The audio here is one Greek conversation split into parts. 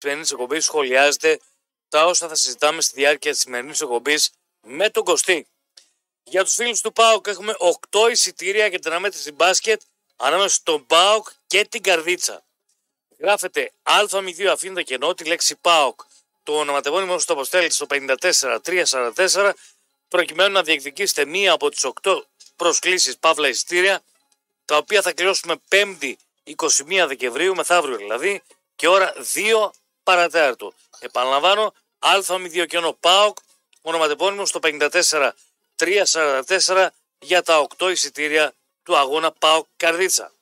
σημερινή εκπομπής σχολιάζεται τα όσα θα συζητάμε στη διάρκεια της σημερινής εκπομπής με τον Κωστή. Για τους φίλους του ΠΑΟΚ έχουμε 8 εισιτήρια για την αμέτρηση μπάσκετ ανάμεσα στον ΠΑΟΚ και την Καρδίτσα. Γράφεται α02 αφήντα κενό τη λέξη ΠΑΟΚ. Το ονοματεπώνυμο στο αποστέλλετε στο 54344 προκειμένου να διεκδικήσετε μία από τις 8 προσκλήσεις παύλα εισιτήρια τα οποία θα κληρώσουμε 5η 21 Δεκεμβρίου μεθαύριο δηλαδή και ώρα 2 παρατέρτου. Επαναλαμβάνω α02 κενό ΠΑΟΚ ονοματεπώνυμο στο 54 3.44 για τα 8 εισιτήρια του αγώνα Πάο Καρδίτσα.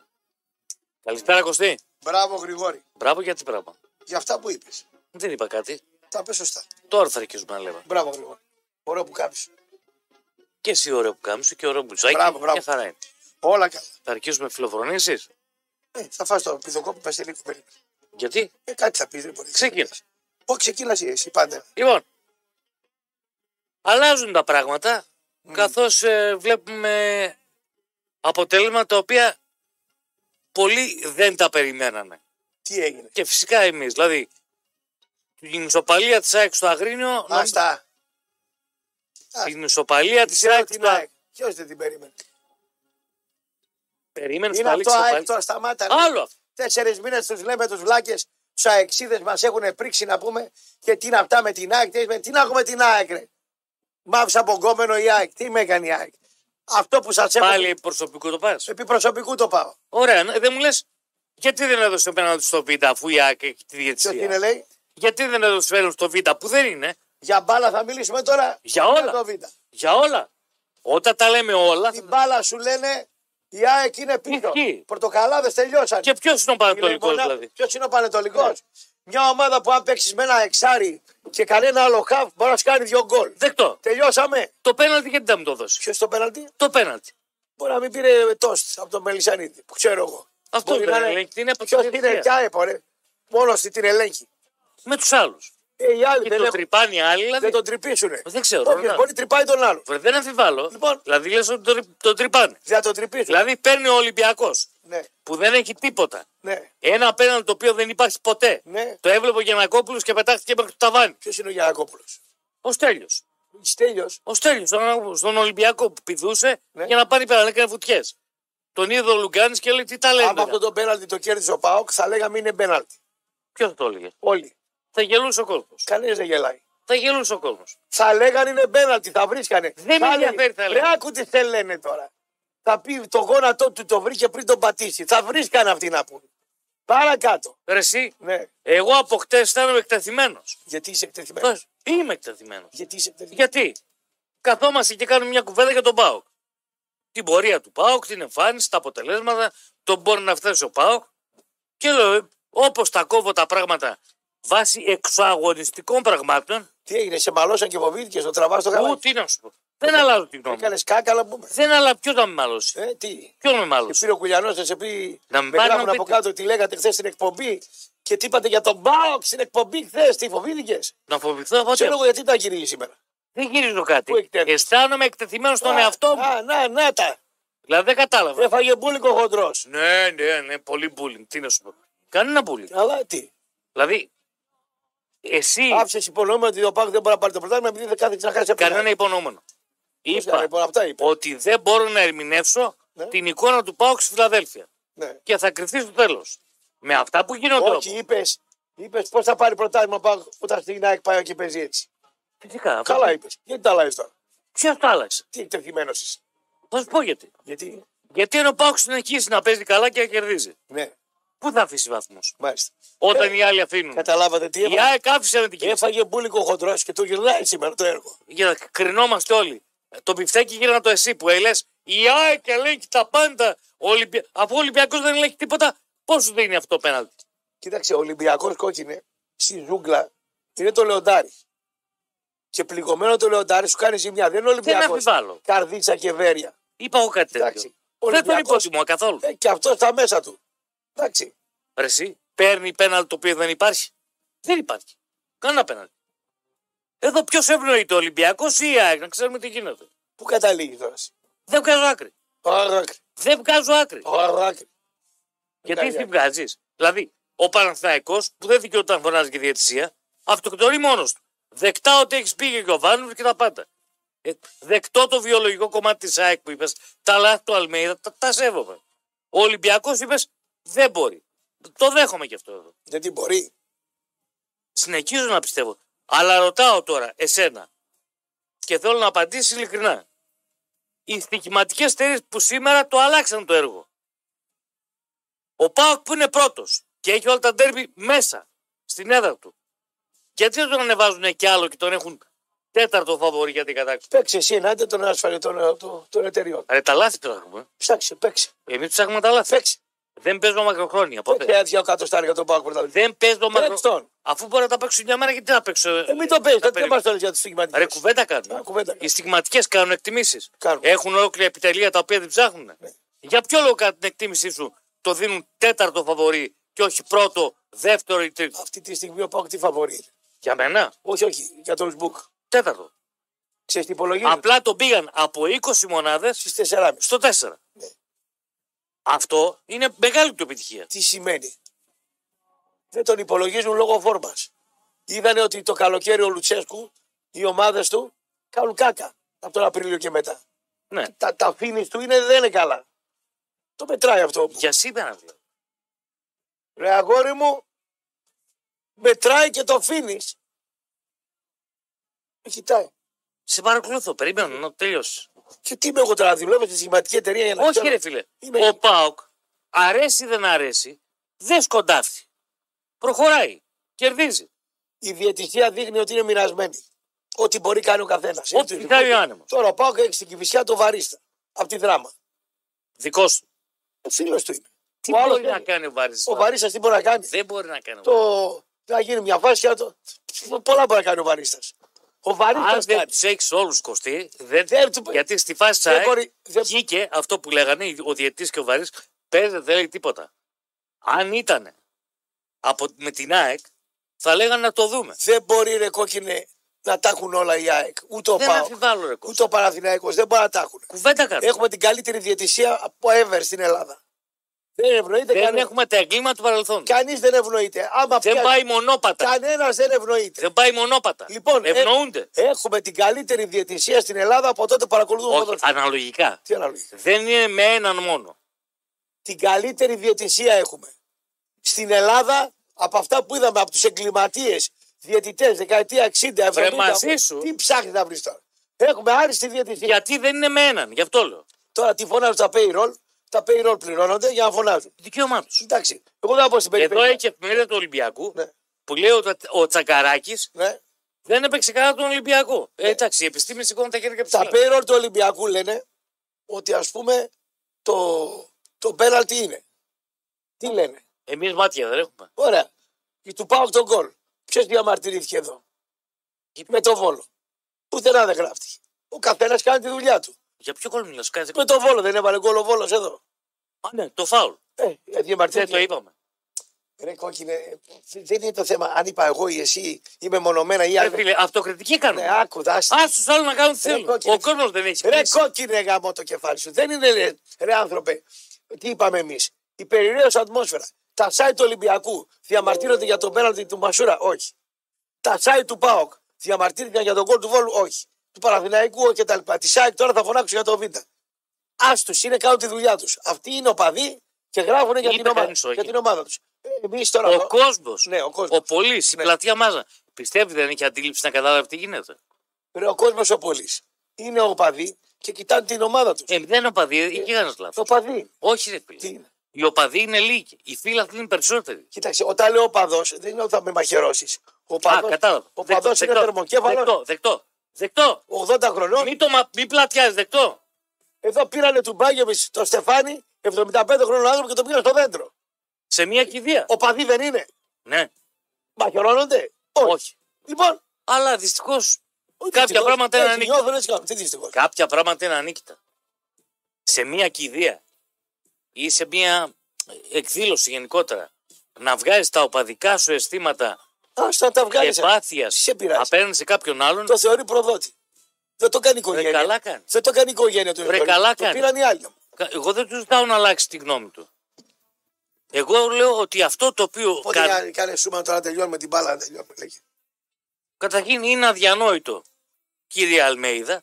Καλησπέρα Κωστή. Μπράβο Γρηγόρη. Μπράβο για τι πράγμα. Για αυτά που είπες. Δεν είπα κάτι. Τα πες σωστά. Τώρα θα αρχίσουμε να λέμε. Μπράβο Γρηγόρη. Ωραίο που κάμψε. Και εσύ ωραίο που κάμψε και ωραίο μπουτσάκι. Μπράβο, μπράβο. Μια χαρά είναι. Όλα καλά. Θα αρχίσουμε φιλοφρονήσεις. Ε, θα φας το πιδοκόπι Βασιλίκου Πελή. Γιατί. Ε, κάτι θα πει. Δεν μπορεί. Ξεκίνα. Όχι, ξεκίνας εσύ πάντα. Λοιπόν. Αλλάζουν τα πράγματα καθώς ε, βλέπουμε αποτέλεσμα τα οποία πολλοί δεν τα περιμένανε. Τι έγινε. Και φυσικά εμείς, δηλαδή την ισοπαλία της ΑΕΚ στο Αγρίνιο, να- Άστα. την ισοπαλία της ΑΕΚ στο Αγρίνιο. Ποιος δεν την περίμενε. Περίμενες Είναι πάλι αυτό ΑΕΚ ισοπαλία. τώρα σταμάτα. ρε. Άλλο αυτό. Τέσσερις μήνες τους λέμε τους βλάκες. Τους αεξίδες μας έχουν πρίξει να πούμε και τι να αυτά με την ΑΕΚ. Τι, με, τι να έχουμε την ΑΕΚ, ρε. Μαύσα πογκόμενο η ΑΕΚ. Τι με έκανε η ΑΕΚ. Αυτό που σας έχω Πάλι προσωπικό το πας. επί προσωπικού το πάω. Ωραία, ναι, δεν μου λες γιατί δεν έδωσε πέναντι στο Β αφού η ΑΕΚ έχει Και τη ότι είναι διετησία. λέει. Γιατί δεν έδωσε πέναντι στο Β που δεν είναι. Για μπάλα θα μιλήσουμε τώρα. Για με όλα. Το βίντεο. Για όλα. Όταν τα λέμε όλα. Την μπάλα σου λένε η ΑΕΚ είναι πίσω. Ισχύει. Πορτοκαλάδες τελειώσαν. Και ποιος είναι ο Πανατολικό δηλαδή. Ναι. Ποιος είναι ο Πανετολικός. Μια ομάδα που αν παίξεις με ένα εξάρι και κανένα άλλο χαφ μπορεί να σου κάνει δύο γκολ. Δεκτό. Τελειώσαμε. Το πέναλτι γιατί δεν μου το δώσεις. Ποιος το πέναλτι. Το πέναλτι. Μπορεί να μην πήρε τόστ από τον Μελισανίδη, που ξέρω εγώ. Αυτό Μπορεί δεν να είναι- ελέγχει, είναι από τη Ποιος διαιτησία. είναι και άεπο, ρε. Μόνο αυτή την ελέγχει. Με τους άλλους. Ε, οι άλλοι Και δεν, το έχουν, τρυπάνε οι άλλοι, δηλαδή. δεν τον τρυπήσουνε. Δεν ξέρω, Όποιος Ρονάλντο. μπορεί τρυπάει τον άλλο. Βρε, Δεν αμφιβάλλω. Λοιπόν. Δηλαδή λες ότι τον τρι- τον τρυπάνε. Δεν θα τον τρυπήσουν. Δηλαδή παίρνει ο Ολυμπιακός Ναι, που δεν έχει τίποτα. ναι. Ένα πέναλτι το οποίο δεν υπάρχει ποτέ. Ναι. Το έβλεπε ο Γιανακόπουλο και πετάχτηκε μέχρι το ταβάνι. Ποιος είναι ο Γιανακόπουλο. Ω τέλειο. Στέλιο. Ω τέλειο. Στον, στον Ολυμπιακό που πηδούσε Ναι. για να πάρει πέρα, να έκανε βουτιές. Τον είδε ο Λουγκάνης και λέει τι τα λέει. Αν αυτό το πέναλτι το κέρδισε ο Πάοκ, θα λέγαμε είναι πέναλτι. Ποιος θα το έλεγε. Όλοι. Θα γελούσε ο κόσμος. Κανείς δεν γελάει. Θα γελούσε ο κόσμος. Θα λέγανε είναι πέναλτι, θα βρίσκανε. Δεν με θα λέει, ενδιαφέρει, θα «Ρε, λέγανε». άκου τι θε λένε τώρα. Θα πει το γόνατό του το βρήκε πριν τον πατήσει. Θα βρίσκανε αυτοί να πούν. Παρακάτω. Ρε, εσύ, Ναι. εγώ από χτες αισθάνομαι εκτεθειμένος. Γιατί είσαι εκτεθειμένος. Πώς, Είμαι εκτεθειμένος. Γιατί είσαι εκτεθειμένος. Γιατί καθόμαστε και κάνουμε μια κουβέντα για τον Πάοκ. Την πορεία του Πάοκ, την εμφάνιση, τα αποτελέσματα, τον μπορεί να φτάσει ο Πάοκ. Και λέω, όπως τα κόβω τα πράγματα βάσει εξωαγωνιστικών πραγμάτων, Τι έγινε, σε μαλώσαν και φοβήθηκες, το τραβάς το που γάλα. τι να σου πω. Δεν αλλάζω τη γνώμη. μου. Έκανε κάκα, αλλά πούμε. Δεν αλλάζω. Ποιο να με μαλώσει. Ε, τι. Ποιο να με Και μαλώσει. πήρε ο Κουλιανός, θα σε πει. Να με με πάρει να γράφουν από μου πείτε. κάτω τι λέγατε χθες στην εκπομπή και τι είπατε για τον Μπάοξ στην εκπομπή χθες. Τι φοβήθηκες. Να φοβηθώ εγώ Ξέρω εγώ γιατί τα κυρίζει σήμερα. Δεν γυρίζω Πού κάτι. Ε, εκτέθεσαι. Αισθάνομαι εκτεθειμένος στον Α, εαυτό μου. Α, να, να τα. Δηλαδή δεν κατάλαβα. Έφαγε μπουλικο χοντρός. Ναι, ναι, ναι, πολύ bullying. Τι να σου πω. Κανένα bullying. Αλλά τι. Δηλαδή, εσύ Άφησες υπονοούμε ότι ο Πάοκ δεν μπορεί να πάρει το πρωτάθλημα επειδή δεν κάθεται να χάσει από κανένα υπονοούμενο. Είπα. Είπα Λοιπόν, αυτά είπε. ότι δεν μπορώ να ερμηνεύσω Ναι. την εικόνα του Πάουξ στη Φιλαδέλφια. Ναι. Και θα κρυφτεί στο τέλος. Με αυτά που γίνονται Όχι, όμως. είπες. Είπες πώς θα πάρει πρωτάθλημα ο Πάοκ όταν στην ΑΕΚ πάει και παίζει έτσι. Φυσικά. Καλά είπες. Γιατί τα αλλάζεις τώρα. Ποιος το άλλαξε. Τι εκτεθειμένος είσαι. Θα σου πω γιατί. Γιατί. Γιατί ενώ ο Πάουξ συνεχίζει να παίζει καλά και να κερδίζει. Ναι, Πού θα αφήσεις βαθμούς. μάλιστα. Ε, Όταν οι άλλοι αφήνουν. Καταλάβατε τι Η έφαγε. ΑΕΚ άφησε με την κίνηση. Έφαγε μπουλικο χοντρός και το γυρνάει σήμερα το έργο. για να κρινόμαστε όλοι. Το πιφτέκι γύρω το εσύ που έλες. Η ΑΕΚ ελέγχει τα πάντα. Ο Ολυμπια... Αφού ο Ολυμπιακός δεν ελέγχει τίποτα, πώς σου δίνει αυτό πέναλτι. Κοίταξε, ο Ολυμπιακός κόκκινε στη ζούγκλα είναι το λεοντάρι. Και πληγωμένο το λεοντάρι σου κάνει ζημιά. Δεν είναι Ολυμπιακός. αμφιβάλλω. Καρδίτσα και βέρια. Είπα εγώ κάτι τέτοιο. Εντάξει. Δεν τον Ολυμπιακός. υπότιμω καθόλου. Ε, και αυτός στα μέσα του. Εντάξει. Ρε εσύ, παίρνει πέναλτι το οποίο δεν υπάρχει. Δεν υπάρχει. Κανένα πέναλτι. Εδώ ποιος ευνοείται, ο Ολυμπιακός ή η ΑΕΚ, να ξέρουμε τι γίνεται. Πού καταλήγει τώρα. εσύ? Δεν βγάζω άκρη. Ωράκρι. Δεν βγάζω άκρη. Ωράκρι. Γιατί βγάζει τι άκρη. βγάζεις. Δηλαδή, ο Παναθηναϊκός που δεν δικαιούταν φωνάζει και διαιτησία, αυτοκτονεί μόνος του. Δεκτά ότι έχεις πει και ο Βάνου και τα πάντα. Ε, δεκτό το βιολογικό κομμάτι της ΑΕΚ που είπες, τα λάθη του Αλμέιδα, τα, τα σέβομαι. Ο Ολυμπιακός είπες, δεν μπορεί. Το δέχομαι και αυτό εδώ. Γιατί μπορεί. Συνεχίζω να πιστεύω. Αλλά ρωτάω τώρα εσένα και θέλω να απαντήσεις ειλικρινά. Οι στοιχηματικέ εταιρείε που σήμερα το αλλάξαν το έργο. Ο Πάοκ που είναι πρώτος και έχει όλα τα ντέρμπι μέσα στην έδρα του. Γιατί δεν τον ανεβάζουν κι άλλο και τον έχουν τέταρτο φαβορή για την κατάκτηση. Παίξε εσύ ενάντια των ασφαλιστών των, των εταιριών. Ρε τα λάθη ψάχνουμε. Ψάξε, παίξε. Εμείς ψάχνουμε τα λάθη. Παίξε. Δεν παίζουμε μακροχρόνια ποτέ. Παίξε έτσι για κάτω στάρι για τον Πάοκ πρωταθλητή. Δεν παίζουμε Παίξε μακροχρόνια. τον. Αφού μπορώ να τα παίξω μια μέρα, γιατί να παίξω. Ε, μην το παίζεις, τα δεν μα το λες για του στιγματικού. Ρε κουβέντα κάνουμε. Α, κουβέντα κάνουμε. Οι στιγματικές κάνουν εκτιμήσεις. Κάνουν. Έχουν ολόκληρη επιτελεία τα οποία δεν ψάχνουν. Ναι. Για ποιο λόγο κατά την εκτίμησή σου το δίνουν τέταρτο φαβορή και όχι πρώτο, δεύτερο ή τρίτο. Αυτή τη στιγμή ο Πάοκ τι φαβορεί. Για μένα, Όχι, όχι, για τον Σμπουκ. τέταρτο. Ξέρεις τι υπολογίζεις. Απλά τον πήγαν από 20 μονάδες Στις 4,5. στο 4. Ναι. Αυτό είναι μεγάλη του επιτυχία. Τι σημαίνει. Δεν τον υπολογίζουν λόγω φόρμας. Είδανε ότι το καλοκαίρι ο Λουτσέσκου, οι ομάδες του κάνουν κάκα από τον Απρίλιο και μετά. Ναι. Τα, τα φίνη του είναι, δεν είναι καλά. Το μετράει αυτό. Για σήμερα δηλαδή. Ρε αγόρι μου, μετράει και το φίνι. Με κοιτάει. Σε παρακολουθώ, περίμενα να τελειώσει. Και τι είμαι εγώ τώρα, δουλεύω στη σχηματική εταιρεία για να Όχι, ξέρω. ρε φίλε. Είμαι- Ο Πάοκ, αρέσει δεν αρέσει, δεν σκοντάφτει. Προχωράει. Κερδίζει. Η διαιτησία δείχνει ότι είναι μοιρασμένη. Ό,τι μπορεί κάνει ο καθένας. Ό,τι κάνει ο άνεμος. Τώρα πάω και έχει στην κυφισιά το βαρίστα. Από τη δράμα. Δικό του. Φίλος του είναι. Τι Ο άλλος μπορεί να δεν- κάνει ο Βαρίστα. Ο βαρίστα τι μπορεί να κάνει. Δεν μπορεί να κάνει. ο Βαρίστα. Το... Να γίνει μια φάση. να Το... Πολλά μπορεί να κάνει ο βαρίστα. Ο βαρίστα Αν δεν κάνει. τους έχεις όλους κοστί, δεν... Δεν του- γιατί στη φάση Δεν τη μπορεί- δεν- βγήκε αυτό που λέγανε ο διαιτή και ο Βαρή, παίζεται, δεν λέει τίποτα. Αν ήταν από... με την ΑΕΚ, θα λέγανε να το δούμε. Δεν μπορεί ρε κόκκινε να τα έχουν όλα οι ΑΕΚ. Ούτε ο δεν Πάοκ. αμφιβάλλω, ρε Κώστα. Ούτε ο Παναθηναϊκός. Δεν μπορεί να τα έχουν. Κουβέντα κάνω. Έχουμε την καλύτερη διαιτησία από ever στην Ελλάδα. Δεν ευνοείται Δεν κανεί. έχουμε τα εγκλήματα του παρελθόντος. Κανείς δεν ευνοείται. Άμα Δεν πάει μονόπατα. Κανένας δεν ευνοείται. Δεν πάει μονόπατα. Λοιπόν, ε- Ευνοούνται. Έχουμε την καλύτερη διαιτησία στην Ελλάδα από τότε παρακολουθούμε Όχι, ποδόσφαιρο. αναλογικά. Τι αναλογία. Δεν είναι με έναν μόνο. Την καλύτερη διαιτησία έχουμε. Στην Ελλάδα, από αυτά που είδαμε από τους εγκληματίες, διαιτητές δεκαετία 60, 70. Βρε, μαζί σου. Τι ψάχνεις να βρεις τώρα. Έχουμε άριστη διαιτησία. Γιατί δεν είναι με έναν, γι' αυτό λέω. Τώρα τι φωνάζουν τα payroll. Τα payroll πληρώνονται για να φωνάζουν. Δικαίωμά τους. Εντάξει. Εγώ δεν θα πω στην Εδώ περιπέτεια. έχει εφημερίδα του Ολυμπιακού Ναι. που λέει ότι ο Τσακαράκης Ναι. δεν έπαιξε καλά τον Ολυμπιακό. Ε, εντάξει, η επιστήμη σηκώνει τα χέρια και Τα ψηλά. payroll του Ολυμπιακού λένε ότι ας πούμε το, το πέναλτι είναι. Τι λένε. Εμείς μάτια δεν έχουμε. Ωραία. Και του πάω τον γκολ. Ποιος διαμαρτυρήθηκε εδώ. Με το βόλο. Πουθενά δεν γράφτηκε. Ο καθένας κάνει τη δουλειά του. Για ποιο κόλμη μιλά, κάτσε. Με το βόλο δεν έβαλε γκολ ο βόλος εδώ. Α, ναι, το φάουλ. Ε, Δεν το διαμαρτυρήθηκε. είπαμε. Ρε κόκκινε, δεν είναι το θέμα. Αν είπα εγώ ή εσύ ή μεμονωμένα ή Ρε άλλοι. Ε, φίλε, αυτοκριτική κάνουμε. Ναι, άκου, δάστη. Ας τους άλλους να κάνουν τι Ρε, θέλουν. Ε, κόκκινε. Ο κόσμος δεν έχει Ρε κρίση. κόκκινε γαμό το κεφάλι σου. Δεν είναι ρε, ρε άνθρωπε. Τι είπαμε εμείς. Η περιραίωση ατμόσφαιρα. Τα site του Ολυμπιακού διαμαρτύρονται για τον πέναλτι του Μασούρα. Όχι. Τα site του ΠΑΟΚ διαμαρτύρηκαν για τον κόλ του Βόλου. Όχι. Του Παναθηναϊκού όχι κτλ. Τη site τώρα θα φωνάξουν για το Β. Α του είναι, κάνουν τη δουλειά τους. Αυτοί είναι οπαδοί και γράφουν για Είπε την, ομάδα, κανείς όχι. για την ομάδα τους. Εμείς τώρα. Ο κόσμος. ναι, ο κόσμος. Ο πολύς, η πλατεία μάζα. Πιστεύει δεν έχει αντίληψη να καταλάβει τι γίνεται. Ο, κόσμος ο πολύς. Είναι οπαδοί και κοιτάνε την ομάδα τους. Ε, δεν είναι οπαδοί, εκεί κάνει λάθος. Οπαδοί. Όχι, ρε Τι φίλε. είναι. Οι οπαδοί είναι λίγοι. Οι φίλοι είναι περισσότεροι. Κοίταξε, όταν λέω παδό, δεν είναι ότι θα με μαχαιρώσεις. Ο Α, παδός- κατάλαβα. ο παδός είναι θερμοκέφαλος Δεκτό, δεκτό. δεκτό. 80 χρονών. Μην, το, μα- μην πλατιάζεις, δεκτό. Εδώ πήρανε του Μπάγκεβιτ τον Στεφάνι, 75 χρονών άνθρωπο και τον πήγαν στο δέντρο. Σε μια κηδεία. Ο παδί δεν είναι. Ναι, Μαχαιρώνονται. Όχι. όχι. Λοιπόν, Αλλά δυστυχώς κάποια πράγματα είναι είναι ανίκητα. Νιώθουν έτσι κάνουν. Τι δυστυχώς. Κάποια πράγματα είναι ανίκητα. Σε μια κηδεία ή σε μια εκδήλωση γενικότερα να βγάζεις τα οπαδικά σου αισθήματα Α να τα βγάλεις. επάθειας σε πειράζει. απέναντι σε κάποιον άλλον. Το θεωρεί προδότη. Δεν το κάνει η Ρε, οικογένεια. καλά κάνει. Δεν το κάνει η οικογένεια του. Βρε, καλά το κάνει. πήραν οι άλλοι. Εγώ δεν τους ζητάω να αλλάξει τη γνώμη του. Εγώ λέω ότι αυτό το οποίο Πότε κα- κα... κάνε σούμα τώρα τελειώνουμε την μπάλα, να τελειώνουμε. Λέγε. καταρχήν είναι αδιανόητο, κύριε Αλμέιδα,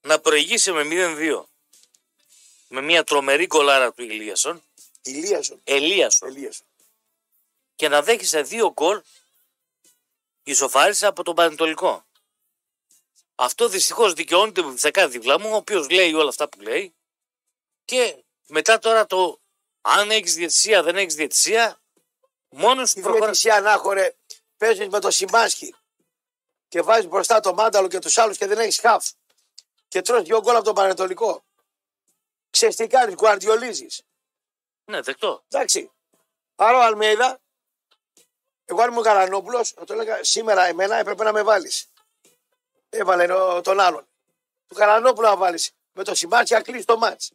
να προηγήσει με 0-2 με μια τρομερή κολάρα του Ηλίασον, Ηλίασον. Ελίασον, Ηλίασον. και να δέχεσαι δύο γκολ ισοφάρισα από τον Πανετολικό. Αυτό δυστυχώς δικαιώνεται με τσακά δίπλα μου, ο οποίος λέει όλα αυτά που λέει. Και μετά τώρα το αν έχεις διαιτησία, δεν έχεις διαιτησία, μόνος σου Η προχωρά. διαιτησία ανάχωρε, παίζεις με το Σιμάνσκι και βάζεις μπροστά το Μάνταλο και τους άλλους και δεν έχεις χαφ. Και τρως δυο γκολ από τον Πανετολικό. Ξέρεις τι κάνει, κουαρτιολίζει. Ναι, δεκτό. Εντάξει. Πάρω Αλμέιδα. Εγώ αν ήμουν Καλανόπουλο, θα το έλεγα σήμερα εμένα έπρεπε να με βάλεις. Έβαλε ο- τον άλλον. Του Καλανόπουλο να βάλεις. Με το Σιμάνσκι να κλείσεις το μάτς.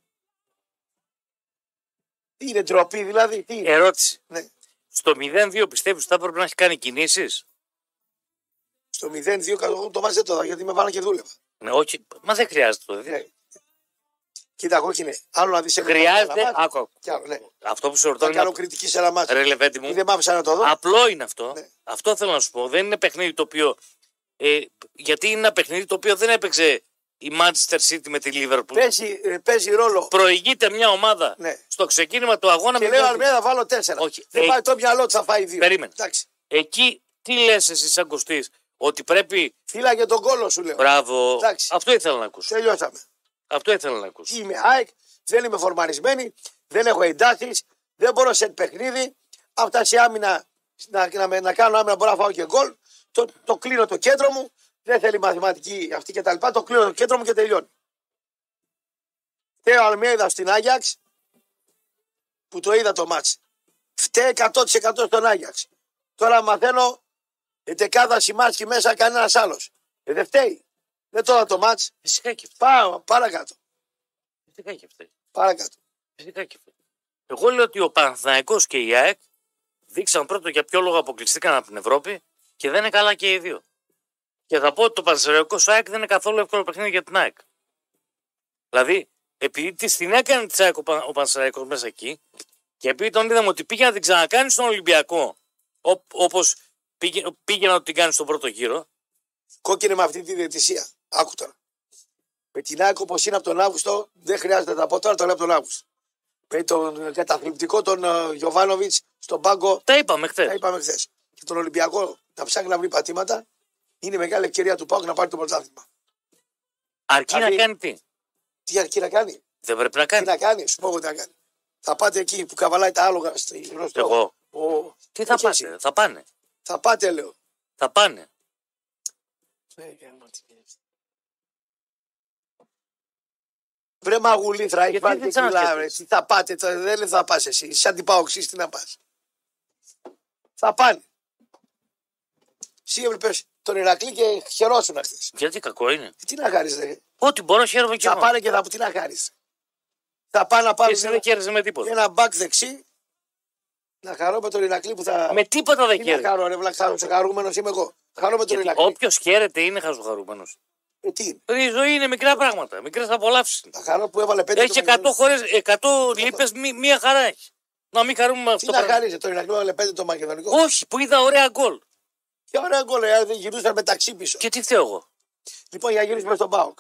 Τι είναι ντροπή δηλαδή, τι είναι. Ερώτηση. Ναι. Στο 0-2 πιστεύεις ότι θα έπρεπε να έχεις κάνει κινήσεις. Στο 0-2 κα- εγώ το βάζετε τώρα γιατί με βάλανε και δούλευα. Ναι, όχι. Μα δεν χρειάζεται το δίδυμο. Ναι. Κοίτα, κόκκινε. Άλλο να δεις σε Χρειάζεται. ένα μάτς, Άκου, άκου. κι άλλο, ναι. Αυτό που σε ρωτώ Θα είναι. κάνω κριτική σε ένα μάτι. Ρε Λεβέντη μου, Δεν μ' άφησα να το δω. Απλό είναι αυτό. Ναι. Αυτό θέλω να σου πω. Δεν είναι παιχνίδι το οποίο. Ε, γιατί είναι ένα παιχνίδι το οποίο δεν έπαιξε η Manchester City με τη Liverpool. Παίζει, ε, παίζει ρόλο. Προηγείται μια ομάδα Ναι. στο ξεκίνημα του αγώνα Και με λέω δύο- Αλμέδα θα βάλω τέσσερα. Όχι. Δεν Ε, πάει το μυαλό του, θα φάει δύο. Περίμενε. Εντάξει. Εκεί τι λες εσύ σαν Κωστής, ότι πρέπει. Φύλαγε τον κόλο σου λέω. Μπράβο. Εντάξει. Αυτό ήθελα να ακούσω. Τελειώσαμε. Αυτό ήθελα να ακούσω. Τι Είμαι ΑΕΚ, δεν είμαι φορμαρισμένη, δεν έχω εντάσει, δεν μπορώ σε παιχνίδι. Αυτά σε άμυνα να, να, με- να κάνω άμυνα μπορώ να φάω και γκολ. Το, το κλείνω το κέντρο μου, δεν θέλει μαθηματική αυτή και τα λοιπά. Το κλείνω το κέντρο μου και τελειώνει. Θέο Αλμέιδα στην Άγιαξ που το είδα το μάτς. Φταίει 100% στον Άγιαξ. Τώρα μαθαίνω ε, η τεκάδα σημάσκει μέσα κανένας άλλος. Ε, δεν φταίει. Δεν τώρα το μάτς. Φυσικά και αυτό. Πάω παρακάτω. Φυσικά και αυτό. Παρακάτω. Φυσικά και αυτό. Εγώ λέω ότι ο Παναθηναϊκός και η ΑΕΚ δείξαν πρώτο για ποιο λόγο αποκλειστήκαν από την Ευρώπη και δεν είναι καλά και οι δύο. Και θα πω ότι το Παναθηναϊκό στο ΑΕΚ δεν είναι καθόλου εύκολο παιχνίδι για την ΑΕΚ. Δηλαδή, επειδή τη την έκανε τη ΑΕΚ ο, Πα, ο Παναθηναϊκός μέσα εκεί και επειδή τον είδαμε ότι πήγε να την ξανακάνει στον Ολυμπιακό όπως πήγε, πήγε να την κάνει στον πρώτο γύρο, κόκκινη με αυτή τη διαιτησία. Άκου τώρα. Με την ΑΕΚ όπως είναι από τον Αύγουστο, δεν χρειάζεται να τα πω τώρα, το λέω από τον Αύγουστο. Με τον καταθλιπτικό τον Γιωβάνοβιτ στον πάγκο, τα είπαμε τα χθε. είπαμε χθες. Και τον Ολυμπιακό να ψάχνει να βρει πατήματα, είναι η μεγάλη ευκαιρία του Πάουκ να πάρει το πρωτάθλημα. Αρκεί να Δηλαδή- κάνει τι. Τι αρκεί να κάνει, Δεν πρέπει να τι κάνει. να κάνει, σου πω εγώ τι να κάνει. Θα πάτε εκεί που καβαλάει τα άλογα στη γνωστό. Εγώ. Ο- Τι θα όχι πάνε, εσύ. θα πάνε. Θα πάτε, λέω. Θα πάνε. Βρε μαγουλήθρα, έχει Γιατί βάλει δεν και κιλά, ξανασκέφτεσαι. ρε. Τι θα πάτε, τώρα, δεν θα πας εσύ. Σαν την παοξή, τι να πας. Θα πάνε. Εσύ έβλεπες τον Ηρακλή και χαιρόσουν αυτές. Γιατί κακό είναι. Τι να χάρεις, ρε. Ό,τι μπορώ χαίρομαι και Θα εγώ. Και πάνε και θα τι να χάρεις. Θα πάνε να πάρουν Εσύ δεν ένα, κέρδισε με τίποτα. ένα μπακ δεξί. Να χαρώ με τον Ηρακλή που θα... Με τίποτα Τι δεν να κέρδισε. χαρώ, ρε, βλάκα, χαρώ, χαρούμενος είμαι εγώ. Χαρώ με τον Ηρακλή. Όποιος χαίρεται είναι χαζοχαρούμενος. Ε, τι είναι. Η ζωή είναι μικρά πράγματα, μικρές απολαύσεις. Να χαρώ που έβαλε πέντε Έχει το 100, Μακεδονικό. χώρες, 100 λίπε, μία χαρά έχει. Να μην χαρούμε με Τι αυτό. το να πράγμα. χάρεις, ρε, τον Ηρακλή που έβαλε πέντε το Μακεδονικό. Όχι, που είδα ωραία γκολ. Και ωραία γκολ, ε, δεν γυρούσαν μεταξύ πίσω. Και τι θέλω εγώ. Λοιπόν, για να γυρίσουμε στον Πάοκ.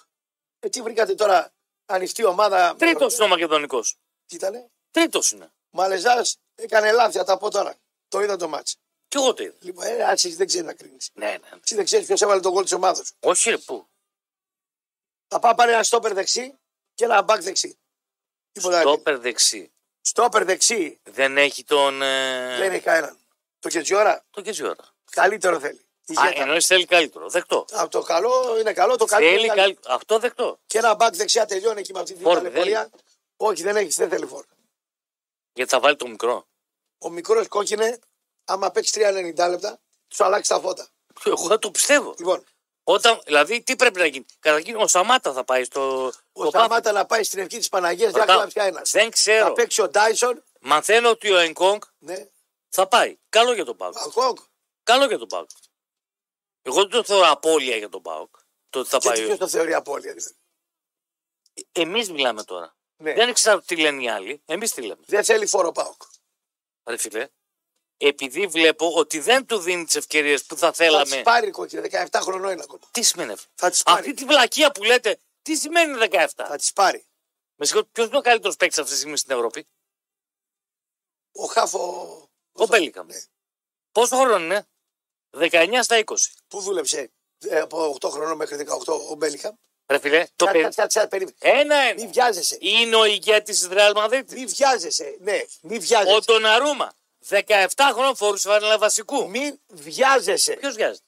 Ε, τι βρήκατε τώρα, ανοιχτή ομάδα. Τρίτος είναι ο Μακεδονικός. Τι ήτανε. Τρίτος είναι. Μαλεζάς έκανε λάθη, θα τα πω τώρα. Το είδα το μάτσο. Κι εγώ το είδα. Λοιπόν, ε, ας εσύ δεν ξέρει να κρίνεις. Ναι, ναι. ναι. Εσύ δεν ξέρεις ποιος έβαλε τον γκολ της ομάδας σου. Όχι, ρε, πού. Θα πάει πάρει ένα στόπερ δεξί και ένα μπακ δεξί. Τίποτα άλλο. Στόπερ δεξί. Στόπερ δεξί Δεν έχει τον. Ε... δεν έχει κανέναν. Το Κετζιόρα Το Κεζιόρα. καλύτερο θέλει. Α, Ηγέτα. εννοείς θέλει καλύτερο. Δεκτό. Από το καλό είναι καλό, το καλύτερο. Θέλει είναι καλό. καλύτερο. Αυτό δεκτό. Και ένα μπακ δεξιά τελειώνει εκεί με αυτή την Φόρ δεν ταλαιπωρία. Όχι, δεν έχεις, δεν θέλει φόρ. Γιατί θα βάλει το μικρό. Ο μικρός κόκκινε, άμα παίξει 3,90 λεπτά, σου αλλάξει τα φώτα. Εγώ το πιστεύω. Λοιπόν, Όταν, δηλαδή, τι πρέπει να γίνει. Καταρχήν, ο Σαμάτα θα πάει στο. ο στο Σταμάτα να πάει στην ευχή της Παναγίας, δεν Ρωτάω. θα πια ένας. Δεν Θα ξέρω. παίξει ο Ντάισον, Μαθαίνω ότι ο Εγκόγκ ναι, θα πάει. Καλό για τον Πάουκ. Παγκόκ. Καλό για τον Πάουκ. Εγώ δεν το θεωρώ απώλεια για τον Πάουκ. Το ότι θα Γιατί ποιο πάει. το θεωρεί απώλεια. δηλαδή. Εμείς μιλάμε τώρα. Ναι. Δεν ξέρω τι λένε οι άλλοι. Εμείς τι λέμε. Δεν θέλει φόρο Πάοκ. ρε φίλε, επειδή βλέπω ότι δεν του δίνει τις ευκαιρίες που θα Θα θέλαμε. τη πάρει η κόκκινη, 17 χρονών είναι ακόμα. Τι σημαίνει αυτό. Θα τη πάρει. Αυτή τη βλακεία που λέτε, τι σημαίνει 17. Θα τη πάρει. Με συγχωρείτε, ποιος είναι ο καλύτερος παίκτης αυτή τη στιγμή στην Ευρώπη. Ο Χάφο. Ο Μπέλικαμ. Ναι. Πόσο χρόνο είναι, 19 στα 20. Πού δούλεψε ε, από 8 χρονών μέχρι 18 ο Μπέλικαμ. Ρε φίλε, το Κάτσε, παιδί. κάτσε, κάτσε, περίμενε. Ένα-ένα. Μην βιάζεσαι. Είναι ο ηγέτης της Ρεάλ Μαδρίτη. Μην βιάζεσαι. Ναι, μην βιάζεσαι. Ο Ντοναρούμα. 17 χρόνια φορούσε φανέλα βασικού. Μην βιάζεσαι. Ποιος βιάζεται.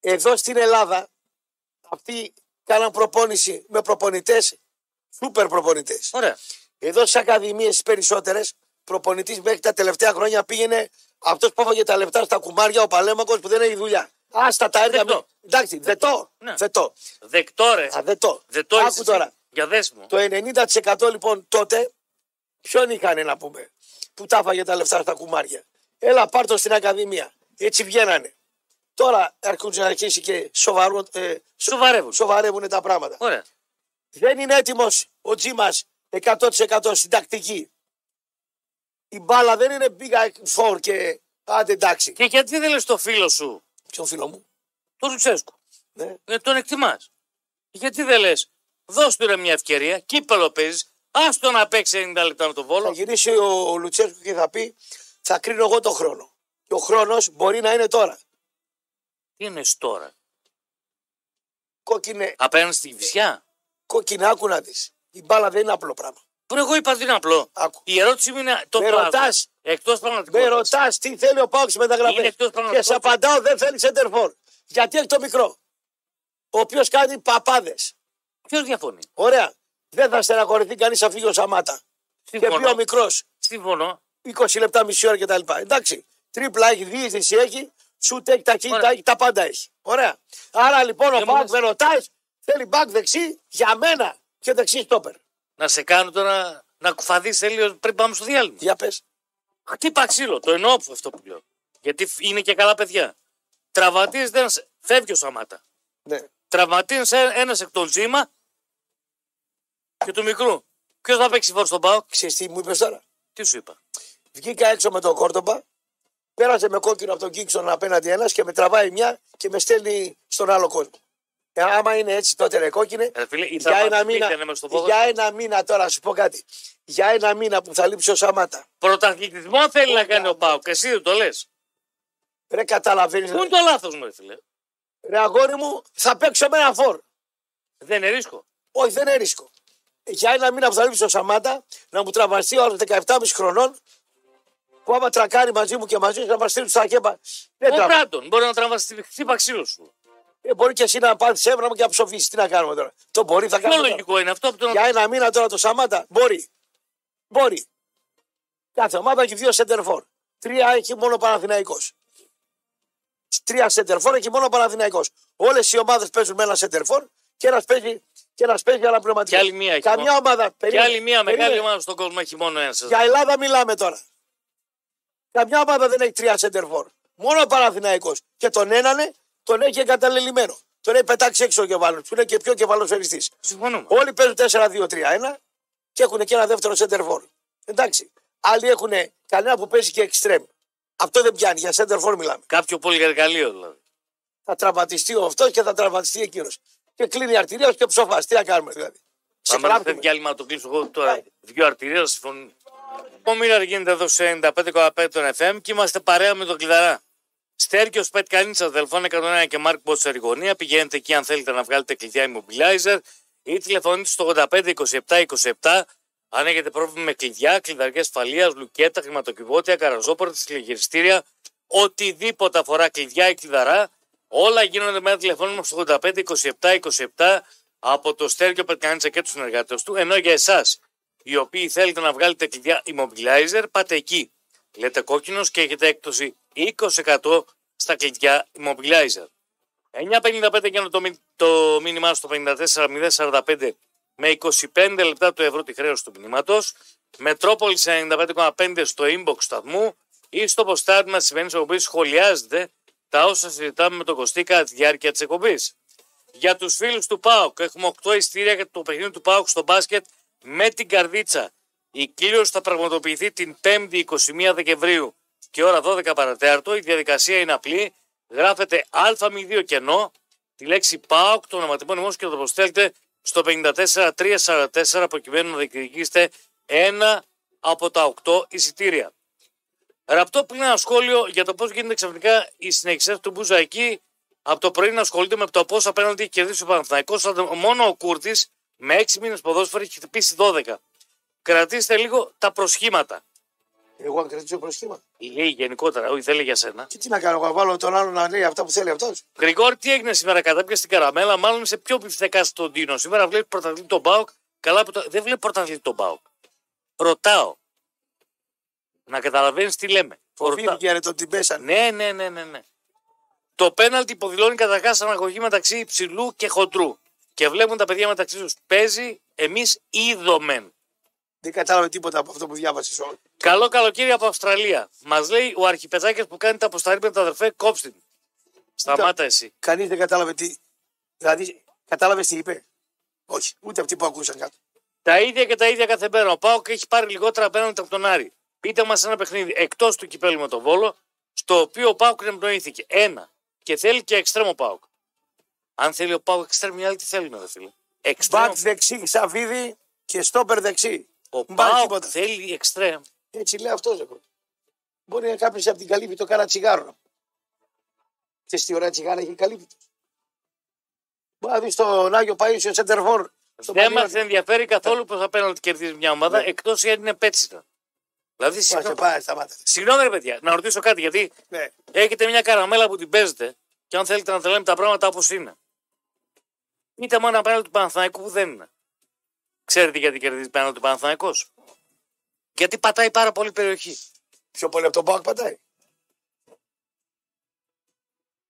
Εδώ στην Ελλάδα αυτοί κάναν προπόνηση με προπονητές, σούπερ προπονητές. Ωραία. Εδώ στις ακαδημίες τι περισσότερες, προπονητής μέχρι τα τελευταία χρόνια πήγαινε αυτός που έφαγε τα λεφτά στα κουμάρια, ο Παλέμακος που δεν έχει δουλειά. Άστα τα έργα Δεκτό. μου. Εντάξει, δετό. Ναι. Δετό. Δεκτό ρε. Α, δετό. Δεκτό Άκου είσαι τώρα. εσύ. Για δέσμο. Το 90% λοιπόν τότε, ποιον είχαν να πούμε, που τα έφαγε τα λεφτά στα κουμάρια. Έλα, πάρ' το στην Ακαδημία. Έτσι βγαίνανε. Τώρα αρχίζουν να αρχίσει και σοβαρό, ε, Σοβαρεύουν. σοβαρεύουν τα πράγματα. Ωραία. Δεν είναι έτοιμος ο Τζίμας 100% στην τακτική. Η μπάλα δεν είναι big four και άντε εντάξει. Και γιατί δεν λες το φίλο σου, Ποιον φίλο μου. τον Λουτσέσκου. Ναι. Γιατί τον εκτιμάς. Γιατί δεν λες, δώσ' του ρε μια ευκαιρία, κύπελο παίζεις, άστο να παίξει 90 λεπτά με τον Θα βόλο. γυρίσει ο Λουτσέσκου και θα πει: Θα κρίνω εγώ τον χρόνο. Και ο χρόνος μπορεί να είναι τώρα. Τι είναι τώρα, Κόκκινε, απέναντι στη βυσιά. κόκκινε άκου να δεις. Η μπάλα δεν είναι απλό πράγμα. Που εγώ είπα ότι είναι απλό. Άκου. Η ερώτηση μου είναι το Με ρωτάς. Εκτός Με πραγματικότητα. ρωτάς τι θέλει ο Πάουξ Είναι μεταγραφέ. εκτός πραγματικότητας. Και σε απαντάω: Δεν θέλει σεντερφόρ. Γιατί έχει το μικρό. Ο οποίος κάνει παπάδες. Ποιος διαφωνεί. Ωραία. Δεν θα στεναχωρηθεί κανείς αν φύγει ο Σαμάτα. Και Συμφωνώ. πιο μικρός. Συμφωνώ. 20 λεπτά, μισή ώρα κτλ. Εντάξει. Τρίπλα έχει, διείσδυση έχει, σουτ έχει, ταχύτητα Ωραία. έχει, τα πάντα έχει. Ωραία. Άρα λοιπόν ο μου Πάουκ λες- με ρωτάει, θέλει μπακ δεξί για μένα και δεξί στόπερ. Να σε κάνω τώρα να κουφαδείς τελείω πριν πάμε στο διάλειμμα. Για πες. Χτύπα ξύλο. Το εννοώ αυτό που λέω. Γιατί είναι και καλά παιδιά. Τραυματίζεται ένας. Φεύγει ο Σαμάτα. Ναι. Τραυματίζεται ένας εκ των τζίμα και του μικρού. Ποιος θα παίξει φόρ στον Πάοκ. Ξέρεις τι μου είπες τώρα. Τι σου είπα. Βγήκα έξω με τον Κόρτομπα, πέρασε με κόκκινο από τον Κίξον απέναντι ένας και με τραβάει μια και με στέλνει στον άλλο κόσμο. Ε, άμα είναι έτσι τότε ρε κόκκινε, Ρε Ε, φίλε, οι για ένα, τραυματισμοί μήνα, ήταν μέσα στο πόδι. για ένα μήνα τώρα, να σου πω κάτι. Για ένα μήνα που θα λείψει ο Σαμάτα. Πρωταθλητισμό θέλει να κάνει ο Πάοκ. Εσύ δεν το λες. Ρε, καταλαβαίνεις. Πού είναι το λάθος μου, ρε φίλε. Ρε, αγόρι μου, θα παίξω με ένα φόρ. Δεν είναι ρίσκο. Όχι, δεν είναι ρίσκο. Για ένα μήνα που θα λείψει ο Σαμάτα, να μου τραβαστεί ο άλλος 17,5 χρονών, που άμα τρακάρει μαζί μου και μαζί σου, να μας στείλει στα χέμπα. Δεν Ο τραβά. Μπράντον μπορεί να τραβάσει τη χτύπα ξύλο σου. Ε, μπορεί και εσύ να πάρεις έβρα μου και να ψοφήσεις. Τι να κάνουμε τώρα. Το μπορεί, θα Πιο κάνουμε. τώρα. λογικό είναι αυτό από το Για να. ένα μήνα τώρα το Σαμάτα. Μπορεί. Μπορεί. Κάθε ομάδα έχει δύο σεντερφόρ. Τρία έχει μόνο ο Παναθηναϊκός. Τρία σεντερφόρ έχει μόνο ο Παναθηναϊκός. Όλες οι ομάδες παίζουν με ένα σεντερφόρ και ένας παίζει, και ένας παίζει αναπληρωματικό. Κι άλλη μία έχει Καμιά μόνο. ομάδα. Και περίμενε, άλλη μια μεγάλη περίμενε. ομάδα στον κόσμο έχει μόνο ένα. Για Ελλάδα μιλάμε τώρα. Καμιά ομάδα δεν έχει τρία σεντερφόρ. Μόνο ο Παναθηναϊκός. Και τον έναν τον έχει εγκαταλελειμμένο. Τον έχει πετάξει έξω ο κεφάλαιο. Του είναι και πιο κεφαλοσφαιριστής. Συμφωνούμε. Όλοι παίζουν 4-2-3-1 και έχουν και ένα δεύτερο center for. Εντάξει. Άλλοι έχουν κανένα που παίζει και extreme. Αυτό δεν πιάνει. Για center for μιλάμε. Κάποιο πολυεργαλείο δηλαδή. Θα τραυματιστεί ο αυτός και θα τραυματιστεί εκείνος. Και κλείνει η αρτηρία και ψοφάς. Τι να κάνουμε δηλαδή. Πάμε να Ξεπράπτουμε. φεύγει άλλη να το κλείσω εγώ τώρα. Πάει. Δύο αρτηρίες να συμφωνούν. Ο Μίραρ γίνεται εδώ σε 95,5 των FM και είμαστε παρέα με τον Κλειδαρά. Στέρκιο Πετ Κανίτσα, τηλεφώνη 101 και Μάρκ Μπότσο Ερηγωνία. Πηγαίνετε εκεί αν θέλετε να βγάλετε κλειδιά immobilizer ή τηλεφωνείτε στο 85 27 27. Αν έχετε πρόβλημα με κλειδιά, κλειδαριά ασφαλείας, λουκέτα, χρηματοκιβώτια, καραζόπορτα, συλλογιστήρια, οτιδήποτε αφορά κλειδιά ή κλειδαρά, όλα γίνονται με ένα τηλεφώνημα στο 85 27 27 από το Στέρκιο Πετκανίτσα και τους συνεργάτες του. Ενώ για εσάς, οι οποίοι θέλετε να βγάλετε κλειδιά immobilizer, πάτε εκεί. Λέτε κόκκινος και έχετε έκπτωση 20% στα κλειδιά immobilizer. 9.55 για να το, μι- το μήνυμά στο 54.045 με 25 λεπτά του ευρώ τη χρέωση του μηνύματος. Μετρόπολης 95,5 στο inbox του σταθμού ή στο ποστάρι μας σημαίνει ο οποίο σχολιάζεται τα όσα συζητάμε με τον Κωστή κατά τη διάρκεια της εκπομπής. Για τους φίλους του ΠΑΟΚ έχουμε 8 εισιτήρια για το παιχνίδι του ΠΑΟΚ στο μπάσκετ με την καρδίτσα. Η κλήρωση θα πραγματοποιηθεί την 5η 21 Δεκεμβρίου και ώρα 12 παρατέρτο. Η διαδικασία είναι απλή. Γράφετε Α02 κενό, τη λέξη ΠΑΟΚ, το ονοματεπώνυμό και το αποστέλλετε στο 54344 προκειμένου να διεκδικήσετε ένα από τα 8 εισιτήρια. Ραπτό πριν ένα σχόλιο για το πώς γίνεται ξαφνικά η συνεχιστέ του Μπούζα εκεί από το πρωί να ασχολείται με το πώς απέναντι έχει κερδίσει ο Παναθηναϊκός, όταν μόνο ο Κούρτης με 6 μήνες ποδόσφαιρο έχει χτυπήσει 12. Κρατήστε λίγο τα προσχήματα. Εγώ αν κρατήσω προσχήμα. Λέει γενικότερα, όχι δεν λέει για σένα. Και τι να κάνω, εγώ βάλω τον άλλο να λέει αυτά που θέλει αυτός. Γρηγόρη, τι έγινε σήμερα κατά πια στην καραμέλα, μάλλον σε πιο πιθανικά στον Τίνο. Σήμερα βλέπεις πρωταθλητή τον Μπάουκ. Καλά που το... Δεν βλέπεις πρωταθλητή τον Μπάουκ. Ρωτάω. Να καταλαβαίνεις τι λέμε. Ρωτάω. Φύγει ρε τον την πέσανε. Ναι, ναι, ναι, ναι, ναι. Το πέναλτι υποδηλώνει καταρχά αναγωγή μεταξύ υψηλού και χοντρού. Και βλέπουν τα παιδιά μεταξύ τους. Παίζει, εμείς είδομεν. Δεν κατάλαβε τίποτα από αυτό που διάβασες όλο. Καλό καλοκαίρι από Αυστραλία. Μας λέει ο αρχιπετζάκη που κάνει τα αποσταρή με τα αδερφέ, κόψτε την. Σταμάτα εσύ. Κανείς δεν κατάλαβε τι. Δηλαδή, κατάλαβες τι είπε. Όχι, ούτε αυτοί που ακούσαν κάτω. Τα ίδια και τα ίδια κάθε μέρα. Ο Πάοκ έχει πάρει λιγότερα απέναντι από τον Άρη. Πείτε μας ένα παιχνίδι εκτός του κυπέλου με τον Βόλο, στο οποίο ο Πάοκ εμπνοήθηκε. Ένα. Και θέλει και εξτρέμο Πάοκ. Αν θέλει ο Πάοκ εξτρέμο, οι άλλοι τι θέλουν, δεν θέλει. Εξτρέμο. Μπακ δεξί, Ξαβίδη και στόπερ δεξί. Ο Μην πάρει Πάοκ τίποτα. θέλει εξτρέμ. Έτσι λέει αυτός. Μπορεί να κάποιος από την καλύπη το κάνα τσιγάρο. Και στη ωραία τσιγάρα έχει καλύπη. Μπορεί να δεις τον Άγιο Παίσιο Σεντερφόρ. στον Δεν Πανιόνιο. μας ενδιαφέρει καθόλου πώ απέναντι κερδίζει μια ομάδα, Ναι. εκτός ή αν είναι πέτσιτα. Δηλαδή, Πάσε, συγγνώμη, πάει, σταμάτα. συγγνώμη, ρε παιδιά, να ρωτήσω κάτι, γιατί Ναι. Έχετε μια καραμέλα που την παίζετε και αν θέλετε να τα λέμε τα πράγματα όπως είναι. Είτε μόνο απέναντι του Παναθηναϊκού που δεν είναι. Ξέρετε γιατί κερδίζει πέναντι του Παναθηναϊκός. Γιατί πατάει πάρα πολύ περιοχή. Πιο πολύ από τον Πάοκ πατάει.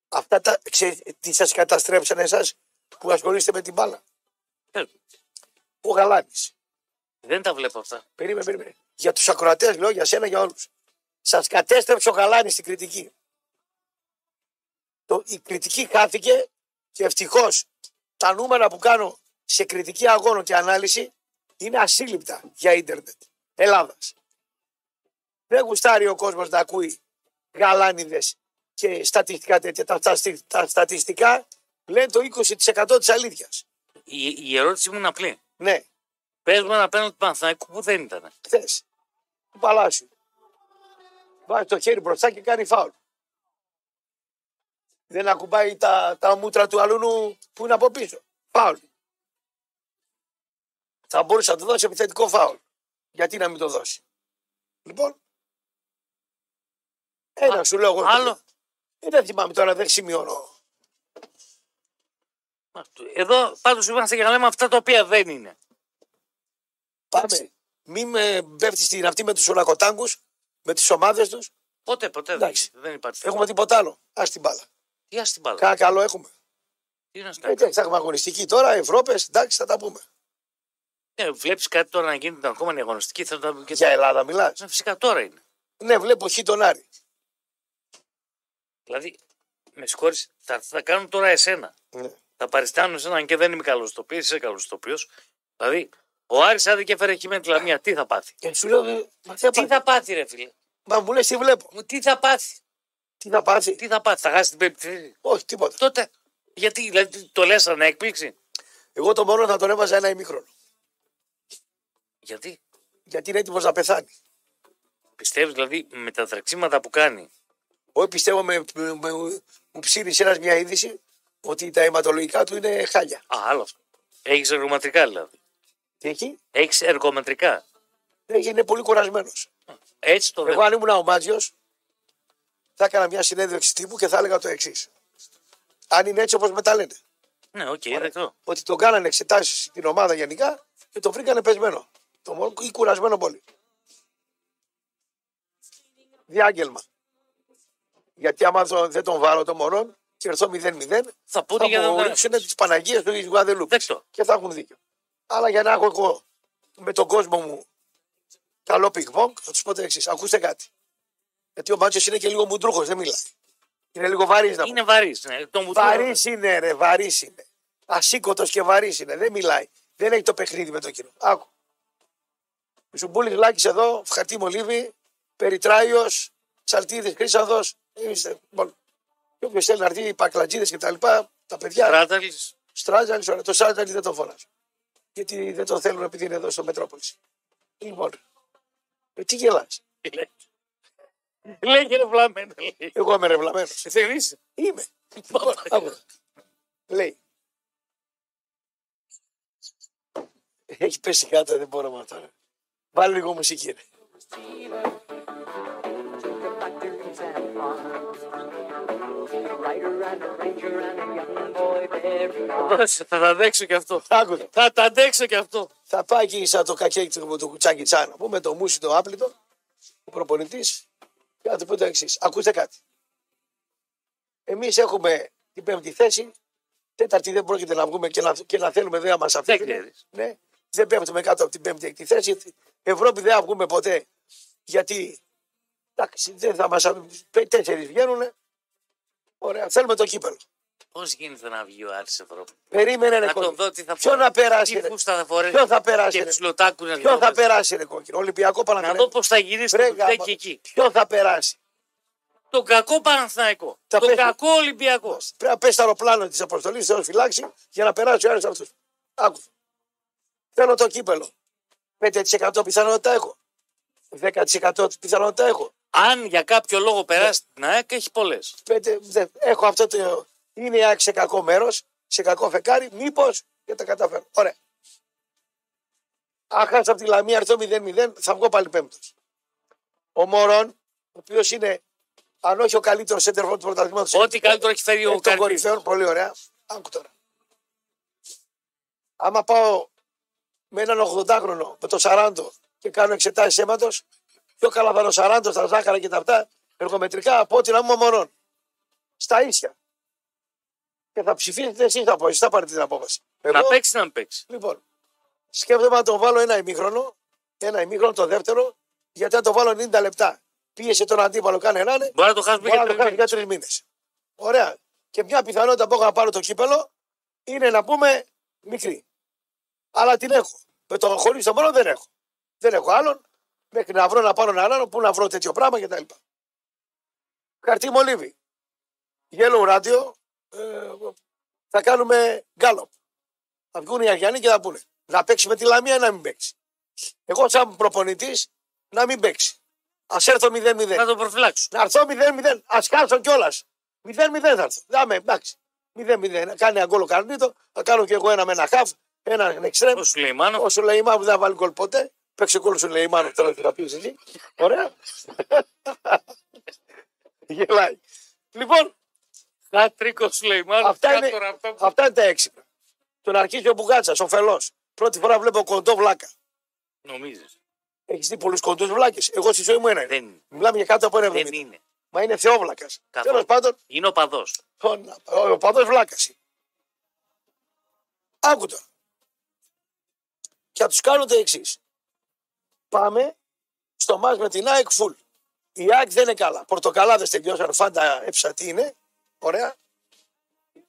Αυτά τα. Ξέρετε, τι σας καταστρέψαν εσάς που ασχολείστε με την μπάλα. Ε, Ο Γαλάνη. Δεν τα βλέπω αυτά. Περίμενε, περίμενε. Για τους ακροατές λέω, για σένα, για όλους. Σας κατέστρεψε ο Γαλάνης στην κριτική. Το, η κριτική χάθηκε και ευτυχώς τα νούμερα που κάνω σε κριτική αγώνο και ανάλυση είναι ασύλληπτα για ίντερνετ Ελλάδας. Δεν γουστάρει ο κόσμος να ακούει γαλάνιδες και στατιστικά τέτοια. Τα, τα, τα στατιστικά λένε το 20% της αλήθειας. Η, η ερώτηση μου είναι απλή. Ναι, Παίζουμε ένα απέναντι του Παναθηναϊκού που δεν ήταν. χθε. Του Παλάσιου. Βάζει το χέρι μπροστά και κάνει φάουλ. Δεν ακουμπάει τα, τα μούτρα του αλούνου που είναι από πίσω. Φάουλ. Θα μπορούσε να του δώσει επιθετικό φάουλ. Γιατί να μην το δώσει. Λοιπόν. Ένα Α, σου λέω εγώ. Άλλο. Ε, δεν θυμάμαι τώρα, δεν σημειώνω. Εδώ πάντως είμαστε για να λέμε αυτά τα οποία δεν είναι. Πάμε. Μην με πέφτει στην αυτή με τους ολακοτάγκους, με τις ομάδες τους. Ποτέ, ποτέ δεν, Εντάξει. δεν υπάρχει. Έχουμε τίποτα άλλο. Ας την μπάλα. Τι ας την μπάλα. Κάνα καλό έχουμε. Τι να σου Ε, κάνω. Εντάξει, θα έχουμε αγωνιστική τώρα, Ευρώπες, εντάξει, θα τα πούμε. Ε, Βλέπεις κάτι τώρα να γίνεται την ερχόμενη αγωνιστική. Θα τα... και- Για Ελλάδα μιλάς. Ε, Φυσικά τώρα είναι. Ναι, βλέπω χ τον Άρη. Δηλαδή, με συγχωρεί, θα, θα κάνουν τώρα εσένα. Ναι. Θα παριστάνουν εσένα, αν και δεν είμαι καλό τοπίο, είσαι καλό τοπίο. Δηλαδή, ο Άρης άντε και έφερε εκεί με τη λαμία, τι θα πάθει. Και σου λέω, ε, μα τι θα Τι πάθει. θα πάθει, ρε φίλε. Μα μου λες τι βλέπω. Μου τι θα πάθει. Τι θα πάθει. Τι θα πάθει, θα χάσει την πέμπτη θέση. Όχι, τίποτα. Τότε, γιατί, δηλαδή, το λες σαν έκπληξη. Εγώ το μόνο θα τον έβαζα ένα ημίχρονο. Γιατί, Γιατί είναι έτοιμος να πεθάνει. πιστεύεις, δηλαδή, με τα τρεξίματα που κάνει, Όχι, πιστεύω, με, με, με, μου ψήρισε ένας μια είδηση ότι τα αιματολογικά του είναι χάλια. α, άλλος αυτό. Έχει εργομετρικά, δηλαδή. Τι έχει, Έχεις εργομετρικά. έχει είναι πολύ κουρασμένος. Έτσι το Εγώ βλέπω. αν ήμουν ο Μάτζιο, θα έκανα μια συνέντευξη τύπου και θα έλεγα το εξής. Αν είναι έτσι όπως με τα λένε. Ναι, οκ, δεκτό. ότι τον κάνανε εξετάσεις την ομάδα γενικά και τον βρήκανε πεσμένο. Το μόνο ή κουρασμένο πολύ. Διάγγελμα. Γιατί άμα το- δεν τον βάλω το μωρό και έρθω 0-0, Θα θα πούνε για μου να ρίξουν τις Παναγίες του Ισουαδελού. Δεκτό. Και θα έχουν δίκιο. Αλλά για να έχω εγώ με τον κόσμο μου καλό πιγμόγκ, θα τους πω το εξής. Ακούστε κάτι. Γιατί ο Μάτσος είναι και λίγο μουντρούχος, δεν μιλάει. Είναι λίγο βαρύς να Είναι βαρύς. Ναι. Το μου το- Βαρύς είναι, ρε, βαρύς είναι. Ασήκωτος και βαρύς είναι. Δεν μιλάει. Δεν έχει το παιχνίδι με το κοινό. Άκου. Ζουμπούλης Λάκης εδώ, Φχαρτή Μολύβη, Περιτράιο, Τσαλτίδη Χρήσανδο. ε, Και όποιος θέλει να έρθει, οι Πακλατζίδε και τα λοιπά, τα παιδιά. Κράταλη. Στράζαλη, ωραία. Το Σάρταλι δεν το φωνάζω. Γιατί δεν το θέλουν επειδή είναι εδώ στο Μετρόπολης. Λοιπόν. Ε, τι γελάς. Λέει και ρε βλαμμένο. λέει. Εγώ είμαι ρευλαμένο. Ε, δεν είσαι. Είμαι. Άκουρα. Λέει. Έχει πέσει κάτω, δεν μπορώ με αυτό. ρε. Βάλε λίγο μουσική. ρε. Δώσε, Θα τα αντέξω κι αυτό. Άκου το. Θα τα αντέξω κι αυτό. Θα πάει εκεί σαν το κακέκι του, του κουτσάκι τσάνα. Που με το μουσι το άπλητο, ο προπονητής. Και θα του πω το εξής. Ακούστε κάτι. Εμείς έχουμε την πέμπτη θέση. Τέταρτη δεν πρόκειται να βγούμε και να, και να θέλουμε δεν μα αυτή. ξέρεις. Ναι. Δεν πέφτουμε κάτω από την πέμπτη έκτη θέση. Ευρώπη δεν θα βγούμε ποτέ. Γιατί εντάξει, δεν θα μας. Τέσσερι βγαίνουν. Ωραία. Θέλουμε το κύπελο. Πώς γίνεται να βγει ο Άρης Ευρώπη. Περίμενε ρε Να τον κόκκινο. δω τι θα Ποιο να περάσει. Τι ρε. φούστα θα φορέσει. Ποιο θα περάσει. Και ρε. τους λοτάκου να Ποιο θα διαβάζει. περάσει ρε κόκκινο. Ολυμπιακό Ναι, Να δω Παναθηναϊκό. πώς θα γυρίσει Βρε, το κουτέκι γάμα. εκεί. Ποιο θα περάσει. Το κακό Παναθηναϊκό. Τα Το πέφτει. κακό Ολυμπιακό. Πρέπει να πέσει το αεροπλάνο της αποστολής, θέλω να φυλάξει για να περάσει ο ένα αυτού. Άκου. Θέλω το κύπελο. 5% πιθανότητα έχω. 10% πιθανότητα έχω. Αν για κάποιο λόγο περάσει την ΑΕΚ, έχει πολλές. 5, δε- έχω αυτό το. Είναι η ΑΕΚ σε κακό μέρος, σε κακό φεκάρι. Μήπως και τα καταφέρω. Ωραία. Αν χάσω από τη Λαμία, έρθω 0-0, θα βγω πάλι πέμπτος. Ο Μωρόν, ο οποίος είναι, αν όχι ο καλύτερος σέντερφο του πρωταθλήματος. Ό,τι καλύτερο έχει φέρει Εκ ο των Καρπίδη. κορυφαίων, πολύ ωραία. Άκου τώρα. Άμα πάω με έναν 80χρονο, με το 40 και κάνω εξετάσεις αίματος, πιο καλά θα είναι ο 40 στα ζάχαρα και τα αυτά, εργομετρικά, από ό,τι να είμαι μονών. Στα ίσια. Και θα ψηφίσετε εσεί θα πω, εσεί θα πάρετε την απόφαση. Να Εγώ, παίξει, να μην παίξει. λοιπόν, σκέφτομαι να τον βάλω ένα ημίχρονο, ένα ημίχρονο το δεύτερο, γιατί να το βάλω 90 λεπτά. Πίεσε τον αντίπαλο, κάνε έναν, Μπορεί να το χάσουμε Μπορεί για να το τρεις κάνει για τρεις μήνες. μήνε. Ωραία. Και μια πιθανότητα που έχω να πάρω το κύπελο είναι να πούμε μικρή. Αλλά την έχω. Με το χωρίς το μόνο δεν έχω. Δεν έχω άλλον. Μέχρι να βρω να πάρω έναν άλλον που να βρω τέτοιο πράγμα κτλ. Χαρτί μολύβι. Γέλο ράδιο. Ε, θα κάνουμε γκάλοπ. Θα βγουν οι Αριανοί και θα πούνε. Να παίξει με τη Λαμία ή να μην παίξει. Εγώ, σαν προπονητής, να μην παίξει. Ας έρθω 0-0. Να τον προφυλάξουν. Να έρθω 0-0. Ας χάσω κιόλας. 0-0 θα έρθω. Δάμε, εντάξει. 0-0. Κάνει αγκόλο καρνίτο. Θα κάνω κι εγώ ένα με ένα χαφ. Έναν εξτρέμ. Πώ σου λέει, Μάνο. Ο Σουλεϊμάνου δεν θα βάλει γκολ ποτέ. Παίξε γκολ Σουλεϊμάνου τώρα τι θα πεις εσύ. Ωραία. Γελάει. Λοιπόν, Χάτρικο σου λέει, Μάνο. Αυτά Κάτω είναι- ρε, αυτά που- αυτά είναι τα έξυπνα. Τον αρχίζει ο Μπουγάτσας, ο φελός. Πρώτη φορά βλέπω κοντό βλάκα. Νομίζεις. Έχεις δει πολλούς κοντούς βλάκες. Εγώ στη ζωή μου ένα. είναι. Δεν είναι. Μιλάμε για κάτω από ένα Δεν 70. είναι. Μα είναι θεόβλακας. Καθόλου. Τέλος πάντων, Είναι ο παδός. Τον- Λοιπόν, Ο, ο παδός βλάκας. Άκου τώρα. Και θα τους κάνω το εξής. Πάμε στο μάτς με την ΑΕΚ full. Η ΑΕΚ δεν είναι καλά. Πορτοκαλάδες τελειώσαν, φάντα έψα τι είναι. Ωραία.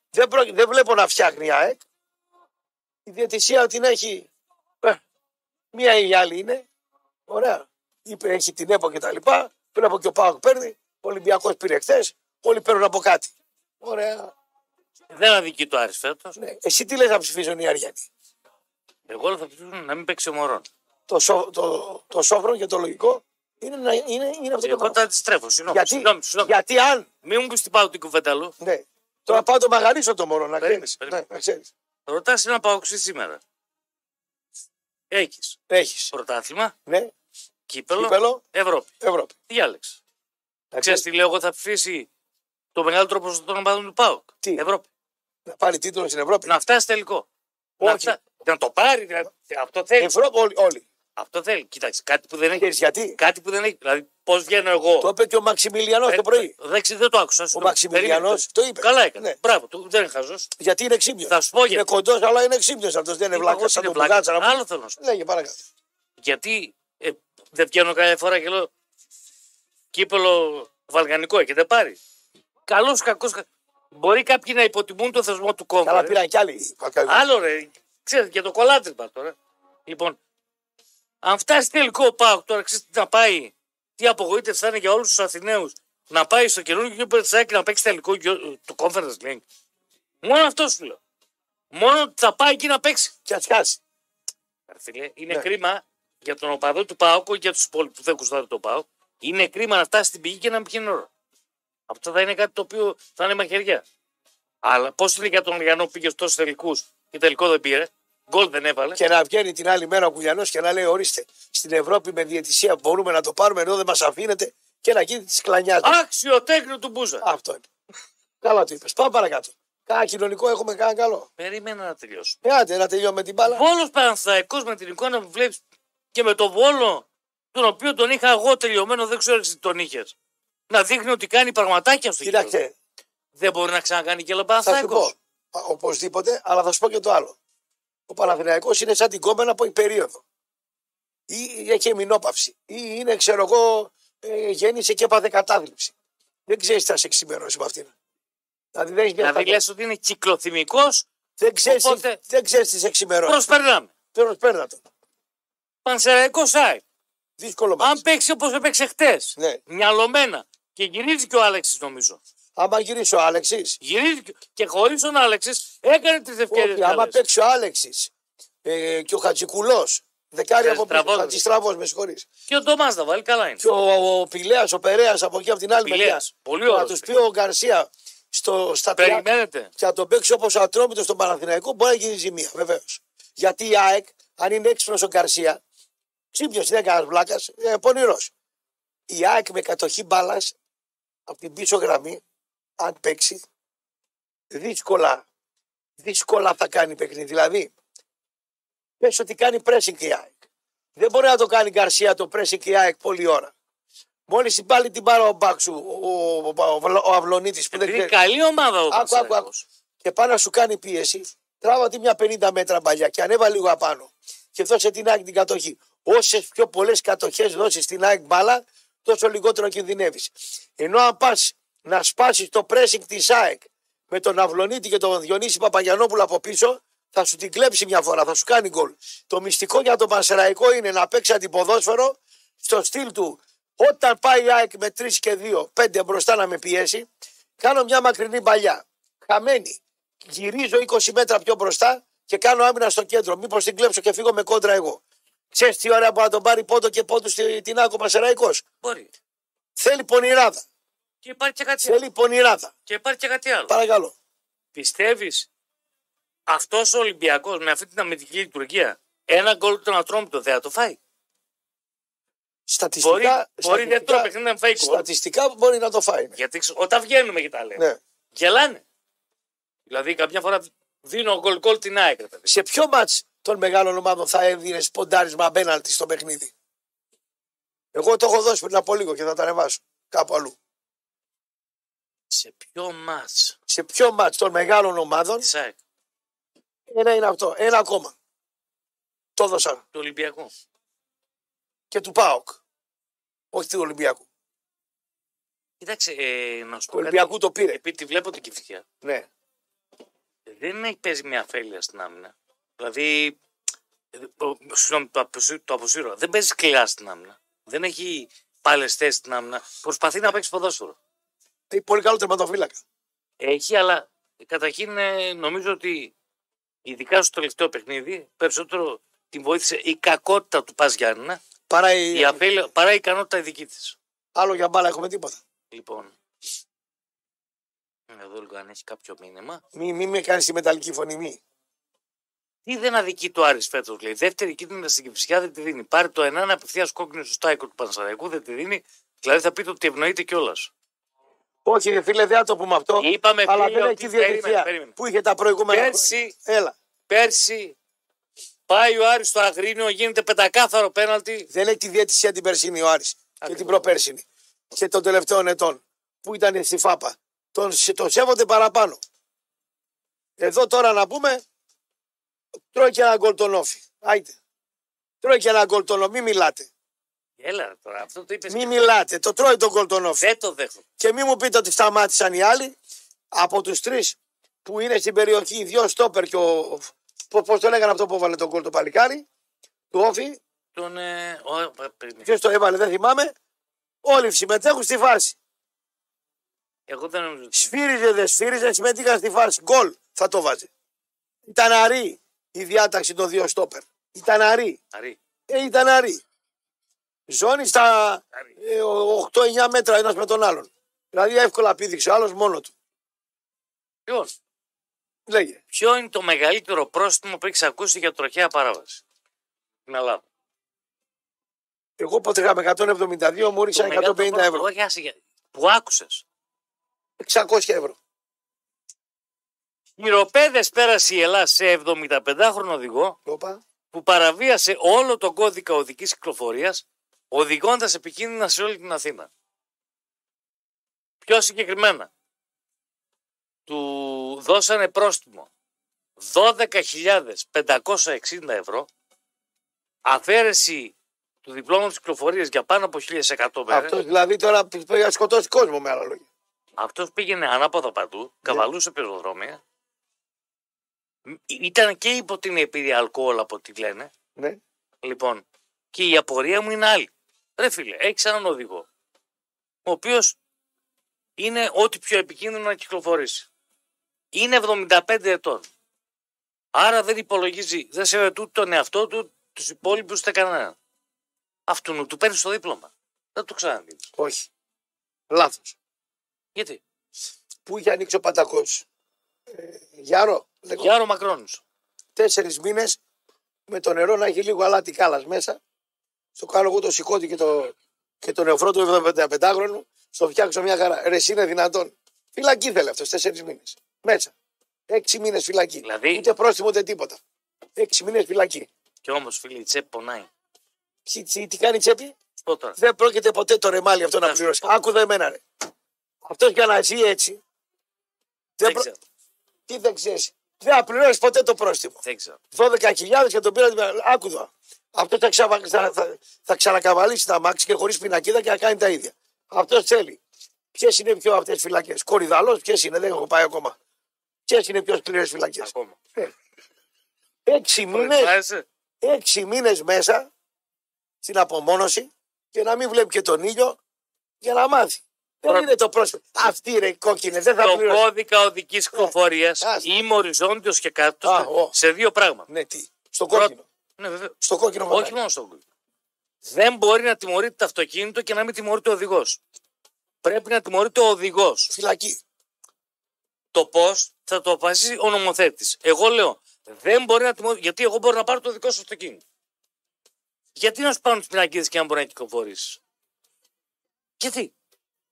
Δεν, πρόκει- δεν βλέπω να φτιάχνει η ΑΕΚ. Η διαιτησία την έχει. ε, μία ή η άλλη είναι. Ωραία. Είπε, έχει την ΕΠΟ και τα λοιπά. Πριν από και ο Πάοκ παίρνει. Ο Ολυμπιακός πήρε χθες. Όλοι παίρνουν από κάτι. Ωραία. Δεν αδικεί το Άρης φέτος. Ναι. Εσύ τι λες να ψηφίζουν οι Αριανοί. Εγώ θα ψηφίσω να μην παίξει ο Μωρόν. Το, σο, το, το σόφρον και το λογικό είναι, να, είναι, είναι αυτό το Εγώ πράγμα. τα αντιστρέφω. Συγγνώμη. Γιατί, Συγγνώμη. συγγνώμη. γιατί αν. Μην μου πεις την πάω την κουβέντα αλλού. Ναι. Τώρα πάω το μαγαρίσω το μωρό, να Περίμενε, ξέρει. Ναι, περίμενε. να ξέρεις. Ρωτάς ένα παοξή σήμερα. Έχεις Έχεις. πρωτάθλημα, Ναι. κύπελο, Κύπελλο. Ευρώπη. Ευρώπη. Διάλεξε. Να Ξέρεις ξέρεις. τι λέω, εγώ θα ψηφίσει το μεγαλύτερο ποσοστό των ομάδων του ΠΑΟΚ. Τι? Ευρώπη. Να πάρει τίτλο στην Ευρώπη. Να φτάσει τελικό. Να, Όχι. φτα... να το πάρει. να- Αυτό θέλεις. Ευρώπη όλοι. όλοι. Αυτό θέλει. Κοίταξε, κάτι που δεν έχει. Ξέρεις γιατί. Κάτι που δεν έχει. Δηλαδή, πώς βγαίνω εγώ. Ε, Το είπε και ο Μαξιμιλιανός το Δεν- πρωί. Δεν, ξε- δεν το άκουσα. Ο συγγνώμη. Μαξιμιλιανός Περίμενε. το είπε. Καλά έκανε. Ναι. Μπράβο, του, δεν είναι χαζός. Γιατί είναι ξύπνιος. Θα σου πω Είναι γιατί. κοντός, αλλά είναι ξύπνιος αυτός. Δεν είναι ε. Είπα βλάκας. εγώ Σαν ότι τον είναι βλάκας. Μπουγάτσα να πούμε. Άλλο θέλω να σου πω. Λέγε παρακάτω. Γιατί ε, δεν βγαίνω κάθε φορά και λέω κύπελο βαλγανικό έχετε πάρει. Καλός κακός. Μπορεί κάποιοι να υποτιμούν το θεσμό του κόμματος. Καλά πήραν κι άλλοι. Άλλο ρε. Ξέρετε και το κολάτρισμα τώρα. Λοιπόν, Αν φτάσει τελικό ο Πάοκ τώρα, ξέρετε τι να πάει. Τι απογοήτευση θα είναι για όλους τους Αθηναίους. Να πάει στο καινούργιο γήπεδο τη ΑΕΚ να παίξει τελικό γιο- ε, το Conference League. Μόνο αυτό σου λέω. Μόνο ότι θα πάει εκεί να παίξει. Και α χάσει. Ρε Φίλε, είναι Ναι. κρίμα για τον οπαδό του Πάοκ και για τους υπόλοιπους που δεν κουστάρουν τον Πάοκ. Είναι κρίμα να φτάσει στην πηγή και να μην πιει νερό. Αυτό θα είναι κάτι το οποίο θα είναι μαχαιριά. Αλλά πώς είναι για τον Λιανό που πήγε στους τελικούς και τελικό δεν πήρε. Γκολ δεν έβαλε. Και να βγαίνει την άλλη μέρα ο Κουλιανός και να λέει: Ορίστε, στην Ευρώπη με διαιτησία μπορούμε να το πάρουμε ενώ δεν μας αφήνετε και να γίνεται της κλανιάς. Άξιο τέκνο του Μπούζα. Αυτό είναι. Καλά το είπες. Πάμε παρακάτω. Κάνα κοινωνικό έχουμε κάνα καλό. Περίμενα να τελειώσω. Ε, άντε, να τελειώνουμε την μπάλα. Βόλος Παναθλαϊκό με την εικόνα που βλέπεις και με τον Βόλο, τον οποίο τον είχα εγώ τελειωμένο, δεν ξέρω εσύ τον είχες. Να δείχνει ότι κάνει πραγματάκια στο γήπεδο. Κοιτάξτε, Δεν μπορεί να ξανακάνει και άλλο θα σου πω. Παναθλαϊκό. Οπωσδήποτε, αλλά θα σου πω και το άλλο. Ο Παναθηναϊκός είναι σαν την κόμενα από η περίοδο. Ή έχει εμεινόπαυση. Ή είναι, ξέρω εγώ, ε, γέννησε και έπαθε κατάθλιψη. Δεν ξέρεις τι θα σε ξημερώσει με αυτήν. Δηλαδή δεν έχεις μια Δηλαδή σταθερότητα. λες ότι είναι κυκλοθυμικός, Δεν ξέρεις Οπότε- δεν ξέρεις τι σε ξημερώνει. προσπερνάμε. Τέλο πέρνα το. Πανσεραϊκός Σάι. Δύσκολο Αν μάτς. παίξει όπως έπαιξε χτες, Ναι. μυαλωμένα και γυρίζει και ο Άλεξης νομίζω. Άμα γυρίσει ο Άλεξης. Γυρίζει και- και χωρίς τον Άλεξης έκανε τις Όχι, ευκαιρίε. άμα παίξει ο Άλεξης ε, και ο Χατζικουλός. Δεκάρι από πίσω. Χατζηστραβός. Χατζηστραβός, με συγχωρείς. Και ο Ντομάς θα βάλει, καλά είναι. Και ο, ο Πηλέας, ο Περέας από εκεί από την άλλη Πηλέας. μεριά. Πολύ Και Να ωραίος τους πει παίκτης. ο Γκαρσία στο, στα τριάντα Περιμένετε. και να τον παίξει όπως ατρόμητος στον Παναθηναϊκό, μπορεί να γίνει ζημία, βεβαίως. Γιατί η ΑΕΚ, αν είναι έξυπνος ο Γκαρσία, ξύπνιος είναι κανένας βλάκας, ε, πονηρός. Η ΑΕΚ με κατοχή μπάλας από την πίσω γραμμή, αν παίξει, δύσκολα, δύσκολα θα κάνει παιχνίδι. Δηλαδή, πες ότι κάνει pressing η ΑΕΚ. Δεν μπορεί να το κάνει η Γκαρσία το pressing η ΑΕΚ πολλή ώρα. Μόλις την πάλι την πάρα ο Μπάξου, ο, ο, ο, ο Αυλονίτης, που δεν Είναι ξέρει. καλή ομάδα ο Άκου, άκου, άκου. Πανσεραϊκός. Και πάει να σου κάνει πίεση. Τράβα τη μια 50 μέτρα παλιά και ανέβα λίγο απάνω. Και δώσε την ΑΕΚ την κατοχή. Όσες πιο πολλές κατοχές δώσεις στην ΑΕΚ μπάλα, τόσο λιγότερο κινδυνεύεις. Ενώ αν πας να σπάσει το pressing της ΑΕΚ με τον Αυλονίτη και τον Διονύση Παπαγιανόπουλο από πίσω, θα σου την κλέψει μια φορά, θα σου κάνει γκολ. Το μυστικό για τον Πανσεραϊκό είναι να παίξει αντιποδόσφαιρο στο στυλ του. Όταν πάει η ΑΕΚ με 3 και 2, 5 μπροστά να με πιέσει, κάνω μια μακρινή παλιά. Χαμένη. Γυρίζω 20 μέτρα πιο μπροστά και κάνω άμυνα στο κέντρο. Μήπως την κλέψω και φύγω με κόντρα εγώ. Ξέρεις τι ώρα που να τον πάρει πόντο και πόντου στη- την άκου Πανσεραϊκός. Μπορεί. Θέλει πονηράδα. Και υπάρχει και κάτι, Θέλει πονηράδα. και υπάρχει και κάτι άλλο. Παρακαλώ. Πιστεύεις αυτός ο Ολυμπιακός με αυτή την αμυντική λειτουργία ένα γκολ του να τρώμε το θέατρο φάει. Στατιστικά. Μπορεί, μπορεί στατιστικά- δεύτερο παιχνίδι να μην φάει γκολ. Στατιστικά μπορεί να το φάει. ναι. Γιατί ξε- όταν βγαίνουμε και τα λέμε. Ναι. Γελάνε. Δηλαδή, καμιά φορά δίνω γκολ γκολ την ΑΕΚ. ρε παιδί. Σε ποιο μάτς των μεγάλων ομάδων θα έδινες ποντάρισμα απέναντι στο παιχνίδι. Εγώ το έχω δώσει πριν από λίγο και θα τα ανεβάσω κάπου αλλού. Σε ποιο μάτς Σε ποιο μάτς των μεγάλων ομάδων της ΑΕΚ, Ένα είναι αυτό. Ένα ακόμα. Το δώσα. του Ολυμπιακού. Και του ΠΑΟΚ. Όχι του Ολυμπιακού. Κοίταξε, ε, να σου Του πω κάτι. Ολυμπιακού το πήρε. Επειδή τη βλέπω την Κηφισιά, Ναι. δεν έχει παίζει μια αφέλεια στην άμυνα. Δηλαδή, ε, ο- συγγνώμη, το, αποσύ- το αποσύρω. Δεν παίζει σκληρά στην άμυνα. Δεν έχει παλαιστές στην άμυνα. Προσπαθεί να παίξει ποδόσφαιρο. Έχει πολύ καλό τερματοφύλακα. Έχει, αλλά καταρχήν ε, νομίζω ότι ειδικά στο τελευταίο παιχνίδι, περισσότερο την βοήθησε η κακότητα του Πας Γιάννηνα Παρά η... η αφέλεια, παρά η ικανότητα η δική της. Άλλο για μπάλα έχουμε τίποτα. Λοιπόν. Εδώ λίγο αν έχει κάποιο μήνυμα. Μη, μη με κάνεις τη μεταλλική φωνή. Μη. Τι δεν αδικεί το Άρης φέτος, λέει. Δεύτερη κίτρινη στην Κυψιά δεν τη δίνει. Πάρει το 1 απευθείας κόκκινο στο στάικο του Πανσαραϊκού δεν τη δίνει. Δηλαδή θα πείτε ότι ευνοείται κιόλας. Όχι, ρε φίλε, δεν θα το πούμε αυτό. Είπαμε αλλά φίλε δεν έχει ότι τη περίμενε, διαιτησία περίμενε. που είχε τα προηγούμενα. Πέρσι- χρόνια. Έλα. Πέρσι πάει ο Άρης στο Αγρίνιο, γίνεται πεντακάθαρο πέναλτι. Δεν έχει τη διαιτησία την περσίνη ο Άρης και Ακριβώς. την προπέρσινη και των τελευταίων ετών που ήταν στη ΦΑΠΑ. Τον, σε- τον σέβονται παραπάνω. Εδώ τώρα να πούμε, τρώει και ένα γκολ τον Όφη. Άιτε. Τρώει και ένα γκολ τον Όφη. Μην μιλάτε. Έλα ρε τώρα, αυτό το είπες. Μην μιλάτε. Το τρώει τον γκολ τον Όφη. Δεν το δέχομαι. Και μην μου πείτε ότι σταμάτησαν οι άλλοι. Από τους τρεις που είναι στην περιοχή, οι δύο στόπερ και ο. Πώς τον λέγανε αυτό που έβαλε τον κόλ το παλικάρι, του Όφη, τον. Ε, ο, πριν. Ποιος το έβαλε, δεν θυμάμαι. Όλοι συμμετέχουν στη φάση. Εγώ δεν νομίζω. ότι- Σφύριζε, δεν σφύριζε, συμμετείχαν στη φάση. Γκολ θα το βάζει. Ήταν αρή η διάταξη των δύο στόπερ. Ήταν αρή. Αρή. Ε, ήταν αρή. Ζώνης στα Αρή. ε, ο- 8-9 μέτρα ένας με τον άλλον. Δηλαδή εύκολα πήδηξε ο άλλος μόνο του. Λοιπόν, Λέγε. Ποιο είναι το μεγαλύτερο πρόστιμο που έχεις ακούσει για τροχαία παράβαση στην Ελλάδα. Εγώ πότε είχα με 172, μου Το ρίξαν 150 μεγαλύτερο πρόστιμο- ευρώ. Όχι, άσε, για- που άκουσες. 600 ευρώ. Χειροπέδε πέρασε η Ελλάδα σε 75χρονο οδηγό Όπα. που παραβίασε όλο τον κώδικα οδικής κυκλοφορίας, οδηγώντας επικίνδυνα σε όλη την Αθήνα. Πιο συγκεκριμένα, του δώσανε πρόστιμο 12.560 ευρώ, αφαίρεση του διπλώματος κυκλοφορίας για πάνω από 1.100 Αυτό μέρες. δηλαδή τώρα που πρέπει να σκοτώσει κόσμο με άλλα λόγια. Αυτός πήγαινε ανάποδα Ναι. παντού, καβαλούσε πεζοδρόμια. Ήταν και υπό την επίρρεια αλκοόλ από ό,τι λένε. Ναι. Λοιπόν, και η απορία μου είναι άλλη. Ρε φίλε, έχεις έναν οδηγό, ο οποίος είναι ό,τι πιο επικίνδυνο να κυκλοφορήσει. Είναι 75 ετών. Άρα δεν υπολογίζει, δεν σέβεται ούτε τον εαυτό του, τους υπόλοιπους ούτε κανέναν. Αυτού του παίρνεις το δίπλωμα. Δεν το ξαναδεί. Όχι. Λάθος. Γιατί. Πού είχε ανοίξει ο Παντακός. Ε, Γιάρο, λέγω. Για άρο μακρόνου. Τέσσερις μήνες με το νερό να έχει λίγο αλάτι κάλας μέσα. Στο κάνω εγώ το σηκώτη και το, και το νευρό του 75χρονου. Στο φτιάξω μια χαρά. Ρε, εσύ είναι δυνατόν. Φυλακή θέλει αυτός τέσσερις μήνες. Μέσα. Έξι μήνες φυλακή. Δηλαδή- Ούτε πρόστιμο ούτε τίποτα. Έξι μήνες φυλακή. Και όμω, φίλε, η τσέπη πονάει. Τι, τι, τι κάνει η τσέπη. Σου πω τώρα. Ναι. Δεν πρόκειται ποτέ το ρεμάλι αυτό να Να σου πληρώσει. πω. Άκουδε εμένα, ρε. Αυτός για να ζει έτσι. Δεν Δεν προ- ξέρω. Τι δεν ξέρεις. Δεν θα πληρώσει ποτέ το πρόστιμο. Δεν ξέρω. 12.000 και τον πήρα. Άκουδα. Αυτό θα, ξα... θα, θα, θα ξανακαβαλήσεις τα μάξι και χωρίς πινακίδα και να κάνει τα ίδια. Αυτός θέλει. Ποιες είναι πιο αυτές τι φυλακές. Κορυδαλός, ποιες είναι, δεν έχω πάει ακόμα. Ποιες είναι πιο σκληρές φυλακές. Ακόμα. Έξι μήνε Προετοιμάζεσαι. έξι μήνες μέσα στην απομόνωση και να μην βλέπει και τον ήλιο για να μάθει. Δεν Πρώτα. είναι το πρόσωπο. Αυτή ρε κόκκινε, δεν Ε, θα Το πληρώσει. κώδικα οδικής κυκλοφορία άστα. είμαι οριζόντιος και κάτω Α, ω. σε δύο πράγματα. Ναι, τι. Στο Πρώτα. κόκκινο. Ναι, βέβαια. Στο κόκκινο Όχι φανάρι. μόνο στον κόκκινο. Δεν μπορεί να τιμωρείται το αυτοκίνητο και να μην τιμωρείται ο οδηγός. Πρέπει να τιμωρείται ο οδηγός. Φυλακή. Το πώς θα το αποφασίσει ο νομοθέτης. Εγώ λέω, δεν μπορεί να τιμωρείται. Γιατί εγώ μπορώ να πάρω το δικό σου αυτοκίνητο. Γιατί να σου πάνω τι πινακίδε και αν μπορεί να κυκλοφορήσει. Γιατί.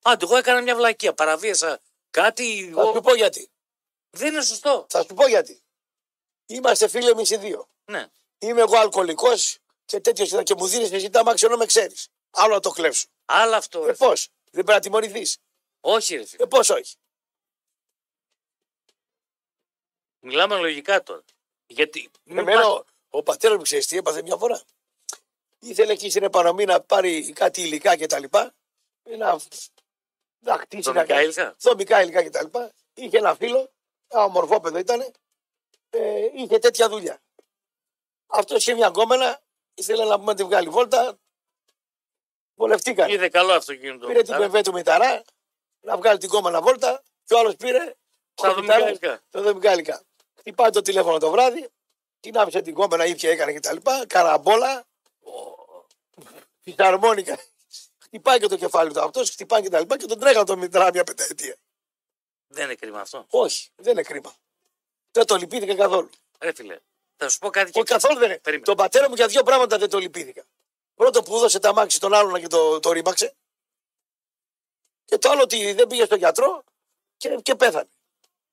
Άντε, εγώ έκανα μια βλακεία. Παραβίασα κάτι. Θα Εγώ... σου πω γιατί. Δεν είναι σωστό. Θα σου πω γιατί. Είμαστε φίλοι εμείς οι δύο. Ναι. Είμαι εγώ αλκοολικός και τέτοιος και μου δίνεις εσύ τα μάξι ενώ με ξέρεις. Άλλο να το κλέψω. Άλλο αυτό. Ε, ρε. πώς. Δεν πρέπει να τιμωρηθείς. Όχι, ρε φίλε. Ε, πώς όχι. Μιλάμε λογικά τώρα. Γιατί. μην Εμένα πας- ο, ο πατέρας μου ξέρεις τι έπαθε μια φορά. Ήθελε εκεί στην επανομή να πάρει κάτι υλικά κτλ. Να, να χτίσει Δομικά κάνει- υλικά. Δομικά υλικά κτλ. Είχε ένα φίλο, ένα ομορφό παιδί ήταν, ε, είχε τέτοια δουλειά. Αυτός είχε μια κόμενα, ήθελε να πούμε να τη βγάλει βόλτα. Βολευτήκαν. Είδε καλό αυτοκίνητο. Πήρε την Άρα, πεμβέ του Μηταρά να βγάλει την κόμμα βόλτα και ο άλλος πήρε Στα το δομικά Μηταρά, υλικά. το δομικά υλικά. Χτυπάει το τηλέφωνο το βράδυ, την άφησε την κόμμα ήπια έκανε και τα λοιπά, καραμπόλα, φυσαρμόνικα. Χτυπάει και το κεφάλι του αυτός, χτυπάει και τα λοιπά και τον τρέχανε το Μηταρά μια πενταετία. Δεν είναι κρίμα αυτό. Όχι, δεν είναι κρίμα. Δεν το λυπήθηκα καθόλου. Ρε φίλε. Θα σου πω κάτι και. Όχι, καθόλου δεν είναι. Περίμενε. Τον πατέρα μου για δύο πράγματα δεν το λυπήθηκα. Πρώτο που δώσε τα μάξι τον άλλον και το, το ρήμαξε. Και το άλλο ότι δεν πήγε στον γιατρό και, και πέθανε.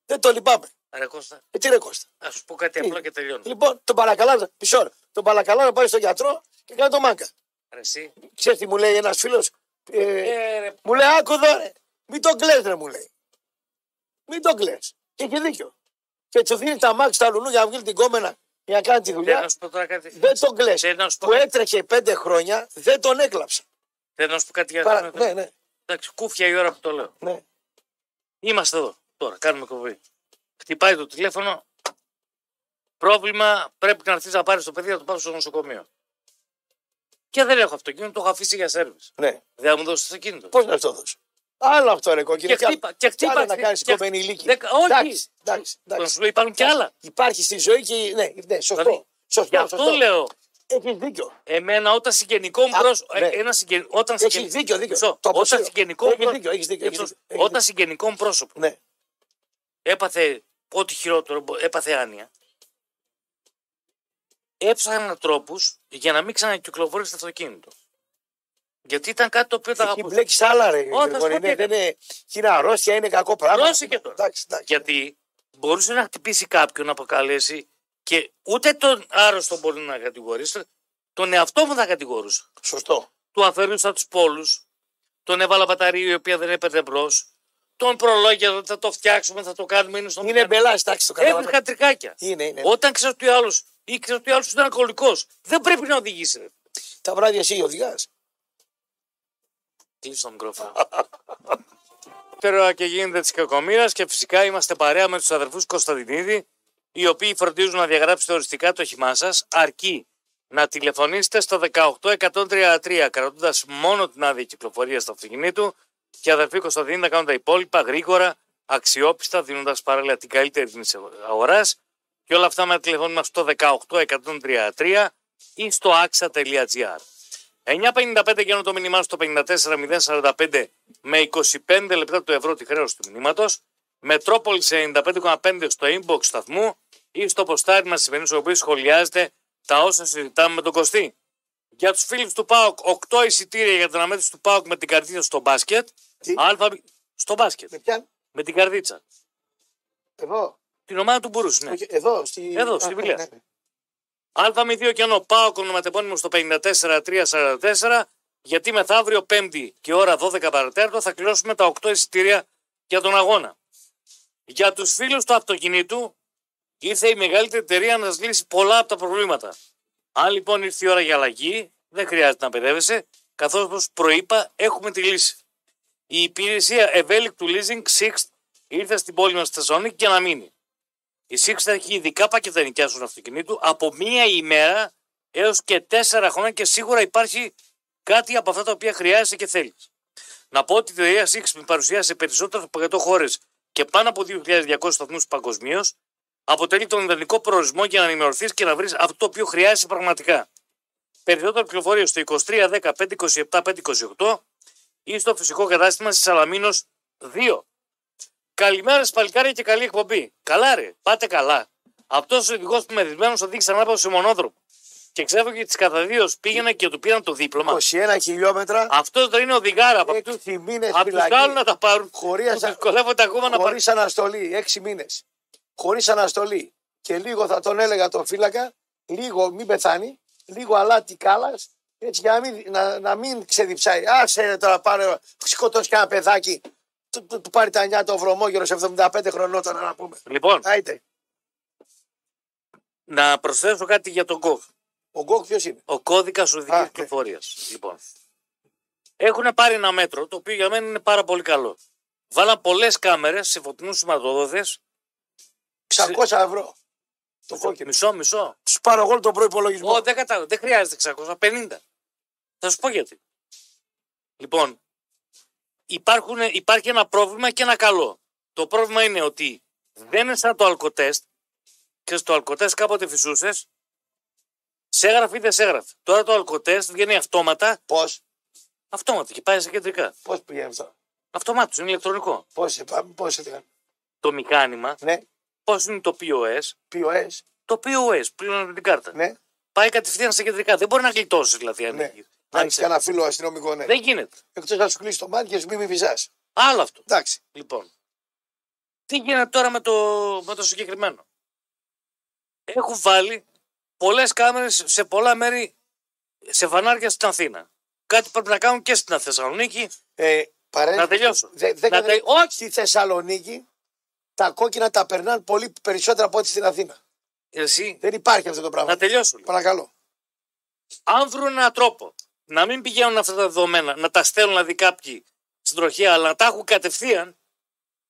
Δεν το λυπάμαι. Ρε Κώστα, Ε, τι ρε Κώστα. θα σου πω κάτι Τι. απλό και τελειώνω. Λοιπόν, τον παρακαλά, μισό ώρα. Τον παρακαλά να πάει στον γιατρό και κάνει το μάγκα. Ρε, εσύ. Ξέρεις τι μου λέει ένας φίλος. Ε, ρε, μου λέει, άκου εδώ, ρε. Μην τον κλε, ρε, μου λέει. Μην τον κλε. Και έχει δίκιο. Και του δίνει τα μάξι τα λουνού για να βγει την κόμενα για να κάνει τη Θέλω δουλειά. να σου πω τώρα κάτι. Δεν τον κλε. Θέλω να σου πω Που κάτι. έτρεχε πέντε χρόνια, δεν τον έκλαψα. Θέλω να σου πω κάτι για Παρα... αυτό. Ναι, ναι, Εντάξει, κούφια η ώρα που το λέω. ναι. Είμαστε εδώ. Τώρα, κάνουμε κοβή. Χτυπάει το τηλέφωνο. Πρόβλημα, πρέπει να έρθεις να πάρεις το παιδί να το πάρεις στο νοσοκομείο. Και δεν έχω αυτοκίνητο, το έχω αφήσει για σερβις. Ναι. Δεν θα μου δώσεις το αυτοκίνητο. Πώς να το δώσω. Άλλο αυτό ρε Και κόκκινο. κι άλλο. χτύπα, και Κι χτύπα. άλλο να χτύπα, κάνεις και- κομμένη ηλίκη. δεκα- όχι. Εντάξει, εντάξει, Τον εντάξει. σου λέω, υπάρχουν και άλλα. Υπάρχει στη ζωή και. Ναι, ναι σωστό. Δηλαδή, Γι' σωστό, αυτό σωστό. λέω. Έχεις δίκιο. Εμένα όταν συγγενικό μου Α, πρόσωπο. ναι. Ένα συγγεν... Όταν Έχεις συγγεν- δίκιο, δίκιο. Σω, Το Όταν αποσύρω. συγγενικό Έχεις πρό- δίκιο, έχεις δίκιο, έχεις Ίσως, δίκιο, έχεις Όταν συγγενικό μου πρόσωπο Ναι. έπαθε ό,τι χειρότερο, μπο- έπαθε άνοια. Έψαχνα τρόπους για να μην ξανακυκλοφορήσει το αυτοκίνητο. Γιατί ήταν κάτι το οποίο τα Εκεί αγαπούσα. μπλέκεις άλλα ρε. θα σου Γρηγόρη, πω ναι, τι δεν είναι. Και είναι αρρώστια, είναι κακό πράγμα. Πρόσεχε τώρα. Εντάξει, εντάξει. Γιατί μπορούσε να χτυπήσει κάποιον, να προκαλέσει και ούτε τον άρρωστο μπορεί να κατηγορήσει. Τον εαυτό μου θα κατηγορούσα. Σωστό. του αφαιρούσα τους πόλους, τον έβαλα μπαταρία η οποία δεν έπαιρνε μπρος, τον προλόγια ότι θα το φτιάξουμε, θα το κάνουμε, είναι στον Είναι μπελάς, εντάξει, Ναι, το καταλαβαίνω. Έβριχα τρικάκια. Είναι, είναι. Όταν ξέρεις ότι ο άλλος ή ξέρεις ότι ο άλλος ήταν αλκοολικός, δεν πρέπει να οδηγήσει. ρε. Τα βράδια εσύ οδηγάς. Κλείσω το μικρόφωνο. Τώρα και γίνεται της κακομοίρας και φυσικά είμαστε παρέα με τους αδερφούς Κωνσταντινίδη, οι οποίοι φροντίζουν να διαγράψετε οριστικά το όχημά σας, αρκεί να τηλεφωνήσετε στο 18133, κρατώντας μόνο την άδεια κυκλοφορία του αυτοκινήτου και οι αδερφοί Κωνσταντινίδη να κάνουν τα υπόλοιπα γρήγορα, αξιόπιστα, δίνοντας παράλληλα την καλύτερη τιμή της αγοράς. Και όλα αυτά με ένα τηλεφώνημα στο 18133 ή στο axa.gr. 9.55 γίνονται το μήνυμά στο 54.045 με 25 λεπτά του ευρώ τη χρέωση του μηνύματος. Μετρόπολης 95,5 στο inbox του σταθμού ή στο ποστάρι μας σημερινής στο οποίο σχολιάζεται τα όσα συζητάμε με τον Κωστή. Για τους φίλους του ΠΑΟΚ, 8 εισιτήρια για την αναμέτρηση του ΠΑΟΚ με την καρδίτσα στο μπάσκετ. Τι? Αλφα, στο μπάσκετ. Με πιάνει. Με την καρδίτσα. Εδώ. Την ομάδα του Μπουρούς, ναι. Όχι, Εδώ, στη... Εδώ, Α, στη ναι, Βιλία. ναι, ναι. Α02 κενό ΠΑΟΚ ονοματεπώνυμο στο 54344 γιατί μεθαύριο 5η και ώρα 12 παρατέρτο θα κληρώσουμε τα 8 εισιτήρια για τον αγώνα. Για τους φίλους του αυτοκινήτου ήρθε η μεγαλύτερη εταιρεία να σας λύσει πολλά από τα προβλήματα. Αν λοιπόν ήρθε η ώρα για αλλαγή, δεν χρειάζεται να παιδεύεσαι, καθώς όπως προείπα έχουμε τη λύση. Η υπηρεσία ευέλικτου leasing Sixt ήρθε στην πόλη μας στη Θεσσαλονίκη για να μείνει. Η Six έχει ειδικά πακέτα νοικιάσεων αυτοκινήτου από μία ημέρα έως και τέσσερα χρόνια και σίγουρα υπάρχει κάτι από αυτά τα οποία χρειάζεσαι και θέλεις. Να πω ότι η εταιρεία Six με παρουσία σε περισσότερε από 100 χώρες και πάνω από 2.200 σταθμούς παγκοσμίως, αποτελεί τον ιδανικό προορισμό για να ενημερωθείς και να βρεις αυτό το οποίο χρειάζεσαι πραγματικά. Περισσότερο πληροφορία στο 23 10 527 528 ή στο φυσικό κατάστημα στη Σαλαμίνος 2. Καλημέρα, σας, παλικάρια και καλή εκπομπή. Καλά, ρε, πάτε καλά. Αυτός ο οδηγός που μεθυσμένο οδήγησε ανάποδα σε μονόδρομο. Και ξέφυγε τι κατά δύο, πήγαινε και του πήραν το δίπλωμα. 21 χιλιόμετρα. Αυτός δεν είναι οδηγάρα. Από, αυτούς- Έξι μήνες από τους άλλους να τα πάρουν. Χωρίς Που δυσκολεύονται ακόμα να πάρουν. αναστολή. Έξι μήνες. Χωρίς αναστολή. Και λίγο θα τον έλεγα τον φύλακα, λίγο μην πεθάνει, λίγο αλάτι κάλας, έτσι για να μην, να, να μην ξεδιψάει. Άσε ρε τώρα πάρε, σκοτώσει και ένα παιδάκι. Του, του, του πάρει τα νιά το βρωμόγερο σε 75 χρονών τώρα να πούμε. Λοιπόν, Άιτε, να προσθέσω κάτι για τον κόκ. ο Γκόκ ποιος είναι. Ο κώδικας οδική Α, ναι. κυκλοφορία. Λοιπόν. Έχουν πάρει ένα μέτρο το οποίο για μένα είναι πάρα πολύ καλό. Βάλαν πολλές κάμερες σε φωτεινούς σηματοδότες. 600 ευρώ. Το κόκκινο. Μισό, μισό. Σου πάρω εγώ τον προπολογισμό. Ω, δεν κατάλαβα. Δεν χρειάζεται 650. Θα σου πω γιατί. Λοιπόν, υπάρχουν, υπάρχει ένα πρόβλημα και ένα καλό. Το πρόβλημα είναι ότι δεν είναι σαν το αλκοτέστ. Και στο αλκοτέστ κάποτε φυσούσες. Σε έγραφε ή δεν σε έγραφε. Τώρα το αλκοτέστ βγαίνει αυτόματα. Πώς, Αυτόματα και πάει σε κεντρικά. πώς πηγαίνει αυτό. ε, Αυτομάτως είναι ηλεκτρονικό. Πώς πάμε, πώς ήταν. Το μηχάνημα, Ναι, πώς είναι το POS. POS, Το POS, πλήρωνε την κάρτα. ναι. Πάει κατευθείαν σε κεντρικά. Δεν μπορεί να γλιτώσεις δηλαδή. Αν Ναι. έχει- Αν αν έχει σε- κανένα φίλο αστυνομικό, ναι. Δεν γίνεται. Εκτός να σου κλείσει το μάτι και σου μην μη βυζάς. Άλλο αυτό. Εντάξει. Λοιπόν. Τι γίνεται τώρα με το, με το συγκεκριμένο. Έχουν βάλει πολλές κάμερες σε πολλά μέρη σε φανάρια στην Αθήνα. Κάτι πρέπει να κάνουν και στην Θεσσαλονίκη. Ε, παρέ- Να τελειώσω. Δε, δε, Να δε- τε- Όχι! Στη Θεσσαλονίκη τα κόκκινα τα περνάνε πολύ περισσότερα από ό,τι στην Αθήνα. Εσύ, Δεν υπάρχει αυτό το πράγμα. να τελειώσω. λοιπόν. λίγο. Παρακαλώ. Αν βρουν έναν τρόπο να μην πηγαίνουν αυτά τα δεδομένα, να τα στέλνουν δηλαδή κάποιοι στην τροχιά, αλλά να τα έχουν κατευθείαν,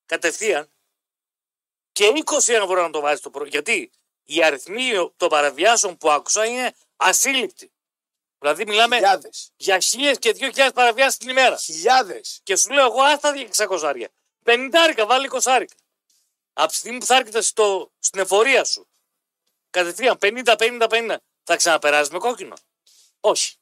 κατευθείαν και 20 ευρώ να το βάζει το πρωί. Γιατί οι αριθμοί των παραβιάσεων που άκουσα είναι ασύλληπτοι. Δηλαδή μιλάμε Χιλιάδες. για χίλιες και δύο χιλιάδες παραβιάσεις την ημέρα. Χιλιάδες. Και σου λέω εγώ άστα 600 Πενιντάρικα, βάλει 20 Από τη στιγμή που θα έρχεται στο, στην εφορία σου, κατευθείαν 50-50-50, θα ξαναπεράσει με κόκκινο. Όχι.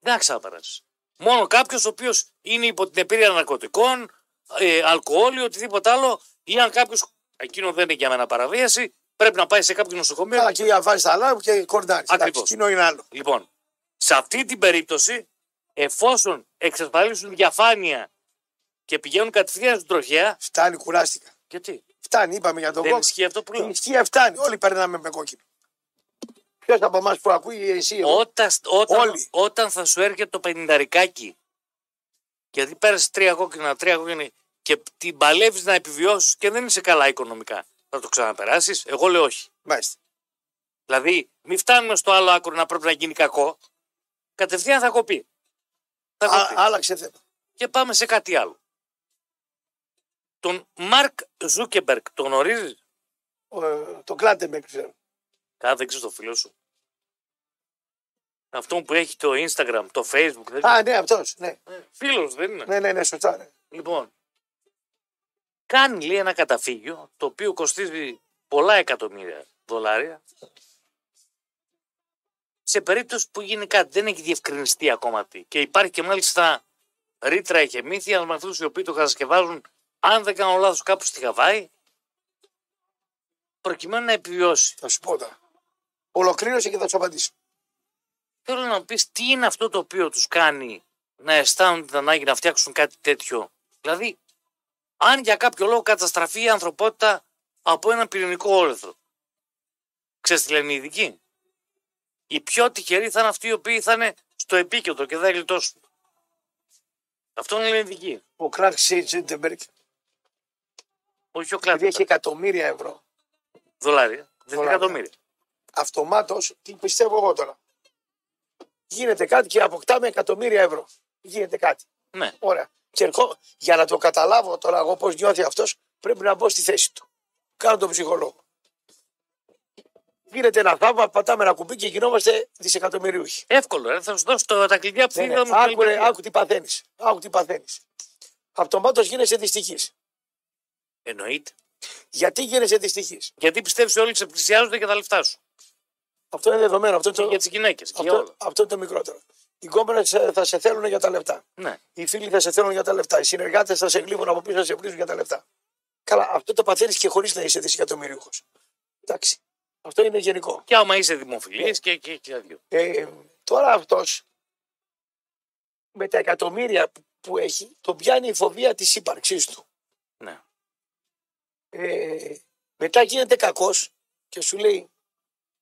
Δεν θα ξαναπεράσει. Μόνο κάποιος ο οποίος είναι υπό την επίρρρεια ναρκωτικών, ε, αλκοόλ ή οτιδήποτε άλλο, ή αν κάποιος, εκείνο δεν είναι για μένα παραβίαση, πρέπει να πάει σε κάποιο νοσοκομείο. Καλά, και για βάζει τα λάμπη και κορντάρι. Ακριβώς. Κοινό είναι άλλο. Λοιπόν, σε αυτή την περίπτωση, εφόσον εξασφαλίσουν διαφάνεια και πηγαίνουν κατευθείαν στην τροχέα, Φτάνει, κουράστηκα. γιατί Φτάνει, είπαμε για τον δεν κόκκινο. ισχύει αυτό που Η λέω. ισχύα φτάνει. Όλοι περνάμε με κόκκινο. Ποιος από εμάς που ακούει, εσύ. εγώ. Όταν, όταν, Όλοι. όταν θα σου έρχεται το πενινταρικάκι, γιατί πέρασε τρία κόκκινα, τρία κόκκινα και την παλεύεις να επιβιώσεις και δεν είσαι καλά οικονομικά, θα το ξαναπεράσεις. Εγώ λέω όχι. Μάλιστα. Δηλαδή, μην φτάνουμε στο άλλο άκρο να πρέπει να γίνει κακό. Κατευθείαν θα κοπεί. Θα Α- κοπεί. άλλαξε θέμα. και πάμε σε κάτι άλλο. Τον Μαρκ Ζούκεμπερκ, τον γνωρίζει. Ο, ε, Το Κλάτεμπεργκ ξέρω. Καλά, δεν ξέρει το φίλο σου. Αυτό που έχει το Instagram, το Facebook. Δεν... Α, ναι, αυτός. Ναι. Φίλος δεν είναι. ναι, ναι, ναι, σωστά. Ναι. Λοιπόν, κάνει λέει ένα καταφύγιο το οποίο κοστίζει πολλά εκατομμύρια δολάρια. Σε περίπτωση που γίνει κάτι, δεν έχει διευκρινιστεί ακόμα τι. Και υπάρχει και μάλιστα ρήτρα εχεμήθεια με αυτούς οι οποίοι το κατασκευάζουν, αν δεν κάνω λάθος, κάπου στη Χαβάη, προκειμένου να επιβιώσει. Θα σου πω τώρα. Ολοκλήρωσε και θα σου απαντήσω. Θέλω να μου πεις τι είναι αυτό το οποίο τους κάνει να αισθάνονται την ανάγκη να φτιάξουν κάτι τέτοιο. Δηλαδή, αν για κάποιο λόγο καταστραφεί η ανθρωπότητα από ένα πυρηνικό όλεθρο. Ξέρεις τι λένε οι ειδικοί. Οι πιο τυχεροί θα είναι αυτοί οι οποίοι θα είναι στο επίκεντρο και θα γλιτώσουν. Αυτό είναι οι ειδικοί. Ο Κλάρκ Σίτζεντεμπεργκ, Όχι ο επειδή κλάδο. έχει εκατομμύρια ευρώ, Δολάρια. Δεν είναι Δολάρια. εκατομμύρια. αυτομάτως, τι πιστεύω εγώ τώρα. Γίνεται κάτι και αποκτάμε εκατομμύρια ευρώ. Γίνεται κάτι. Ναι. Ωραία. Και ερχό, για να το καταλάβω τώρα εγώ πώς νιώθει αυτός, πρέπει να μπω στη θέση του. Κάνω τον ψυχολόγο. Γίνεται ένα θαύμα, πατάμε ένα κουμπί και γινόμαστε δισεκατομμυριούχοι. Εύκολο, ε. θα σου δώσω το- τα κλειδιά που Ναι, ναι. είδαμε. στην Άκου, ρε, Ολυμπιακή. άκου τι παθαίνεις. Άκου τι παθαίνεις. Αυτομάτως γίνεσαι δυστυχής. Εννοείται. Γιατί γίνεσαι δυστυχής. Γιατί πιστεύεις όλοι σε πλησιάζονται και τα λεφτά σου. Αυτό είναι δεδομένο. Αυτό είναι Και το, για τις γυναίκες. Για όλα. αυτό, αυτό είναι το μικρότερο. Οι κόμπερε θα σε θέλουν για τα λεφτά. Ναι. Οι φίλοι θα σε θέλουν για τα λεφτά. Οι συνεργάτες θα σε γλύβουν από πίσω, θα σε βρίζουν για τα λεφτά. Καλά, αυτό το παθαίνεις και χωρίς να είσαι δισεκατομμυρίουχος. Εντάξει. Αυτό είναι γενικό. Και άμα είσαι δημοφιλής και, και, και τα δυο. Ε, τώρα αυτός με τα εκατομμύρια που έχει, τον πιάνει η φοβία της ύπαρξής του. Ναι. Ε, μετά γίνεται κακός και σου λέει: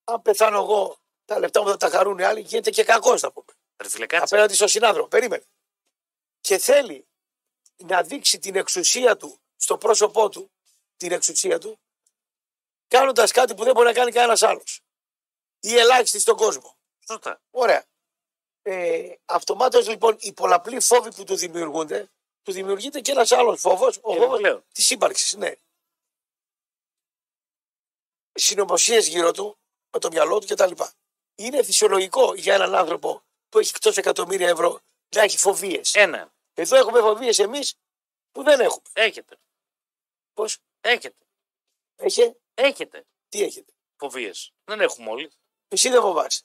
Αν πεθάνω εγώ, τα λεφτά μου θα τα χαρούν οι άλλοι. Γίνεται και κακός, θα πούμε. Ρε φίλε, κάτσε. απέναντι στον συνάδελφο. Περίμενε. Και θέλει να δείξει την εξουσία του στο πρόσωπό του, την εξουσία του, κάνοντας κάτι που δεν μπορεί να κάνει κανένας άλλος. Ή ελάχιστη στον κόσμο. Σωστά. Ωραία. Ε, Αυτομάτως λοιπόν οι πολλαπλοί φόβοι που του δημιουργούνται, του δημιουργείται και ένας άλλος φόβος, ο Ε, φόβος λέω. της ύπαρξης. Ναι. Συνωμοσίες γύρω του, με το μυαλό του κτλ. Είναι φυσιολογικό για έναν άνθρωπο που έχει εκτός εκατομμύρια ευρώ να έχει φοβίες. Ένα. Εδώ έχουμε φοβίες εμείς που δεν έχουμε. Έχετε. Πώς Έχετε. έχει, Έχετε τι έχετε. φοβίες. Δεν έχουμε όλοι. Εσύ δεν φοβάσαι.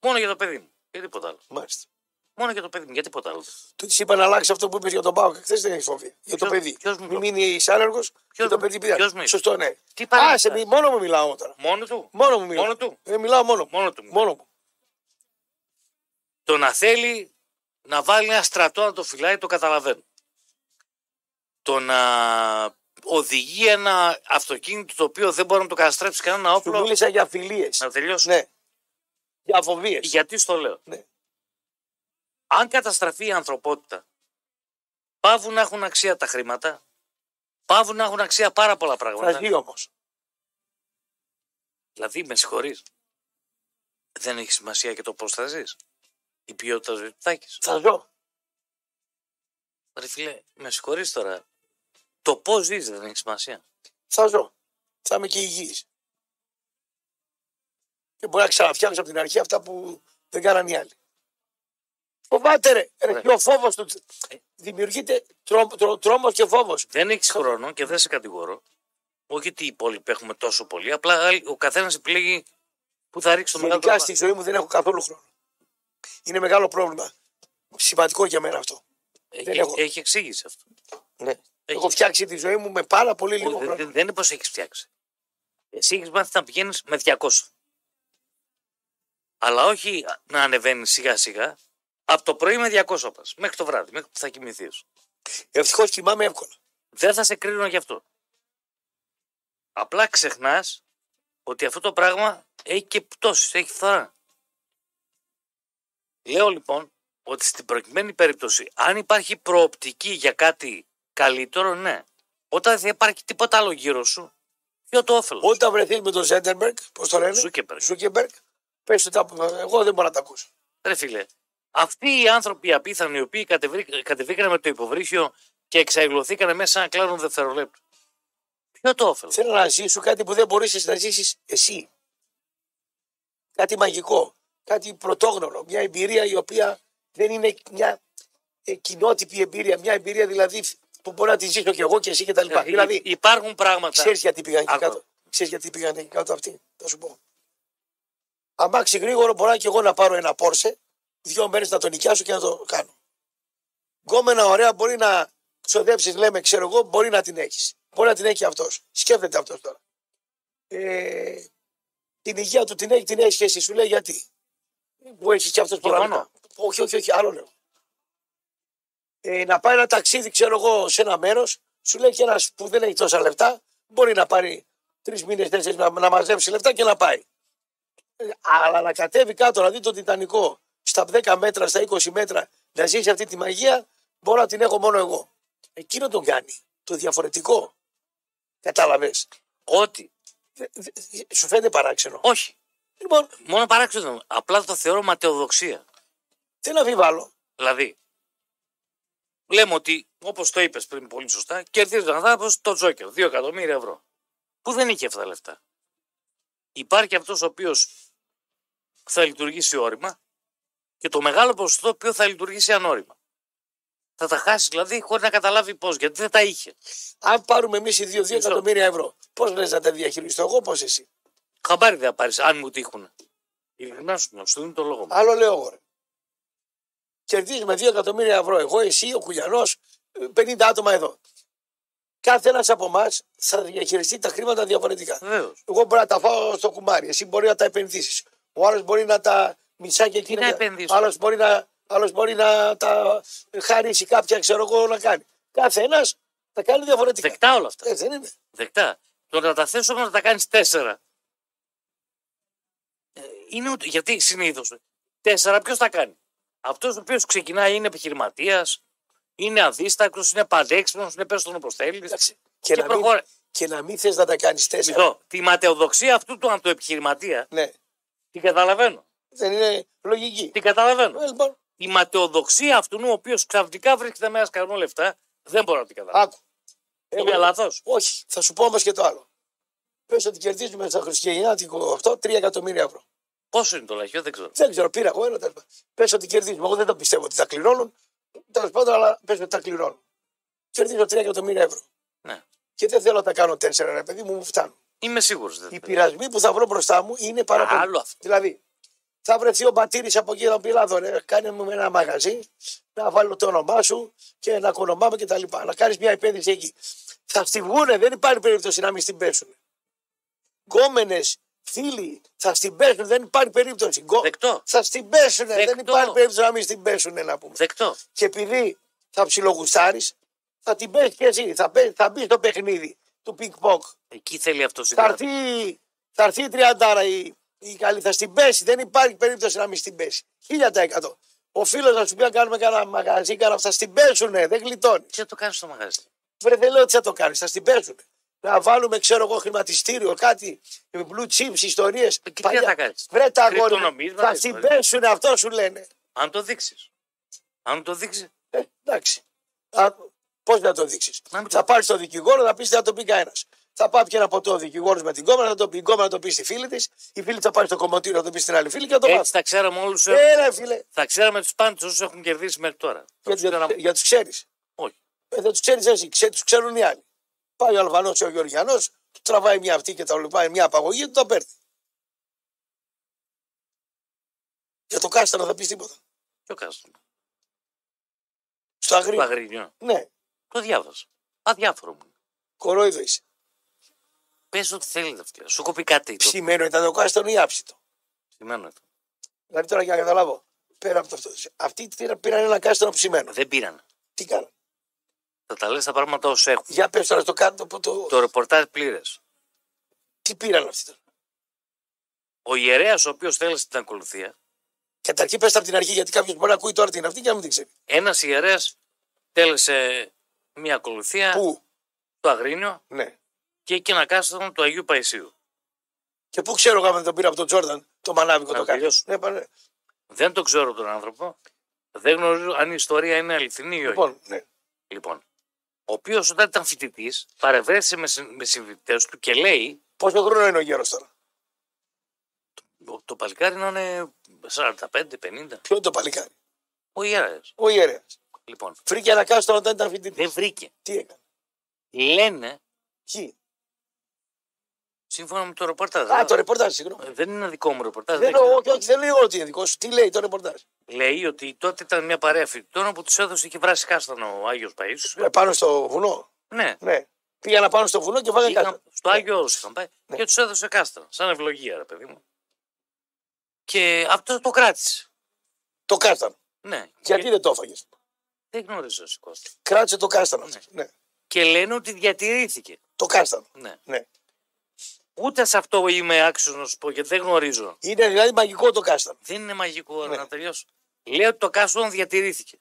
Μόνο για το παιδί μου. Για τίποτα άλλο. Μάλιστα. Μόνο για το παιδί μου. Για τίποτα άλλο. Του της είπα να αλλάξει αυτό που είπες για τον Πάοκ. Χθες δεν έχει φοβία. Για το Ποιος- παιδί. ποιος μου Μην το- μείνει εισάνεργο και το μου- παιδί ποιος μου είπε? πειράζει. Σωστό, ναι. Τι Α, παρέμβαση. σε μη, μόνο μου μιλάω εγώ τώρα. Μόνο του. Μόνο μου μιλάω. Μόνο του. Ε, μιλάω μόνο μου. Μόνο του. Μόνο μου. Το να θέλει να βάλει ένα στρατό να το φυλάει το καταλαβαίνω. Το να οδηγεί ένα αυτοκίνητο το οποίο δεν μπορεί να το καταστρέψει κανένα Σου όπλο. μίλησα για φιλίες. Να τελειώσω. Ναι. Για φοβίες. Γιατί στο λέω. Ναι. Αν καταστραφεί η ανθρωπότητα, πάβουν να έχουν αξία τα χρήματα, πάβουν να έχουν αξία πάρα πολλά Θα πράγματα. ζει όμως. Δηλαδή, με συγχωρείς. Δεν έχει σημασία και το πώς θα ζεις. Η ποιότητα ζωή του θα έχεις. Θα ζω. Ρε φίλε, με συγχωρείς τώρα. Το πώς ζεις δεν έχει σημασία. Θα ζω. Θα είμαι και υγιής. Και μπορεί να ξαναφτιάξω από την αρχή αυτά που δεν κάναν οι άλλοι. Φοβάται ρε. ρε. Και ο φόβος του. Ε, Δημιουργείται τρόμο και φόβος. Δεν έχεις χρόνο και δεν σε κατηγορώ. Όχι ότι οι υπόλοιποι έχουμε τόσο πολύ. Απλά άλλοι- ο καθένας επιλέγει που θα ρίξει το μεγάλο Γενικά τρόπο. στη ζωή μου δεν έχω καθόλου χρόνο. Είναι μεγάλο πρόβλημα. Σημαντικό για μένα αυτό. δεν Έχει, έχω. έχει εξήγηση αυτό. Ναι. Έχει. Έχω φτιάξει τη ζωή μου με πάρα πολύ λίγο δεν, χρόνο. δεν- δεν είναι πως έχεις φτιάξει. Εσύ έχεις μάθει να πηγαίνεις με 200. Αλλά όχι να ανεβαίνεις σιγά σιγά. Από το πρωί με 200 πας, μέχρι το βράδυ, μέχρι που θα κοιμηθεί. Ευτυχώς κοιμάμαι εύκολα. Δεν θα σε κρίνω γι' αυτό. Απλά ξεχνάς ότι αυτό το πράγμα έχει και πτώσεις, έχει φθορά. Λέω λοιπόν ότι στην προκειμένη περίπτωση, αν υπάρχει προοπτική για κάτι καλύτερο, ναι. Όταν δεν υπάρχει τίποτα άλλο γύρω σου, ποιο το όφελος. Όταν βρεθείς με τον Ζέντερμερκ, πώς το λένε, Ζούκεμπεργκ. Ζούκεμπερκ, πε του τα. Εγώ δεν μπορώ να τα ακούσω. Ρε φίλε, αυτοί οι άνθρωποι οι απίθανοι, οι οποίοι κατεβρί- κατεβήκαν με το υποβρύχιο και εξαγγελωθήκαν μέσα σε ένα κλάνο δευτερολέπτου. Ποιο το όφελο. Θέλω να ζήσω κάτι που δεν μπορείς να ζήσεις εσύ. Κάτι μαγικό, κάτι πρωτόγνωρο, μια εμπειρία η οποία δεν είναι μια ε, κοινότυπη εμπειρία, μια εμπειρία δηλαδή που μπορώ να τη ζήσω και εγώ και εσύ και τα λοιπά. Ε, δηλαδή, υ- υπάρχουν πράγματα. ξέρεις γιατί πήγαν εκεί Άκου. κάτω. Ξέρεις γιατί πήγαν εκεί κάτω αυτοί, θα σου πω. Αμάξι γρήγορο μπορώ και εγώ να πάρω ένα Πόρσε, δύο μέρες να το νοικιάσω και να το κάνω. Γκόμενα ωραία μπορεί να ξοδέψεις, λέμε, ξέρω εγώ, μπορεί να την έχεις. Μπορεί να την έχει αυτός. Σκέφτεται αυτός τώρα. Ε, την υγεία του την έχει, την έχει και εσύ. Σου λέει γιατί. Που έχει και αυτός Και μόνο. προγράμματα. Όχι, όχι, όχι, άλλο λέω. Ε, να πάει ένα ταξίδι, ξέρω εγώ, σε ένα μέρος, σου λέει και ένας που δεν έχει τόσα λεφτά, μπορεί να πάρει τρεις μήνες, τέσσερις να, να μαζέψει λεφτά και να πάει. Ε, Αλλά να κατέβει κάτω, να δει το Τιτανικό στα 10 μέτρα, στα 20 μέτρα, να ζήσει αυτή τη μαγεία, μπορώ να την έχω μόνο εγώ. Εκείνο τον κάνει. Το διαφορετικό. Κατάλαβες. Ότι. Σου φαίνεται παράξενο. Όχι. Λοιπόν, Μόνο παράξενο. Απλά το θεωρώ ματαιοδοξία. τι να αμφιβάλλω. Δηλαδή, λέμε ότι, όπως το είπες πριν πολύ σωστά, κερδίζει τον άνθρωπο το Τζόκερ, 2 εκατομμύρια ευρώ. Που δεν είχε αυτά τα λεφτά. Υπάρχει αυτός ο οποίος θα λειτουργήσει όρημα και το μεγάλο ποσοστό το οποίο θα λειτουργήσει ανώρημα. Θα τα χάσει δηλαδή χωρίς να καταλάβει πώς, γιατί δεν τα είχε. Αν πάρουμε εμείς οι δύο 2 Μισό. εκατομμύρια ευρώ, πώς λες να τα διαχειριστώ εγώ, πώς εσύ. Χαμπάρι δεν θα πάρεις, αν μου τύχουν. Ειλικρινά σου μιλάω, σου δίνω το λόγο μου. Άλλο λέω εγώ. ρε. Κερδίζουμε 2 εκατομμύρια ευρώ. Εγώ, εσύ, ο Κουλιανός, 50 άτομα εδώ. Κάθε ένας από εμάς θα διαχειριστεί τα χρήματα διαφορετικά. Βεβαίως. Εγώ μπορώ να τα φάω στο κουμάρι, εσύ μπορεί να τα επενδύσεις. Ο άλλος μπορεί να τα μισά και εκείνα. να επενδύσω. Άλλος μπορεί, να, άλλος μπορεί να τα χαρίσει κάποια, ξέρω εγώ, να κάνει. Κάθε ένα τα κάνει διαφορετικά. Δεκτά όλα αυτά. Ε, δεν είναι. Δεκτά. Το να τα θέσω όμως να τα κάνεις τέσσερα. Ε, Είναι ούτε, γιατί συνήθως. Τέσσερα ποιος τα κάνει. Αυτός ο οποίος ξεκινάει είναι επιχειρηματίας, είναι αδίστακτος, είναι παντέξυπνο, είναι πες τον όπως θέλεις. Εντάξει. Και, Και, και να μην, προχώρα. και να μην θες να τα κάνεις τέσσερα. Μισό. Τη ματαιοδοξία αυτού του αντοεπιχειρηματία Ναι. την καταλαβαίνω. Δεν είναι λογική. Την καταλαβαίνω. Ε, λοιπόν, Η ματαιοδοξία αυτού ο οποίος ξαφνικά βρίσκεται με ένα σκαρμό λεφτά δεν μπορώ να την καταλάβω. άκου. Είναι λάθο. Ε, Όχι, θα σου πω όμως και το άλλο. Πες ότι κερδίζουμε στα Χριστουγεννιάτικο αυτό 3 εκατομμύρια ευρώ. Πόσο είναι το λαχείο, δεν ξέρω. Δεν ξέρω, πήρα εγώ ένα τέλος. Πες ότι κερδίζουμε. Εγώ δεν το πιστεύω ότι τα κληρώνουν. Τέλος πάντων, αλλά πες ότι τα κληρώνουν. Κερδίζω 3 εκατομμύρια ευρώ. Ναι. Και δεν θέλω να τα κάνω 4, ρε παιδί μου, μου φτάνουν. Είμαι σίγουρος. Οι πειρασμοί που θα βρω μπροστά μου είναι πάρα πολύ. Άλλο αυτό. Δηλαδή, θα βρεθεί ο Μπατήρης από εκεί να πει: Λάδο, ρε, κάνε μου ένα μαγαζί, να βάλω το όνομά σου και να κονομάμε και τα λοιπά. Να κάνεις μια επένδυση εκεί. Θα στιγούνε, δεν υπάρχει περίπτωση να μην στην πέσουν. Γκόμενες, φίλοι, θα στην πέσουν, δεν υπάρχει περίπτωση. Γκο- Δεκτό. Θα στην πέσουν, δεν Δεκτό. υπάρχει περίπτωση να μην στην πέσουν, να πούμε. Δεκτό. Και επειδή θα ψιλογουστάρεις, θα την πέσεις και εσύ. Θα, μπες- θα μπεις στο παιχνίδι του πικ-ποκ. Εκεί θέλει αυτός η Θα έρθει, θα έρθει η τριαντάρα η, η καλή, θα στην πέσει. Δεν υπάρχει περίπτωση να μην στην πέσει. Χίλια τα εκατό. Ο φίλος να σου πει να κάνουμε κανένα μαγαζί, κανένα αυτά στην πέσουνε, δεν γλιτώνεις. Τι θα το κάνεις στο μαγαζί. Βρε, δεν λέω τι θα το κάνεις, θα στην πέσουνε. Να βάλουμε, ξέρω εγώ, χρηματιστήριο, κάτι, blue chips, ιστορίες. Ε, τι θα κάνεις? Βρε τα αγόρια. Κρυπτονομίσματα, Θα ιστορίες. στην πέσουνε, αυτό σου λένε. Αν το δείξεις. Αν το δείξεις. Ε, εντάξει. Α, Πώς να το δείξεις. Να μην το- Θα πάρεις τον δικηγόρο, να πεις να το πει κανένας. θα πάει και ένα ποτό ο δικηγόρος με την κόμμα, να το πει, η κόμμα να το πει στη φίλη της. Η φίλη θα πάει στο κομμωτήριο να το πει στην άλλη φίλη και να το Ε, Έτσι μάθει. θα ξέραμε όλους. Έλα, φίλε. Θα ξέραμε τους πάντες όσους έχουν κερδίσει μέχρι τώρα. Θα Για, τους για, ξέραμε- για τους ξέρεις. Όχι. Ε, δεν τους ξέρεις εσύ, ξέ, τους ξέρουν οι άλλοι. Πάει ο Αλβανός ή ο Γεωργιανός, του τραβάει μια αυτή και τα λοιπά, μια απαγωγή του τα παίρνει. Για το κάστανα θα πεις τίποτα. Ποιο κάστρος. Στο Το αγρίνιο. αγρίνιο. Ναι, Το διάβασα. Αδιάφορο μου. κορόιδο είσαι. Πες ό,τι θέλετε αυτή. Σου έχω πει κάτι. Το Ψημένο ήταν το κάστανο ή άψητο. σημαίνω αυτό. Δηλαδή τώρα για να καταλάβω. Πέρα από το αυτό. Αυτοί πήρα- πήραν ένα κάστανο ψημένο. Δεν πήραν. Τι κάνανε. Θα τα λες τα πράγματα ως έχουν. Για πες τώρα στο κάτω από το. Το ρεπορτάζ πλήρες. Τι πήραν αυτοί τώρα. Ο ιερέας, ο οποίος θέλησε την ακολουθία, Καταρχήν πες τα από την αρχή γιατί κάποιος μπορεί να ακούει τώρα την αυτή και να μην την ξέρει. ένας ιερέας τέλεσε μια ακολουθία Πού. στο Αγρίνιο Ναι. και εκεί να κάστανο του Αγίου Παϊσίου. Και πού ξέρω εγώ αν τον πήρα από τον Τζόρνταν, το μανάβικο Να το κάνει. τελειώσω. Ναι, πάνε- Δεν τον ξέρω τον άνθρωπο. Δεν γνωρίζω αν η ιστορία είναι αληθινή ή όχι. Λοιπόν, Λοιπόν, ναι. ο οποίος όταν ήταν φοιτητής, παρευρέθησε με, συν, με συμβιτέ του και λέει: Πόσο χρόνο είναι ο γέρος τώρα. «Ο- Το παλικάρι να είναι 45-50. Ποιο είναι το παλικάρι. Ο ιερέα. Ο ιερέα. Λοιπόν, Βρήκε ένα κάστρο όταν ήταν φοιτητής. δεν βρήκε. Τι έκανε. Λένε, Χι. σύμφωνα με το ρεπορτάζ. Α, δεν- Ε, το ρεπορτάζ, συγγνώμη. Δεν είναι δικό μου ρεπορτάζ. Δεν, Δεν λέω- ξέρω. όχι, όχι, δεν λέω ότι είναι δικό σου. Τι λέει το ρεπορτάζ. Λέει ότι τότε ήταν μια παρέα φοιτητών που τους έδωσε και βράσει κάστανο ο Άγιος Παίσου. Ε, Πάνω στο βουνό. Ναι. Ναι. Πήγα να πάνω στο βουνό και φάγανε Είχαν- κάστρο. στο Άγιο Όρος είχαν πάει Ναι. και τους έδωσε κάστανο. Σαν ευλογία, ρε παιδί μου. Και αυτό το κράτησε. Το κάστανο. Ναι. Γιατί Και δεν το έφαγες. δεν γνωρίζω εσύ Κώστα. Κράτησε το κάστανο. Ναι. Ναι. Και λένε ότι διατηρήθηκε. Το κάστανο. Ναι. Ναι. Ούτε σε αυτό είμαι άξιος να σου πω γιατί δεν γνωρίζω. Είναι δηλαδή μαγικό το κάστανο. Δεν είναι μαγικό ρε, Ναι. να τελειώσω. Λέω ότι το κάστανο διατηρήθηκε.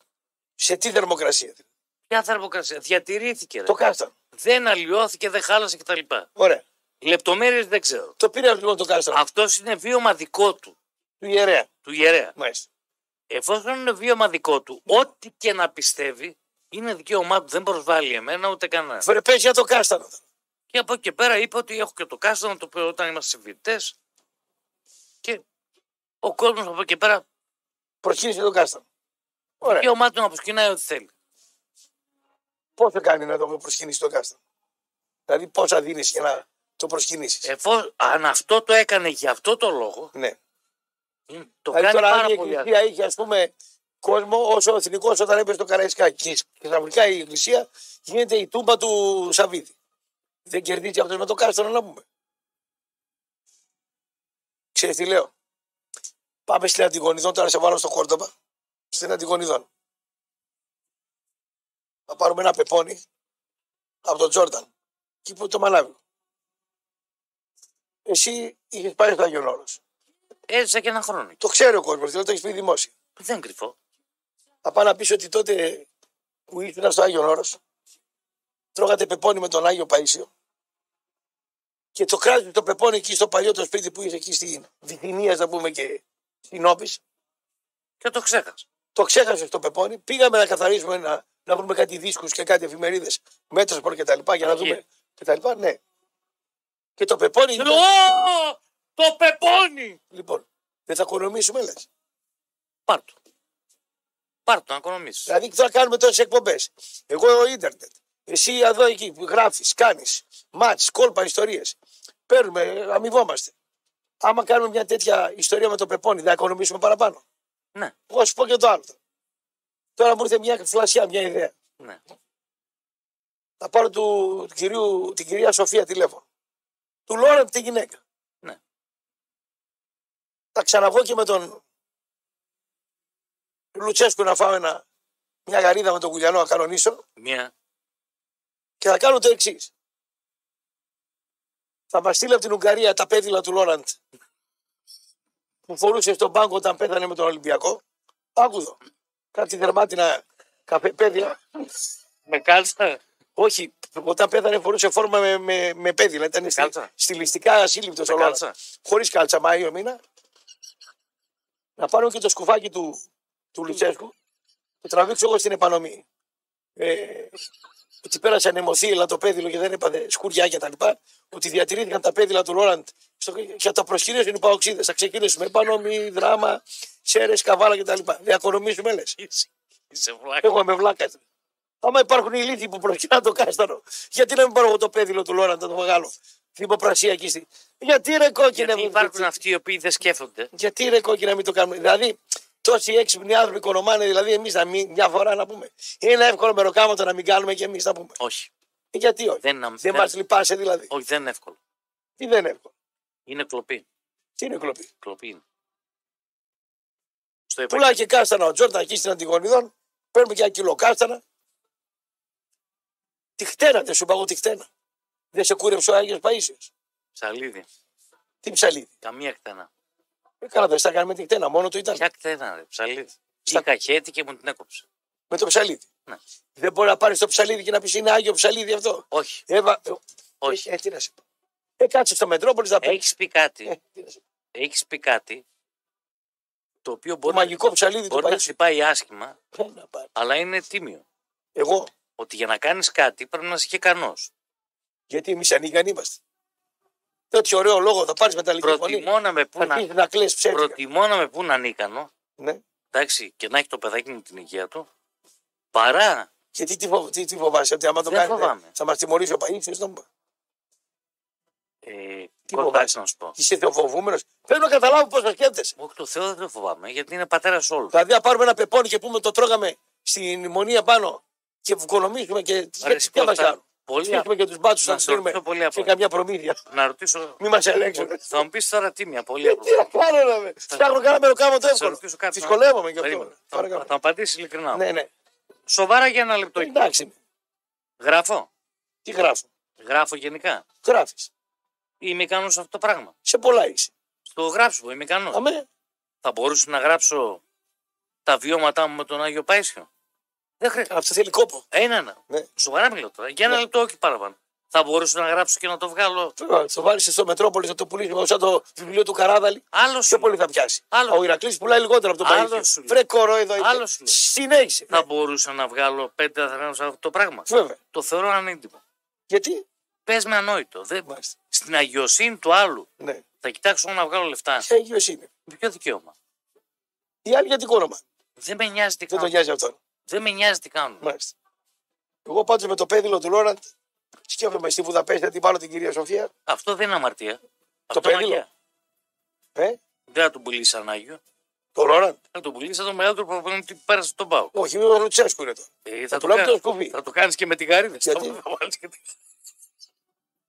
Σε τι θερμοκρασία. δηλαδή? Ποια θερμοκρασία. Διατηρήθηκε. Ρε. Το κάστανο. Δεν αλλοιώθηκε, δεν χάλασε κτλ. Ωραία. Λεπτομέρειες δεν ξέρω. Το πήρε λοιπόν το κάστανο Αυτός είναι βίωμα δικό του, του ιερέα. του ιερέα. Μάλιστα. Εφόσον είναι βίωμα δικό του, ό,τι και να πιστεύει είναι δικαίωμά του. Δεν προσβάλλει εμένα ούτε κανένα. Βρε, πες για το κάστανο. Και από εκεί και πέρα είπε ότι έχω και το κάστανο το οποίο όταν είμαστε συμφιλητέ. Και ο κόσμος από εκεί και πέρα Προχείρισε το κάστανο. Ωραία. δικαίωμά του να προσκυνάει ό,τι θέλει. Πώς θα κάνει να το προσκυνήσει το κάστανο. Δηλαδή, πόσα δίνεις για να το προσκυνήσεις. Εφόσον Ε, αν αυτό το έκανε για αυτό το λόγο, ναι. είναι- το δηλαδή, τώρα, κάνει αν η πάρα πολύ άσχημα. Εκκλησία είχε, ας πούμε, κόσμο όσο ο εθνικό όταν έπεσε στο Καραϊσκάκι. Και ξαφνικά η Εκκλησία γίνεται η τούμπα του Σαββίδη. Δεν κερδίζει αυτός με το κάστανο, να πούμε. Ξέρεις τι λέω. Πάμε στην Αντιγονιδόν, τώρα σε βάλω στο Κόρτομπα. Στην Αντιγονιδόν. Θα πάρουμε ένα πεπόνι από τον Τζόρταν. Και είπε το μαλάβιο. Εσύ είχες πάει στο Άγιον Όρος. Έζησα και ένα χρόνο. Το ξέρει ο κόσμος, δηλαδή το έχεις πει δημόσια. Δεν κρυφώ. Θα πάω να πεις ότι τότε που ήρθα στο Άγιον Όρος, τρώγατε πεπόνι με τον Άγιο Παΐσιο και το κράτησε το πεπόνι εκεί στο παλιό το σπίτι που είχε εκεί στην Βυθινία, να πούμε και στην Όπης. Και το ξέχασα. Το ξέχασες το πεπόνι. Πήγαμε να καθαρίσουμε, να, να βρούμε κάτι δίσκους και κάτι εφημερίδες, μέτροσπορ και τα λοιπά, για να Αγία. δούμε. Και τα λοιπά, ναι. Και το πεπόνι. Και λέω, «Ω, Το πεπώνει! Λοιπόν, δεν θα οικονομήσουμε, λες. Πάρ' το. Πάρ' το να οικονομήσεις. Δηλαδή, θα κάνουμε τόσες εκπομπές. Εγώ ο ίντερνετ. Εσύ εδώ εκεί που γράφεις, κάνεις μάτ, κόλπα, ιστορίες. Παίρνουμε, ε, αμοιβόμαστε. Άμα κάνουμε μια τέτοια ιστορία με το πεπόνι, θα οικονομήσουμε παραπάνω. Ναι, Εγώ σου πω και το άλλο. Τώρα μου ήρθε μια φλασιά, μια ιδέα. ναι. Θα πάρω του, του κυρίου, την κυρία Σοφία τηλέφωνο. Του Λόρεντ τη γυναίκα. Ναι. Θα ξαναβγώ και με τον Λουτσέσκου να φάω ένα, μια γαρίδα με τον Κουλιανό να κανονίσω Μία. και θα κάνω το εξής. Θα μας στείλει από την Ουγγαρία τα πέδιλα του Λόραντ που φορούσε στον πάγκο όταν πέθανε με τον Ολυμπιακό. Άκουδο. Κάτι δερμάτινα καφέ, πέδιλα. Με κάλτσα. Όχι, όταν πέθανε φορούσε φόρμα με, με, με πέδιλα. Ήταν στη, κάλτσα. στιλιστικά ασύλληπτος Με ο Λόραντ. κάλτσα. Χωρίς κάλτσα, Μάιο μήνα. Να πάρω και το σκουφάκι του, του Λουτσέσκου. Το τραβήξω εγώ στην επανομή. Ε, ότι πέρασαν αιμοθύελα το πέδιλο και δεν έπαθε σκουριά κτλ. Ότι διατηρήθηκαν τα πέδιλα του Λόραντ στο, και τα προσκυνήσουν οι παοξίδε. Θα ξεκινήσουμε πανόμοι, δράμα, σέρες, καβάλα κτλ. Διακονομήσουμε λες. Είσαι- Είσαι βλάκας. Εγώ είμαι βλάκας. Άμα υπάρχουν οι λύθοι που προσκυνά το κάστανο, γιατί να μην πάρω εγώ το πέδιλο του Λόραντ να το βγάλω. Δημοπρασία εκεί στη. Γιατί ρε κόκκινε Γιατί υπάρχουν αυτοί οι οποίοι δεν σκέφτονται. γιατί ρε κόκκινη να μην το κάνουμε. Δηλαδή, τόσοι έξυπνοι άνθρωποι οικονομάνε, δηλαδή εμείς να μην, μια φορά να πούμε. Είναι εύκολο μεροκάματο να μην κάνουμε και εμείς να πούμε. Όχι. Γιατί όχι. Δεν, είναι- Δεν δεν- μα λυπάσαι δηλαδή. όχι, δεν είναι εύκολο. Τι δεν είναι εύκολο. Είναι κλοπή. Τι είναι κλοπή. κλοπή είναι. Στο επαγγελ- Πουλάει και κάστανα ο Τζόρτα εκεί στην Αντιγονιδών. Παίρνουμε και ένα κιλό κάστανα. Τη χτένα, δεν σου είπα εγώ τη χτένα. Δεν σε κούρεψε ο Άγιος Παίσιο. Ψαλίδι. Τι ψαλίδι. Καμία κτένα. Ε, καλά, δεν στα κάνει με τη χτένα, μόνο του ήταν. Ποια κτένα, ρε. Ψαλίδι. Στα- Στα καχέτη και μου την έκοψε. Με το ψαλίδι. Ναι. Δεν μπορεί να πάρεις το ψαλίδι και να πεις είναι Άγιο ψαλίδι αυτό. Όχι. Έβα... Όχι. Ε, τι να σε πω. Ε, κάτσε στο Μετρόπολης να πεις. Έχεις πει κάτι. Ε, τι να σε πω. Έχεις πει κάτι το οποίο Το μπορεί, να- μαγικό ψαλίδι του μπορεί να Παίσιου. σου πάει άσχημα, Ε, να πάρει. αλλά είναι τίμιο. Εγώ, Ότι για να κάνεις κάτι πρέπει να είσαι και ικανός. γιατί εμείς ανίκανοι είμαστε. Τέτοιο ωραίο λόγο θα πάρεις μεταλλική φωνή. Προτιμώ να με πούν να, Αρχίζει να κλαις ψεύτικα. προτιμώ να με πουν ανίκανο Ναι. εντάξει, και να έχει το παιδάκι μου την υγεία του παρά Και τι, τι, φοβ- τι, τι φοβάσαι, ότι άμα το Δεν κάνει. φοβάμαι. Θα μας τιμωρήσει ο Παίσιο. Να... μου- ε, Τι κοντά, φοβάσαι. να σου πω. Είσαι θεοφοβούμενος. Θέλω να καταλάβω πώς το σκέφτεσαι. Όχι, το Θεό δεν το φοβάμαι, γιατί είναι πατέρας όλων. Δηλαδή, να πάρουμε ένα πεπόνι και πούμε το τρώγαμε στην μονία πάνω και βουκονομήσουμε και Ρε, τι τι Κώστα, έβαζα. πολύ απλά. Φτιάχνουμε και τους μπάτσους Να να σε στείλουμε ρωτήσω πολύ σε απλά. καμιά προμήθεια. Να ρωτήσω. Μη μας ελέγξουν. Θα μου πεις τώρα τίμια, πολύ Τι απλά. να κάνω, να με. Φτιάχνω κανένα μεροκάμα το Θα εύκολο. ρωτήσω κάτι. Δυσκολεύομαι και Περίμενε. αυτό. Θα θα Παρακαλώ. μου απαντήσεις ειλικρινά. Ναι, ναι. Σοβαρά για ένα λεπτό. Εντάξει. Γράφω. Τι γράφω. Γράφω γενικά. Γράφεις. Είμαι ικανός σε αυτό το πράγμα. Σε πολλά είσαι. Στο γράψιμο είμαι ικανός. Αμέ. Θα μπορούσα να γράψω τα βιώματά μου με τον Άγιο Πάισιο. Δεν χρειάζεται. Αυτό θέλει κόπο. Ένα-ένα. Ναι. Σοβαρά μιλάω τώρα. Για ένα Ναι. λεπτό, όχι παραπάνω. Θα μπορούσα να γράψω και να το βγάλω. Τώρα, Το βάλεις στο Μετρόπολη, θα το πουλήσουμε σαν το βιβλίο του Καράδαλη. Άλλος Πιο σου. πολύ θα πιάσει. Άλλος. Ο Ηρακλής πουλάει λιγότερο από τον Άλλος Παρίσι. σου λέω. Βρε κορό εδώ είναι. Άλλος σου λέω. Συνέχισε. Θα μπορούσα να βγάλω πέντε αθρανού σε αυτό το πράγμα. Βέβαια. Το θεωρώ ανέντιμο. Γιατί. Πες με ανόητο. Δεν... Μάλιστα. Στην αγιοσύνη του άλλου Ναι. θα κοιτάξω εγώ να βγάλω λεφτά. Ποια υγιώ είναι. Με ποιο δικαίωμα. Οι άλλοι γιατί κόνομα. Δεν με νοιάζει τι Δεν τον κάνουν. νοιάζει αυτόν. Δεν με νοιάζει τι κάνουν. Μάλιστα. Εγώ πάντως με το πέδιλο του Λόραντ σκέφτομαι στη Βουδαπέστη να την πάρω την κυρία Σοφία. Αυτό δεν είναι αμαρτία. Αυτό πέδιλο. μαγιά. Ε, Δεν θα τον πουλήσει σαν Άγιο. το Λόραντ. Θα τον πουλήσει σαν τον μεγαλύτερο προπονητή που πέρασε τον Πάο. Όχι, ο Λουτσέσκου είναι το. Ε, Θα θα, το πουλάμε κάνεις- το σκουπί. θα το κάνεις και με την γαρίδα. Γιατί? Θα βάλεις και τη-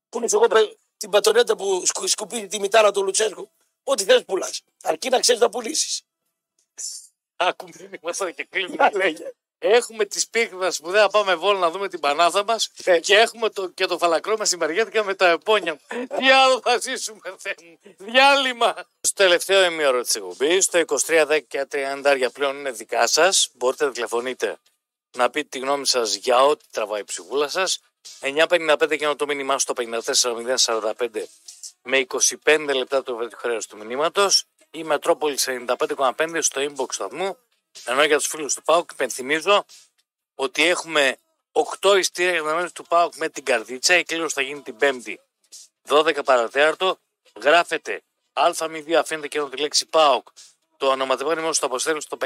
Πού είναι εγώ παι- την πατονέτα που σκου- σκουπίζει τη μητάρα του Λουτσέσκου. Ό,τι θες πουλάς. Αρκεί να ξέρεις να πουλήσεις. Άκου μήνυμα τώρα και κλείνουμε. Να λέγε. Έχουμε τη σπίτι μα που δεν θα πάμε βόλο να δούμε την πανάθα μας Ε. και έχουμε το, και το φαλακρό μας συμμαριέτικα με τα επώνια. Τι άλλο θα ζήσουμε, Θεέ μου. Διάλειμμα. Στο τελευταίο ημίωρο της εκπομπής, το 23, 10 και 30 πλέον είναι δικά σας. Μπορείτε να τηλεφωνείτε να πείτε τη γνώμη σας για ό,τι τραβάει η ψυχούλα σας. 9.55 και να το μήνυμά στο 54.045 με 25 λεπτά το ευρύτερο χρέο του μηνύματος ή Μετρόπολη 95,5 στο inbox του σταθμού. Ενώ για τους φίλους του ΠΑΟΚ υπενθυμίζω ότι έχουμε 8 ειστήρια για τα μέλη του ΠΑΟΚ με την καρδίτσα. Η κλήρωση θα γίνει την 5η 12 παρατέταρτο. Γράφετε Α02, αφήνετε και τη λέξη ΠΑΟΚ. Το ονοματεπώνυμο στο αποστέλνει στο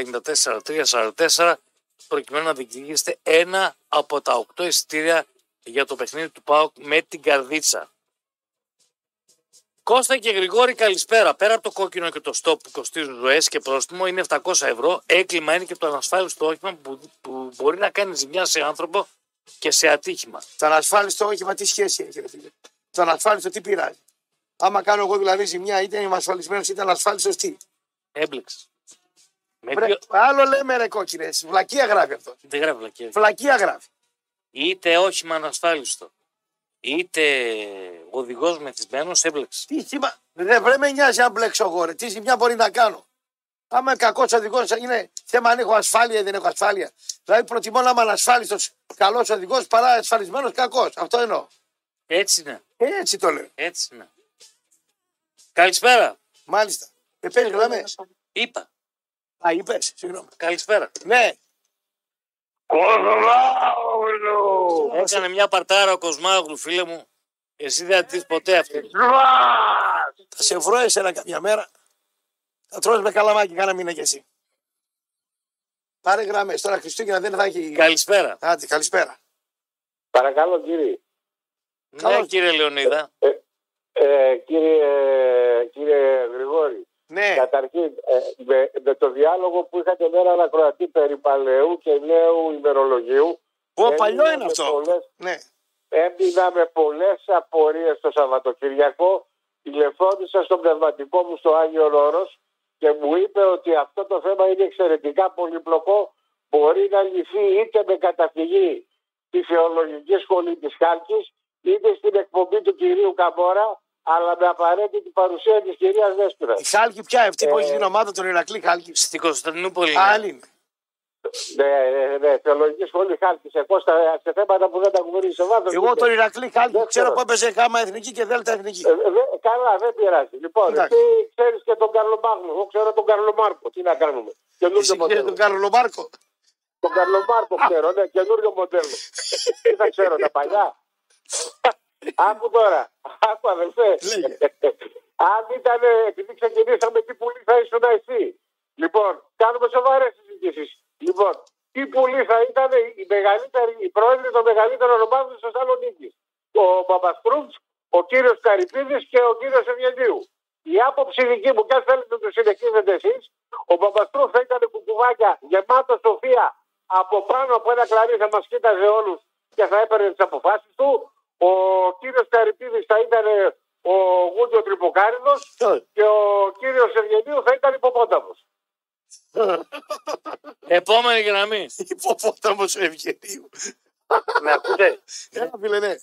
54344 προκειμένου να διεκδικήσετε ένα από τα 8 εισιτήρια για το παιχνίδι του ΠΑΟΚ με την καρδίτσα. Κώστα και Γρηγόρη, καλησπέρα. Πέρα από το κόκκινο και το στόπ που κοστίζουν ζωές και πρόστιμο, είναι 700 ευρώ. Έκλειμα είναι και το ανασφάλιστο όχημα που, που μπορεί να κάνει ζημιά σε άνθρωπο και σε ατύχημα. Το ανασφάλιστο όχημα τι σχέση έχει. Ρε, φίλε. το ανασφάλιστο τι πειράζει. Άμα κάνω εγώ δηλαδή ζημιά, είτε είμαι ασφαλισμένος είτε ανασφάλιστος τι. Έμπλεξε. Με Βρε, ποιο... Άλλο λέμε ρε κόκκινε. Βλακία γράφει αυτό. Δεν γράφει βλακία. Βλακία γράφει. Είτε όχημα ανασφάλιστο, είτε οδηγός μεθυσμένος, έμπλεξε. Τι χήμα. Δεν βρε με νοιάζει αν μπλέξω εγώ. Ρε. Τι ζημιά μπορεί να κάνω. Άμα κακός οδηγός είναι θέμα αν έχω ασφάλεια ή δεν έχω ασφάλεια. Δηλαδή προτιμώ να είμαι ανασφάλιστος καλός οδηγός παρά ασφαλισμένος κακός. Αυτό εννοώ. Έτσι είναι. Ε, Έτσι το λέω. Έτσι είναι. Καλησπέρα. Μάλιστα. Ε, πες γραμμές. Είπα. Α, είπες. Συγγνώμη. Καλησπέρα. Ναι. Κοσμάογλου! Έκανε μια παρτάρα ο Κοσμάγλου, φίλε μου. Εσύ δεν τη ποτέ αυτή. Σβάς! Θα σε βρω εσένα κάποια μέρα. Θα τρως με καλαμάκι κάνα μήνα κι εσύ. Πάρε γραμμές. Τώρα Χριστούγεννα δεν θα έχει... Καλησπέρα. Άντε, καλησπέρα. Παρακαλώ κύριε. Ναι, Καλώς. κύριε Λεωνίδα. Ε, κύριε, κύριε Γρηγόρη, Ναι, καταρχήν ε, με, με, το διάλογο που είχατε με έναν ακροατή περί παλαιού και νέου ημερολογίου πω παλιό έμεινα είναι με αυτό. πολλές- Ναι. Έμεινα με πολλές απορίες το Σαββατοκυριακό. Τηλεφώνησα στον πνευματικό μου στο Άγιο Όρος και μου είπε ότι αυτό το θέμα είναι εξαιρετικά πολυπλοκό. Μπορεί να λυθεί είτε με καταφυγή στη Θεολογική Σχολή της Χάλκης είτε στην εκπομπή του κυρίου Καμπόρα αλλά με απαραίτητη παρουσία της κυρίας Δέσποινας. Η Χάλκη πια, αυτή που Ε, έχει την ομάδα των Ηρακλή Χάλκη. Στην Κωνσταντινούπολη. είναι. Άλλη είναι. Ναι, ναι, ναι, Θεολογική Σχολή Χάλκης. Εγώ στα, σε θέματα που δεν τα γνωρίζω σε βάθος. Εγώ είπε. τον Ηρακλή Χάλκη Δεύτερο. ξέρω που έπαιζε γάμα εθνική και δέλτα εθνική. Ε, ε, δε- καλά, δεν πειράζει. Λοιπόν, Εντάξει. εσύ ξέρεις και τον Καρλομάγνο. Εγώ ξέρω τον Καρλομάρκο. Τι να κάνουμε. Καινούριο Εσύ ξέρεις μοντέλο. τον Κάρολο Μάρκο. Τον Καρλομάρκο ξέρω, ναι, καινούριο μοντέλο. Τι θα ξέρω, τα παλιά. Άκου τώρα. Άκου, αδελφέ. Λέγε. Αν ήταν, επειδή ξεκινήσαμε, τι πουλή θα ήσουν εσύ. Λοιπόν, κάνουμε σοβαρές συζητήσεις. Λοιπόν, τι πουλή θα ήταν η, μεγαλύτερη, η πρόεδρη των μεγαλύτερων ομάδων τη Θεσσαλονίκη. Ο Παπαστρούτ, ο κύριος Καρυπίδης και ο κύριος Ευγενίου. Η άποψη δική μου, και αν θέλετε να το συνεχίζετε εσείς, ο Παπαστρούτ θα ήταν κουκουβάκια γεμάτο σοφία από πάνω από ένα κλαρί θα μας κοίταζε όλους και θα έπαιρνε τις αποφάσεις του. Ο κύριος Καρυπίδης θα ήταν ε, ο Γούντιο Τρυποκάριδος Ε. και ο κύριος Ευγενίου θα ήταν υποπόταμος. Επόμενη γραμμή. Υποπόταμος ο Ευγενίου. Με ακούτε. Ένα φίλε, ναι.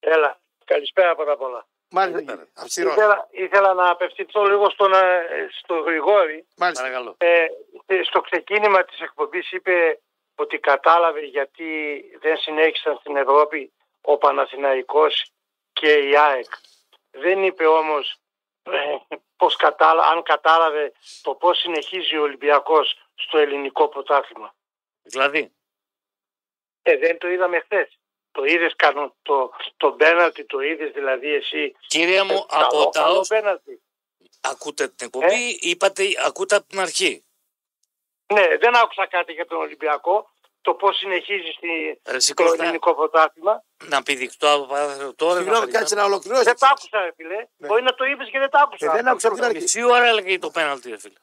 Έλα. Καλησπέρα πρώτα απ' όλα. Μάλιστα κύριε. Αυστηρό. Ήθελα, ήθελα να απευθυνθώ λίγο στον, ε, στον Γρηγόρη. Μάλιστα. Παρακαλώ. Ε, ε, στο ξεκίνημα της εκπομπής είπε ότι κατάλαβε γιατί δεν συνέχισαν στην Ευρώπη ο Παναθηναϊκός και η ΑΕΚ. Δεν είπε όμως ε, πώς κατάλα, αν κατάλαβε το πώς συνεχίζει ο Ολυμπιακός στο ελληνικό πρωτάθλημα. Δηλαδή, Ε, δεν το είδαμε χθες. Το είδες κανο, το, το πέναλτι, το είδες δηλαδή εσύ. κυρία μου, Ε, καλό- από τα καλό όσα πέναλτι. ακούτε την εκπομπή, Ε. είπατε, ακούτε από την αρχή. Ναι, δεν άκουσα κάτι για τον Ολυμπιακό. Το πώς συνεχίζει στη, Ρε, το σηκώστε ένα- ελληνικό πρωτάθλημα. να πηδηχτώ από παράθυρο τώρα. να Συγγνώμη, περιμένω. κάτσε να ολοκληρώσεις. Δεν τα άκουσα, ρε φίλε. Ναι. Μπορεί να το είπες και δεν τα άκουσα. Ε, δεν άκουσα την αρχή. Μισή ώρα έλεγε το πέναλτι, ρε φίλε.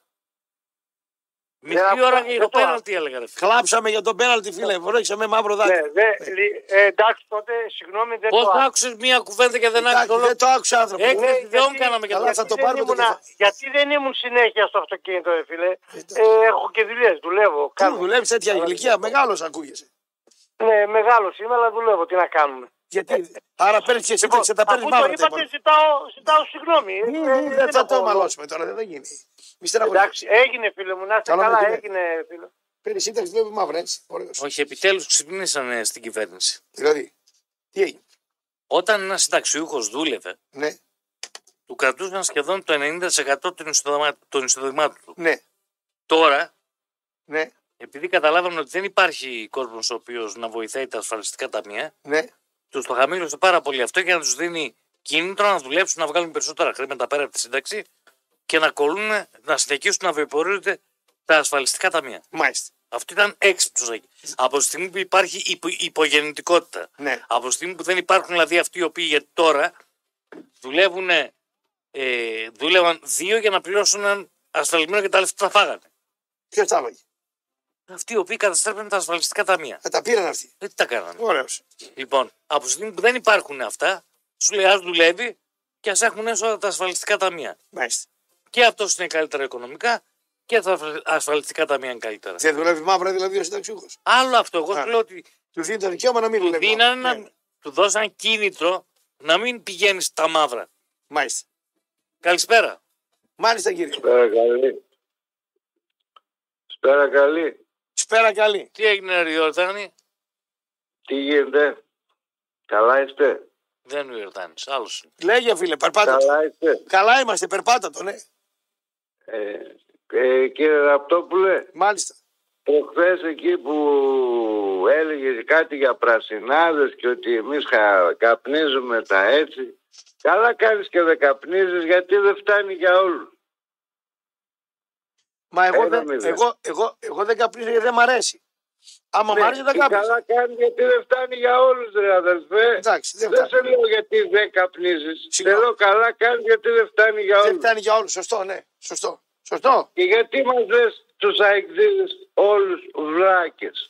Μισή Ε, άκουσα, ώρα έλεγε δεν το το άκουσα. πέναλτι, έλεγα, ρε φίλε. Κλάψαμε για τον πέναλτι, φίλε. Βρέξαμε μαύρο δάκρυ. Ναι, δε, λι- ε, εντάξει, τότε συγγνώμη, δεν Πώς το άκουσα. άκουσες μία κουβέντα και δεν Εντάξει, άκουσες όλο. Δεν το άκουσα άνθρωπο. Έκ- Ναι, δεν κάναμε γιατί και Ε, καλά, θα το δεν πάρουμε το ήμουνα- κεφάλι. γιατί δεν ήμουν συνέχεια στο αυτοκίνητο, ρε φίλε. Εντάξει. Ε, έχω και δουλειές, δουλεύω. Πού Κάνω. δουλεύεις τέτοια Καλά. ηλικία, μεγάλος ακούγεσαι. Ναι, μεγάλος είμαι, αλλά δουλεύω. Τι να κάνουμε. Γιατί, άρα παίρνεις και εσύ Λοιπόν, τα παίρνεις αφού το μαύρα. τα είπατε, ζητάω, ζητάω συγγνώμη. υπόλοιπα. Ε, Μη- μη- Δεν θα το έχω- μαλώσουμε τώρα, δεν θα γίνει. Μη Εντάξει, στεναχωρήσει. έγινε φίλε μου, να είστε Καλό καλά, μεσημέρι. έγινε φίλε. Παίρνεις σύνταξη, βέβαια μαύρα έτσι. Ωραίος. Όχι, επιτέλους ξυπνήσανε στην κυβέρνηση. Δηλαδή, τι έγινε. Όταν ένας συνταξιούχος δούλευε, Ναι, του κρατούσαν σχεδόν το 90% των εισοδημά- των εισοδημάτων του. ναι, Τώρα, ναι, επειδή καταλάβαμε ότι δεν υπάρχει κόσμος ο οποίος να βοηθάει τα ασφαλιστικά ταμεία, ναι. τους το χαμήλωσε πάρα πολύ αυτό για να τους δίνει κίνητρο να δουλέψουν, να βγάλουν περισσότερα χρήματα πέρα από τη σύνταξη και να κολλούν, να συνεχίσουν να βιοπορίζονται τα ασφαλιστικά ταμεία. Μάλιστα. Αυτό ήταν έξυπνος. εκεί. Από τη στιγμή που υπάρχει υπο- υπογεννητικότητα, Ναι. από τη στιγμή που δεν υπάρχουν δηλαδή αυτοί οι οποίοι γιατί τώρα δουλεύουν, ε, δούλευαν δύο για να πληρώσουν έναν ασφαλισμένο και τα λεφτά τα φάγανε. Ποιος τα έβαγε. Αυτοί οι οποίοι καταστρέφουν τα ασφαλιστικά ταμεία. Θα τα πήραν αυτοί. Ε, Τι τα κάνανε. Ωραίος. Λοιπόν, από τη στιγμή που δεν υπάρχουν αυτά, σου λέει ας δουλεύει και ας έχουν έσοδα τα ασφαλιστικά ταμεία. Μάλιστα. Και αυτός είναι καλύτερα οικονομικά και τα ασφαλιστικά ταμεία είναι καλύτερα. Δεν δουλεύει μαύρα δηλαδή ο συνταξιούχος. Άλλο αυτό, εγώ Α. σου λέω ότι Του δίνει το δικαίωμα να μην του δουλεύει. μαύρα. δίνανε Ναι. να του δώσαν κίνητρο να μην πηγαίνεις στα μαύρα. Μάλιστα. Καλησπέρα. Μάλιστα κύριε. Σπέρα καλή. Σπέρα καλή. Σπέρα καλή. Τι έγινε, ρε Ιορδάνη. Τι γίνεται. Καλά είστε. Δεν είναι ο Ιορδάνης, άλλος είναι. Λέγε φίλε, περπάτα. το. είστε. Καλά είμαστε, περπάτα το, ναι. Ε, ε, κύριε Ραπτόπουλε, Μάλιστα. Προχθές εκεί που έλεγες κάτι για πρασινάδες και ότι εμείς χα- καπνίζουμε τα έτσι. Καλά κάνεις και δεν καπνίζεις γιατί δεν φτάνει για όλους. Μα εγώ, Ένα δεν, μηδέν. εγώ, εγώ, εγώ δεν καπνίζω γιατί δεν μ' αρέσει. Άμα Ναι, μ' αρέσει δεν και καπνίζω. καλά κάνεις γιατί δεν φτάνει για όλους ρε αδελφέ. Εντάξει, δεν Δεν σε φτάνει. λέω γιατί δεν καπνίζεις. Σε Συγγνώμη. λέω καλά κάνεις γιατί δεν φτάνει για Δεν όλους. φτάνει για όλους, σωστό, ναι. Σωστό. Σωστό. Και γιατί μας λες τους αεκδίδες όλους βλάκες.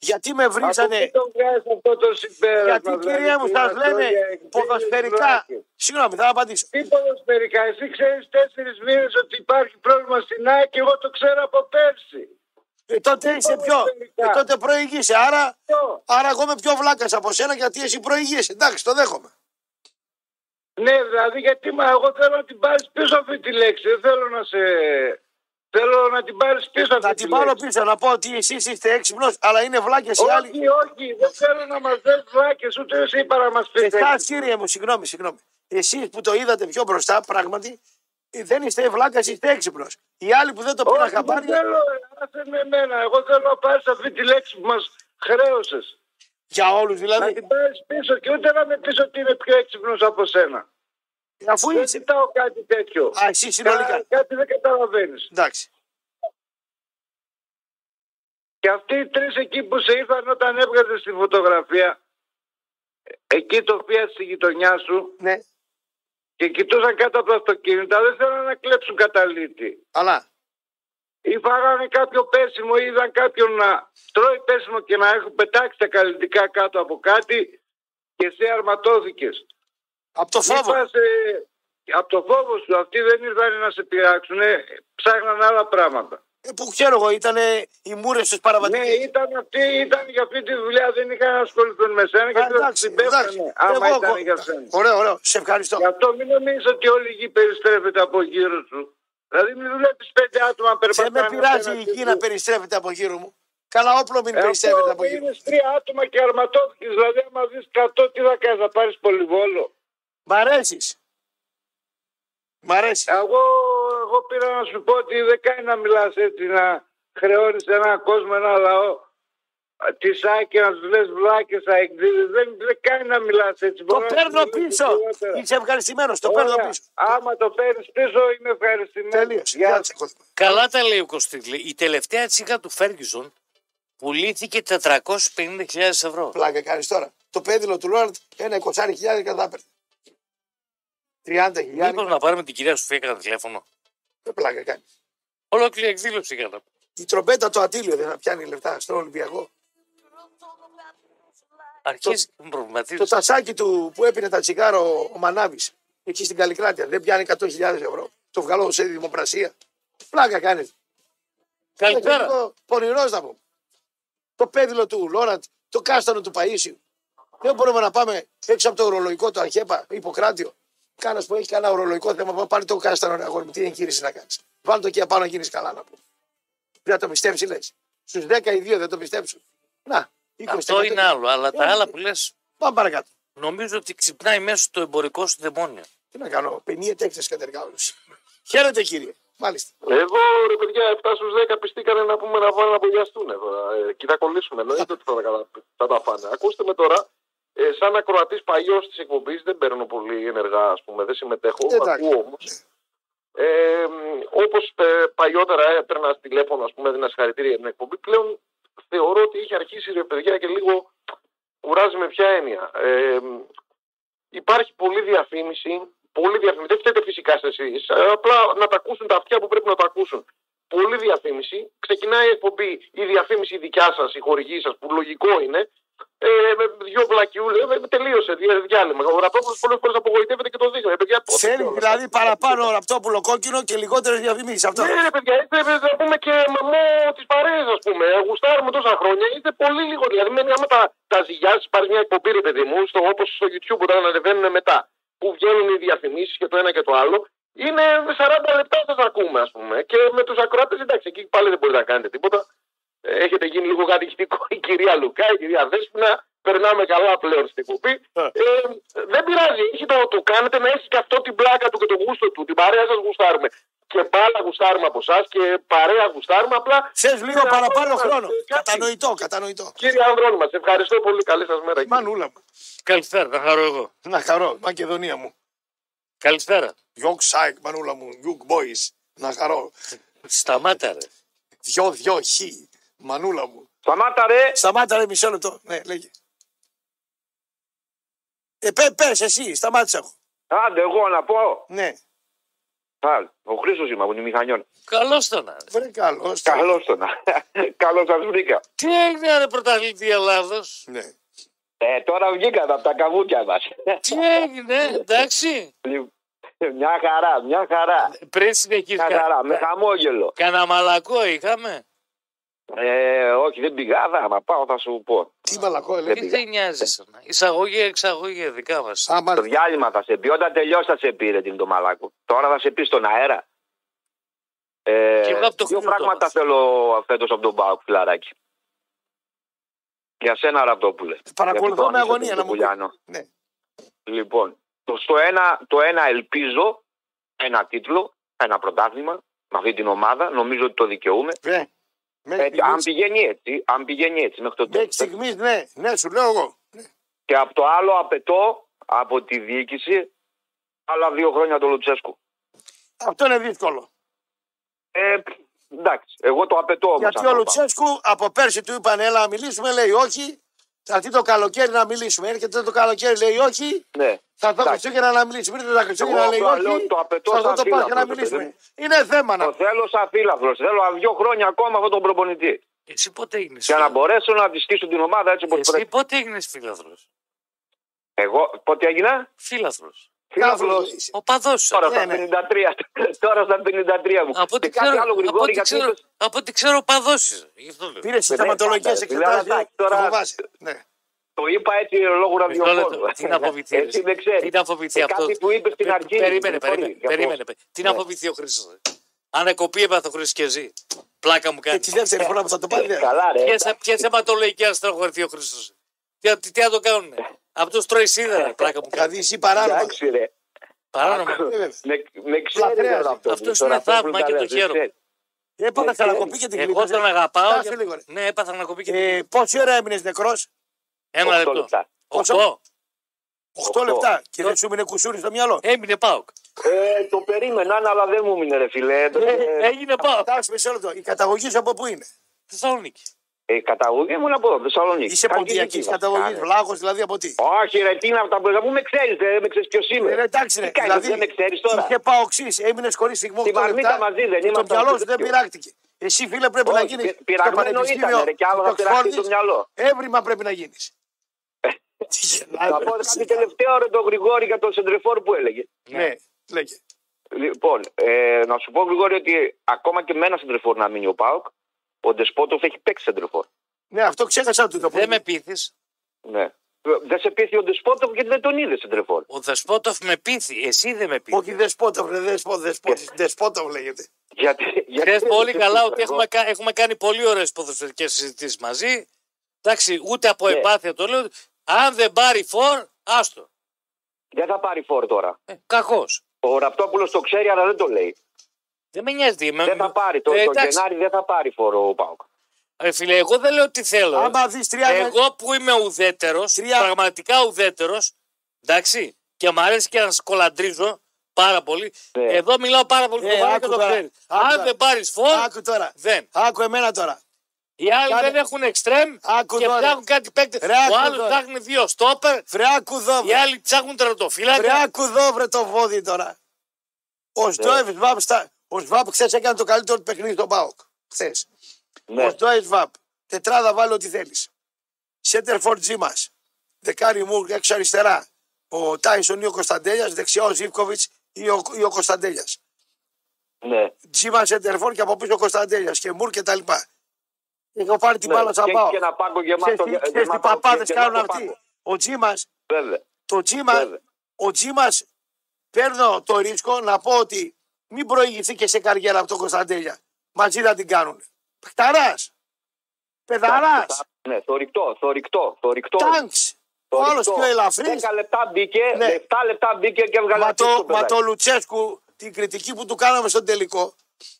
Γιατί με βρίζανε, Από πού το βγάζεις αυτό το συμπέρασμα. δηλαδή, γιατί κύριε μου σας λένε ποδοσφαιρικά. Συγγνώμη, θα απαντήσω. Τι ποδοσφαιρικά. Εσύ ξέρεις τέσσερις μήνες ότι υπάρχει πρόβλημα στην ΑΕΚ και εγώ το ξέρω από πέρσι. Ε, τότε είσαι πιο. ποδοσφαιρικά. Ε, τότε προηγείσαι. Άρα, Λοιπόν, Αυτό. άρα εγώ είμαι πιο βλάκας από σένα γιατί εσύ προηγείσαι. Εντάξει, το δέχομαι. Ναι, δηλαδή γιατί μα εγώ θέλω να την πάρεις πίσω αυτή τη λέξη. Δεν θέλω να σε... Θέλω να την πάρεις πίσω αυτή Να τη την λέξη. πάρω πίσω να πω ότι εσείς είστε έξυπνος, αλλά είναι βλάκες οι άλλοι. Όχι, όχι, δεν θέλω να μας δες βλάκες, ούτε εσύ είπα να μας πεις Εσά, έτσι. κύριε μου, συγγνώμη, συγγνώμη. Εσείς που το είδατε πιο μπροστά, πράγματι, ε, δεν είστε βλάκα, είστε έξυπνος. Οι άλλοι που δεν το πήραν Όχι, δεν χαμπάρι. θέλω, ε, άσε με εμένα. Εγώ θέλω να πάρεις αυτή τη λέξη που μας χρέωσες. Για όλους Να δηλαδή. την πάρεις πίσω και ούτε να με πεις ότι είναι πιο έξυπνος από σένα. Αφού Δεν είσαι. ζητάω κάτι τέτοιο. Α, εσύ συνολικά. Κα- Κάτι δεν καταλαβαίνεις. Εντάξει. Και αυτοί οι τρεις εκεί που σε ήρθαν όταν έβγαζες τη φωτογραφία, ε, εκεί το πια στη γειτονιά σου Ναι, και κοιτούσαν κάτω από τα αυτοκίνητα, δεν θέλανε να κλέψουν καταλήτη. αλλά. ή φάγανε κάποιο πέσιμο ή είδαν κάποιον να τρώει πέσιμο και να έχουν πετάξει τα καλλιτικά κάτω από κάτι και εσύ αρματώθηκες. Από το Μην φόβο. πας, ε, από το φόβο σου αυτοί δεν ήρθαν να σε πειράξουν, ψάχναν άλλα πράγματα. Ε, που ξέρω εγώ, ήταν οι μούρες τους Ναι, παραβατικέ. ήταν αυτοί, ήταν για αυτή τη δουλειά, δεν είχαν να ασχοληθούν με σένα και Ε, δεν την πέφτανε, άμα ήταν για σένα. Ωραίο, ωραίο. Σε ευχαριστώ. Γι' αυτό μην νομίζεις ότι όλη η γη περιστρέφεται από γύρω σου. Δηλαδή μην δουλεύεις πέντε άτομα Δεν περπατάνε. Ε, με πειράζει η απέναντι γη σου. να περιστρέφεται από γύρω μου. Καλά όπλο μην Ε, περιστρέφεται Αυτό από που γύρω μου. είναι τρία άτομα και αρματώθηκε, δηλαδή, άμα δεις 100, τι θα κάνεις, θα πάρεις πολυβόλο. Μ' αρέσεις. Μ' αρέσεις. Εγώ, εγώ πήρα να σου πω ότι δεν κάνει να μιλάς έτσι, να χρεώνεις έναν κόσμο, ένα λαό. Α, Τι σάκε να τους λες βλάκες, αεκδίδε. Δεν, δεν κάνει να μιλάς έτσι. Το Μπορεί να παίρνω σου μιλήσει πίσω. χειρότερα. Είσαι ευχαριστημένος. Το Ωραία. παίρνω πίσω. Άμα το παίρνεις πίσω, είμαι ευχαριστημένος. Τελείωσε. Γεια Γεια σου. σας. Καλά τα λέει ο Κωστήλη. Η τελευταία τσίκα του Φέργιζον πουλήθηκε 450.000 ευρώ. Πλάκα κάνεις τώρα. Το πέδιλο του Λόρντ ένα 20.000 θα έπαιρνε. 30.000. Μήπως να πάρουμε την κυρία Σοφία κατά τηλέφωνο. Δεν πλάκα κάνεις. Ολόκληρη εκδήλωση κατά. Η τρομπέτα του Ατήλιο δεν θα πιάνει λεφτά στον Ολυμπιακό. Αρχίζει και με προβληματίζεις. Το τασάκι του που έπινε τα τσιγάρο ο Μανάβης εκεί στην Καλικράτεια δεν πιάνει 100.000 ευρώ. Το βγαλώ σε δημοπρασία. Πλάκα κάνεις. Καλησπέρα. Πονηρό να πω. Το πέδιλο του Λόραντ, το κάστανο του Παίσιου. Δεν μπορούμε να πάμε έξω από το ορολογικό του Αρχέπα, Ιπποκράτιο. Κάνας που έχει κανένα ορολογικό θέμα, πάω πάρει το κάστανο ρε αγόρι μου. Τι εγχείρηση να κάνεις. Βάλ το και απάνω να γίνεις καλά να πω. Δεν το πιστέψει, λες. Στους 10 οι 2 δεν το πιστέψουν. Να, 20 Αυτό είναι άλλο. Αλλά τα Ε, άλλα που λες, Πάμε παρακάτω. νομίζω ότι ξυπνάει μέσα στο εμπορικό σου δαιμόνιο. Τι να κάνω, 50 τέξτε κατεργάζονται. Χαίρετε κύριε. Μάλιστα. Εγώ ρε παιδιά, 7 στου 10 πιστήκανε να πούμε να βάλουν να μπολιαστούν τώρα. Ε, και θα κολλήσουμε. Εννοείται ότι θα τα, κατα- θα τα φάνε. Ακούστε με τώρα, ε, σαν ακροατής παλιός της εκπομπής, δεν παίρνω πολύ ενεργά, ας πούμε, δεν συμμετέχω. Εντάξει. Ακούω όμως. Ε, Όπως ε, παλιότερα έπαιρνα τηλέφωνο, ας πούμε, έδινα συγχαρητήρια για την εκπομπή, πλέον θεωρώ ότι έχει αρχίσει ρε παιδιά και λίγο κουράζει με ποια έννοια. Ε, υπάρχει πολλή διαφήμιση, πολλή διαφήμιση. Δεν φταίτε φυσικά σε εσείς. Απλά να τα ακούσουν τα αυτιά που πρέπει να τα ακούσουν. Πολλή διαφήμιση. Ξεκινάει η εκπομπή η διαφήμιση η δικιά σας, η χορηγή σας, που λογικό είναι. Ε, με δύο βλακιούλες, τελείωσε δια- διάλειμμα. Ο Ραπτόπουλο πολλές φορές απογοητεύεται και το δείχνει. Ε, παιδιά, πότε Θέλει όλα αυτά. δηλαδή παραπάνω ραπτόπουλο κόκκινο και λιγότερες διαφημίσεις. Αυτό. Ναι, ρε παιδιά, είστε ε, να πούμε και μαμό της παρέα, ας πούμε. Γουστάρουμε τόσα χρόνια. Είστε πολύ λίγο. Δηλαδή, μένει άμα τα, τα ζυγιάζει, πάρεις μια εκπομπή, ρε παιδί μου, στο, όπως στο YouTube όταν ανεβαίνουν μετά. Που βγαίνουν οι διαφημίσεις και το ένα και το άλλο. Είναι 40 λεπτά σα ακούμε, ας πούμε. Και με τους ακροάτες, εντάξει, εκεί πάλι δεν μπορείτε να κάνετε τίποτα. Ε, Έχετε γίνει λίγο κατηχητικό η κυρία Λουκά, η κυρία Δέσποινα. Περνάμε καλά πλέον στην εκπομπή. Ε, δεν πειράζει, έχει το, το κάνετε να έχει και αυτό την πλάκα του και το γούστο του. Την παρέα σας γουστάρουμε. και μπάλα γουστάρουμε από εσάς και παρέα γουστάρουμε. Απλά. Θε λίγο Ένα παραπάνω απόγευμα, χρόνο. κάτι. Κατανοητό, κατανοητό. Κύριε Ανδρώνη, σε ευχαριστώ πολύ. Καλή σας μέρα. κύριε. Μανούλα μου. Καλησπέρα, να χαρώ εγώ. Να χαρώ, Μακεδονία μου. Καλησπέρα. Γιόγκ Σάικ, μανούλα μου. Γιούγκ Boys. Να χαρώ. Σταμάτα, ρε. Δυο, δυο, χι. Μανούλα μου. Σταμάτα ρε. Σταμάτα ρε μισό λεπτό. Ναι, λέγε. Ε, πέ, πες εσύ, σταμάτησα εγώ. Άντε, εγώ να πω. Ναι, Α, ο Χρήστος είμαι από τη Μηχανιών. Καλώ το να. ρε. βρε καλώς. Καλώς τον. Καλώς σας βρήκα. Τι έγινε, ρε πρωταθλητή Ελλάδος. Ναι. Ε, τώρα βγήκατε από τα καβούκια μας. Τι έγινε, εντάξει. Λοιπόν, μια χαρά, μια χαρά. Πριν συνεχίσει. Μια χαρά, με χαμόγελο. Κανα μαλακό είχαμε. Ε, όχι, δεν πήγα. Θα να πάω, θα σου πω. Τι μαλακό Δεν έλεγε. Τι πήγα. δεν νοιάζει. Εισαγωγή, εξαγωγή, δικά μα. Α, Το μάλιστα. διάλειμμα θα σε πει. Όταν τελειώσει θα σε πει, ρε την το μαλάκο. Τώρα θα σε πει στον αέρα. Ε, Και εγώ από το δύο χτύπημα πράγματα μας. θέλω φέτος από τον Πάοκ, φιλαράκι. Για σένα, Ραπτόπουλε. Παρακολουθώ Γιατί με το άνοιξε αγωνία τον να μου Κουλιανό. Ναι. Λοιπόν, το, στο ένα, το ένα ελπίζω ένα τίτλο, ένα πρωτάθλημα με αυτή την ομάδα. Νομίζω ότι το δικαιούμαι. Βρε. Ε, Μέχρι αν στιγμής- πηγαίνει έτσι, αν πηγαίνει έτσι μέχρι το μέχρι τέλος. στιγμής, ναι, ναι, σου λέω εγώ. Και από το άλλο απαιτώ από τη διοίκηση άλλα δύο χρόνια το Λουτσέσκου. Αυτό είναι δύσκολο. Ε, εντάξει, εγώ το απαιτώ όμως. Γιατί αν ο το Λουτσέσκου από πέρσι του είπαν έλα να μιλήσουμε, λέει όχι. Θα έρθει το καλοκαίρι να μιλήσουμε. Έρχεται το καλοκαίρι, λέει όχι. πάω. Ναι. Θα δω Εντάξει. Χριστούγεννα να μιλήσουμε. Ήρθε τα Χριστούγεννα, Εγώ λέει το λέω, όχι. το απαιτώ Θα δω σαν το φίλο Πάσχα να αυτό, παιδί μιλήσουμε. Είναι θέμα Το να θέλω σαν φίλαθλος. Θέλω δύο χρόνια ακόμα αυτόν τον προπονητή. Εσύ πότε έγινε. Για να μπορέσω να τη στήσω την ομάδα έτσι όπως Εσύ πρέπει. πότε έγινε φίλαθρο. Εγώ πότε έγινα, Φίλαθρο. φίλαθλος. Φιλάθλος. Ο παδό σου. Τώρα Ναι, στα ναι. 53. Τώρα στα 53 Ε, μου. Από Και κάτι ό,τι ξέρω, άλλο από γρηγόρη ό,τι γιατί. ξέρω, είπες- από ό,τι ξέρω παδό είσαι. Γι' αυτό λέω. πήρε στι Ναι, ναι, θεματολογικέ πάντα, δηλαδή, εξετάσεις. εντάξει, τώρα- Ναι. Το είπα έτσι λόγω Μισό λεπτό. ραδιοφώνου. Τι να φοβηθεί. ρε. Έτσι δεν ξέρεις. Τι να φοβηθεί Ε, αυτό. Κάτι που είπες στην Πε- αρχή. Περίμενε, Sorry, περίμενε. για περίμενε. πώς. Τι να Ναι. φοβηθεί ο Χρήστο. Αν εκοπεί, έπαθε ο Χρήστο και εσύ. Πλάκα μου Και κάνει. τη δεύτερη φορά που θα το πάρει. ναι. Ε, Καλά, ρε. Ποιες ποιες αιματολογικές θα χωρηθεί ο Χρήστο. Τι, τι, τι να το κάνουν. Αυτό τρώει σίδερα, πλάκα μου Θα κάνει. δει ή Δηλαδή, παράνομα. Εντάξει, ρε. Παράνομα. Ε, βέβαια. Με, με ξέρει Λαθρέας. τώρα αυτό. Αυτός που τώρα είναι θαύμα που τα και το λες, δεν χαίρομαι. ξέρει. Έπαθα Ε, καλακοπή και την Εγώ κλειτώσαμε. τον αγαπάω. Κάτσε Και... λίγο, ρε. Ναι, έπαθα να κοπεί και την Ε, Πόση ώρα έμεινες νεκρός, Ένα Οκτώ λεπτό. λεπτά. Πόσο? Οκτώ. 8 λεπτά. Και δεν σου μείνε κουσούρι στο μυαλό. Έμεινε Πάοκ. Ε, το περίμενα, αλλά δεν μου μείνε, ρε φιλέ. Ναι, Ε, Έγινε Πάοκ. Εντάξει, μισό λεπτό. Η καταγωγή σου από πού είναι. Θεσσαλονίκη. Η Ε, καταγωγή μου είναι από εδώ, Θεσσαλονίκη. Είσαι Χαλκιδική ποντιακή βασικά, καταγωγή, ναι. βλάχο δηλαδή από τι. Όχι, ρε, τι είναι αυτά που μου με ξέρεις, δεν με ξέρεις ποιος είμαι. Ε, ρε, εντάξει, ρε. Τι κάνεις, δεν με ξέρεις τώρα. Είχε πάω οξύς, έμεινες χωρίς στιγμό. Στη οκτώ Μαρμίτα λεπτά μαζί δεν και Το ήμασταν, μυαλό ούτε σου δεν τέτοιο. πειράχτηκε. Εσύ φίλε πρέπει Όχι, να γίνεις. πυ- πειραγμένο ήταν, ρε, κι άλλο θα πειραχτεί το μυαλό. Έβριμα πρέπει να γίνεις. Τι γελάει, Θα ρε, πω εσύ. κάτι τελευταίο ρε τον Γρηγόρη για τον Σεντρεφόρ που έλεγε. Ναι, λέγε. Λοιπόν, ε, να σου πω Γρηγόρη ότι ακόμα και με ένα Σεντρεφόρ να μείνει ο Πάοκ, ο Ντεσπότοφ έχει παίξει Σεντρεφόρ. Ναι, αυτό ξέχασα του το Δεν πούμε. με πείθεις. Ναι. Ε, Δεν σε πείθει ο Ντεσπότοφ γιατί δεν τον είδε Σεντρεφόρ. Ο Δεσπότοφ με πείθει. Εσύ δεν με πείθεις. Όχι δεσπότο, ρε, δεσπότο, δεσπότο, δεσπότο λέγεται. Γιατί, γιατί Ξέρετε δεν πολύ σε καλά πείθει, ότι ρε, έχουμε, κα- έχουμε κάνει πολύ ωραίες ποδοσφαιρικές συζητήσεις μαζί. Εντάξει, ούτε από Ναι. επάθεια το λέω. Αν δεν πάρει φορ, άστο. Δεν θα πάρει φόρ τώρα. Ε, Κακός. Ο Ραπτόπουλος το ξέρει, αλλά δεν το λέει. Δεν με νοιάζει. με- Δεν θα πάρει. Το, Ε, το εντάξει, Γενάρη δεν θα πάρει φόρο ο Πάοκ. ε, φίλε, εγώ δεν λέω τι θέλω. Άμα δεις 30. Εγώ που είμαι ουδέτερος, Τρία- πραγματικά ουδέτερος, εντάξει, και μου αρέσει και να σκολαντρίζω πάρα πολύ. Ναι. Εδώ μιλάω πάρα πολύ Ε, σοβαρά άκου και το τώρα, ξέρεις. άκου Αν τώρα. δεν πάρεις φόρ, Άκου τώρα. δεν. Άκου εμένα τώρα. Οι άλλοι Κάνε- δεν έχουν εξτρέμ Άκου και τώρα. ψάχνουν κάτι παίκτε. Ρε, άκου Ο άλλος τώρα. ψάχνει δύο στόπερ, Βρε, άκου εδώ, οι βρε. άλλοι ψάχνουν Βρε, τερατοφύλακα. άκου εδώ, βρε το βόδι τώρα. Ο Σντόεβ Σβάπ, στα... ο Σβάπ χθε έκανε το καλύτερο του παιχνίδι στον Πάοκ. Χθε. Ναι. Ο Σντόεβ Σβάπ. Τετράδα βάλει ό,τι θέλεις. Σέντερφορντ Τζίμας. Δεκάρι μου έξω αριστερά. Ο Τάισον ή ο Κωνσταντέλιας. Δεξιά ο Ζήφκοβιτ ή ο, ή ο Κωνσταντέλιας. ναι. Τζίμα Σέντερφορντ και από πίσω ο Κωνσταντέλιας και Μουρ και τα λοιπά. Έχω πάρει την Ναι, μπάλα σαν και Πάοκ. έχει και ένα πάγκο γεμάτο. Ξέρεις τι- Ξέρεις τι παπάδε κάνουν αυτοί. Ο Τζίμας Βέβαια. το τζίμα, Βέβαια. ο Τζίμας παίρνω το ρίσκο να πω ότι μην προηγηθεί και σε καριέρα από τον Κωνσταντέλια. Μαζί θα την κάνουν. Πεχταράς. Πεδαράς. Ναι, θορυκτό, θορυκτό, θορυκτό. Τάγκς. Ο άλλος πιο ελαφρύς. 10 λεπτά μπήκε, Ναι. 7 λεπτά μπήκε και έβγαλε Μα αυτό το, το μα παιδάκι. το Λουτσέσκου την κριτική που του κάναμε στον τελικό.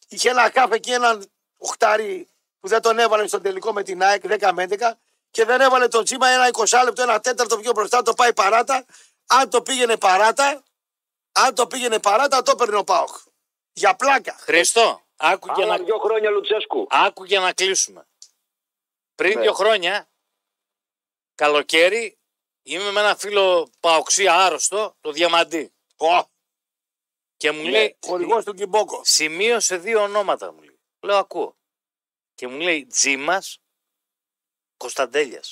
Είχε ένα κάφ εκεί, έναν οχτάρι που δεν τον έβαλε στον τελικό με την ΑΕΚ 10 με 11 και δεν έβαλε τον Τσίμα ένα 20 λεπτό, ένα τέταρτο πιο μπροστά, το πάει παράτα. Αν το πήγαινε παράτα, αν το πήγαινε παράτα, το έπαιρνε ο Πάοκ. Για πλάκα. Χριστό, άκου και, Άλλα να, δύο χρόνια Λουτσέσκου. άκου και να κλείσουμε. Πριν Ναι. δύο χρόνια, καλοκαίρι, είμαι με ένα φίλο παοξία άρρωστο, το Διαμαντή. Και μου λέει, Χορηγός του Κιμπόκο. σημείωσε δύο ονόματα μου λέει. Λέω ακούω. Και μου λέει Τζίμα Κωνσταντέλια.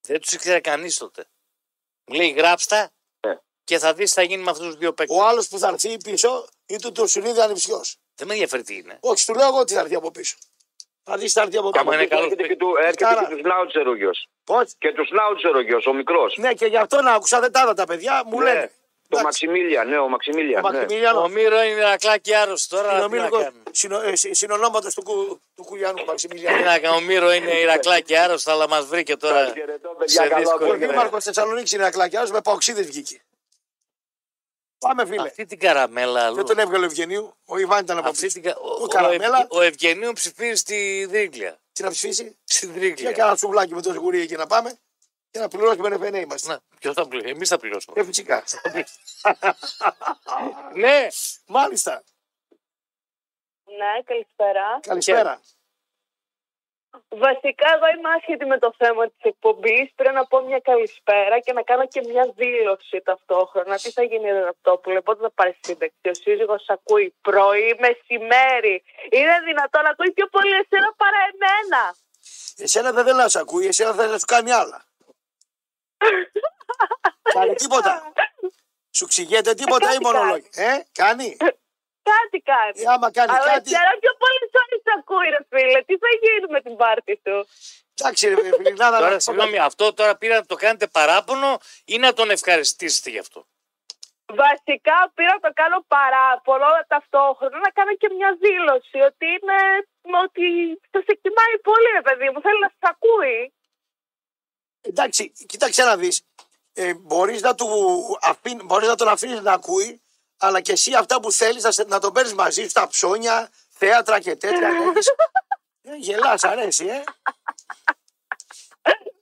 Δεν τους ήξερε κανείς τότε. Μου λέει γράψτα Ναι. και θα δεις τι θα γίνει με αυτούς τους δύο παίκτες. Ο άλλος που θα έρθει πίσω ή του Τουρσουλίδη ανυψιό. Δεν με ενδιαφέρει τι είναι. Όχι, του λέω εγώ ότι θα έρθει από πίσω. Θα δεις τι θα έρθει από Άμα πίσω. είναι καλός έρχεται και παίκτης. του, έρχεται Άρα. και του Σνάουτσερ ο γιος. Πώς? Και του Σνάουτσερ ο γιος, ο μικρός. Ναι, και γι' αυτό να άκουσα δεν τα είδα τα παιδιά, μου Ναι. λένε. Το Εντάξει. Μαξιμίλια, ναι, ο Μαξιμίλια. Ο Ναι. Μαξιμιλιάνο. Ο Μύρο είναι ακλάκι άρρωστο τώρα. Τι να Συνομήλικος- κάνουμε. συνο- ε, συ- συνονόματος του, Κου- του Κουλιανού Τι Μαξιμιλιανού. να κάνουμε. Ο Μύρο είναι Ηρακλάκι άρρωστο, αλλά μας βρήκε τώρα σε καλό Ο δύσκολο. απόγευμα. καιρό. Δήμαρχος Θεσσαλονίκης είναι ακλάκιας, με παοξίδες βγήκε. Πάμε, φίλε. Αυτή την καραμέλα. Δεν αλλού. τον έβγαλε ο Ευγενίου. Ο Ιβάν ήταν από Αυτή πίσω. την κα- ο- ο- Καραμέλα. Ο Ευγενίου ψηφίζει στη Δρίγκλια. Τι να ψηφίσει. Στην Και Δρίγκλια. κάνα σουβλάκι με το σιγουρί εκεί να πάμε. Και να πληρώσουμε ένα φενέ είμαστε. Ποιο θα πληρώσει, εμείς θα πληρώσουμε. Ε, φυσικά. Ναι, Μάλιστα. Ναι, καλησπέρα. Καλησπέρα. Βασικά, εγώ είμαι άσχετη με το θέμα της εκπομπής. Πρέπει να πω μια καλησπέρα και να κάνω και μια δήλωση ταυτόχρονα. Τι θα γίνει, Ραπτόπουλε, πότε θα πάρεις σύνταξη. Ο σύζυγος ακούει πρωί, μεσημέρι. Είναι δυνατόν να ακούει πιο πολύ εσένα παρά εμένα. Εσένα δεν θέλει να σε ακούει, εσένα θέλει να σου κάνει άλλα. Κάνει τίποτα. Σου ξηγέται τίποτα ή Κάτι κάνει. μονολόγια. Ε, κάνει. Κάτι κάνει. Ε, άμα κάνει Αλλά κάτι. εσένα πιο πολύ ώρε ακούει, ρε φίλε. Τι θα γίνει με την πάρτη του. Εντάξει, ρε Φιλινάδα. να σου Τώρα, πω κάτι. συγγνώμη, αυτό τώρα πήρα να το κάνετε παράπονο ή να τον ευχαριστήσετε γι' αυτό. Βασικά πήρα να το κάνω παράπονο αλλά ταυτόχρονα να κάνω και μια δήλωση ότι είναι ότι το σε εκτιμάει πολύ ρε παιδί μου, θέλει να σας ακούει. Εντάξει, κοίταξε να δεις. Ε, μπορείς, να του αφήν- μπορείς να τον αφήνεις να ακούει, αλλά και εσύ αυτά που θέλεις να, σε- να τον παίρνεις μαζί σου, τα ψώνια, θέατρα και τέτοια. λέγεις. ε, γελάς, αρέσει, ε.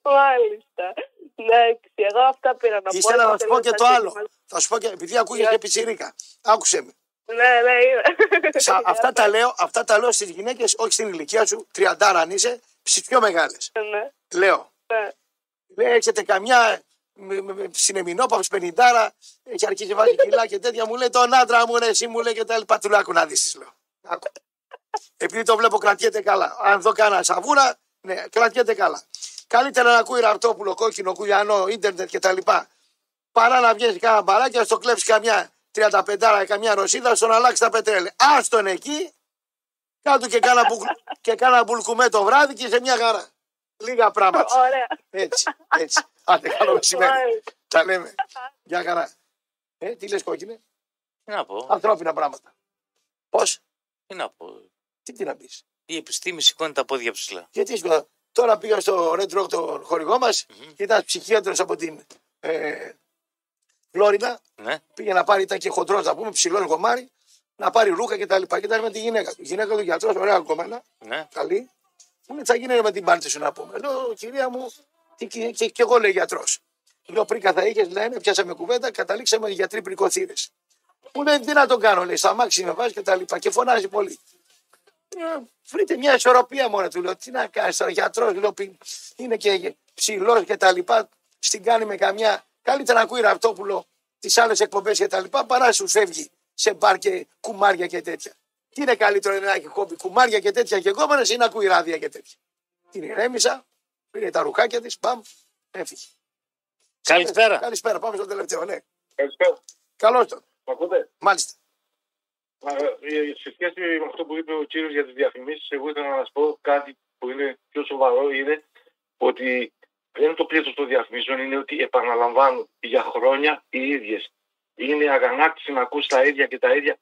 Μάλιστα. Εντάξει, εγώ αυτά πήρα να πω. Ήθελα να Ήταν σου πω και το τελείως άλλο. άσχημα. Θα σου πω και επειδή ακούγεται και Για- πιτσιρίκα. Άκουσε με. Ναι, ναι, είναι. Σα- αυτά, τα λέω, αυτά τα λέω στις γυναίκες, όχι στην ηλικία σου, τριαντάρα αν είσαι, στι πιο μεγάλες. Ναι, Λέω. ναι. Λέει, Ε, έχετε καμιά συνεμινόπαυση πενιντάρα, έχει αρχίσει να βάζει κιλά και τέτοια. Μου λέει τον άντρα μου, ρε, εσύ μου λέει και τα λοιπά. Του λέω, «Άκου να δεις, της λέω. Άκου. Επειδή το βλέπω, κρατιέται καλά. Αν δω κάνα σαβούρα, ναι, κρατιέται καλά. Καλύτερα να ακούει ραρτόπουλο, κόκκινο, κουλιανό, ίντερνετ και τα λοιπά. Παρά να βγαίνει κάνα μπαράκι, να στο κλέψει καμιά 35 καμιά ρωσίδα, στον αλλάξει τα πετρέλαια. Άστον εκεί, κάτω και κάνα, που, και κάνα μπουλκουμέ το βράδυ και σε μια χαρά. Λίγα πράγματα. Ωραία. Έτσι, έτσι. Άντε, καλό μεσημέρι. Μάλιστα. Τα λέμε. Γεια χαρά. Ε, τι λες κόκκινε. Τι να πω, Ανθρώπινα πράγματα. Πώς, τι να πω. τι, τι να πεις. Η επιστήμη σηκώνει τα πόδια ψηλά. Γιατί σου είπα, τώρα πήγα στο Red Rock τον χορηγό μας και ήταν ψυχίατρος από την ε, Φλόριντα. Ναι. Πήγε να πάρει, ήταν και χοντρός να πούμε, ψηλό γομάρι, να πάρει ρούχα και τα λοιπά. Και ήταν με τη γυναίκα του. Η γυναίκα του γιατρός, ωραία κομμένα, Ναι. καλή. Μου λέει, τι θα γίνει ρε, με την πάρτι σου να πούμε. Λέω, κυρία μου, τι, και, και, και εγώ λέει γιατρός. Λέω, πριν καθα είχες, λένε, πιάσαμε κουβέντα, καταλήξαμε γιατροί πρικοθύρες. Μου λέει, τι να τον κάνω, λέει, στα μάξι με βάζει και τα λοιπά. Και φωνάζει πολύ. Ε, βρείτε μια ισορροπία μόνο του. Λέω, τι να κάνεις τώρα, γιατρός, λέω, πι- είναι και ψηλός και τα λοιπά. Στην κάνει με καμιά. Καλύτερα να ακούει ραπτόπουλο τις άλλες εκπομπές και τα λοιπά παρά σου φεύγει σε μπαρ και κουμάρια και τέτοια. Τι είναι καλύτερο να έχει χόμπι, κουμάρια και τέτοια και κόμμενες ή να ακούει ράδια και τέτοια. Την ηρέμησα, πήρε τα ρουκάκια της, μπαμ, έφυγε. Καλησπέρα. Καλησπέρα, πάμε στο τελευταίο, ναι. Ευχαριστώ. Καλώ τον. Μ' ακούτε. Μάλιστα. Ε, Σε σχέση με αυτό που είπε ο κύριος για τις διαφημίσεις, εγώ ήθελα να σας πω κάτι που είναι πιο σοβαρό. Είναι ότι δεν είναι το πλήθος των διαφημίσεων, είναι ότι επαναλαμβάνουν για χρόνια οι ίδιες. Είναι αγανάκτηση να ακούς τα ίδια και τα ίδια.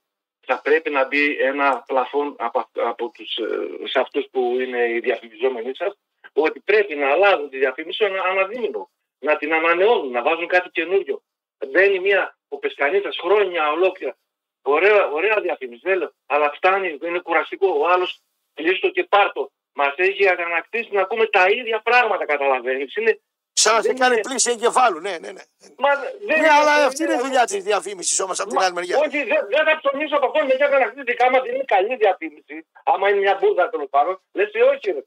Θα πρέπει να μπει ένα πλαφόν από, αυ- από τους, ε, σε αυτούς που είναι οι διαφημιζόμενοι σας ότι πρέπει να αλλάζουν τη διαφήμιση ένα αναδίμηνο. Να την ανανεώνουν, να βάζουν κάτι καινούριο. Μπαίνει μια ο Πεσκανίτας χρόνια ολόκληρα Ωραία, ωραία διαφήμιση, δεν λέω. Αλλά φτάνει, δεν είναι κουραστικό. Ο άλλος λύστο και πάρτο. Μας έχει αγανακτήσει να ακούμε τα ίδια πράγματα, καταλαβαίνεις. Είναι... Σαν να σε δεν κάνει είναι- πλήση εγκεφάλου, ναι, ναι, ναι. Μα, δεν Ναι, αλλά δεν αυτή είναι η δουλειά της διαφήμισης όμως από την Μα- άλλη μεριά. Όχι, δεν, δεν θα ψωνίσω από αυτόν μεριά να χτίσει δικά μας. Είναι καλή διαφήμιση. Άμα είναι μια μπουρδα τέλος πάντων, λες ή όχι. Ρε.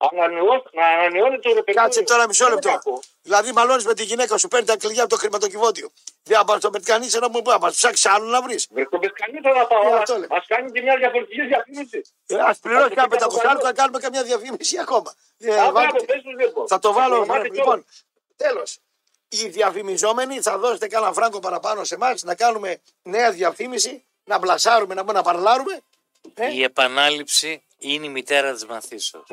Ανανεώ- Να ανανεώνει το ρεπερτόριο. Κάτσε τώρα μισό Δεν λεπτό. είναι κακό. Δηλαδή, μαλώνεις με τη γυναίκα σου, παίρνει τα κλειδιά από το χρηματοκιβώτιο. Δεν απα το μετκανεί ένα μου πει, ψάξει άλλο να βρεις. Βρε, το Μπεσκανή θα τα πάω. Ε, αλλά αυτό λέω. ας κάνει και μια διαφορετική διαφήμιση. Ας πληρώσει το κάνα κοιτάξω 500 καλό. θα κάνουμε καμιά διαφήμιση ακόμα. Ε, βάλτε- Α, μπράβο, πες τους, λοιπόν. Θα το βάλω. βρε, κομμάτι κιόλας. Λοιπόν, τέλος. Οι διαφημιζόμενοι θα δώσετε κάνα φράγκο παραπάνω σε εμάς να κάνουμε νέα διαφήμιση, να μπλασάρουμε, να, να παρλάρουμε. Ε, Η επανάληψη είναι η μητέρα της μαθήσεως.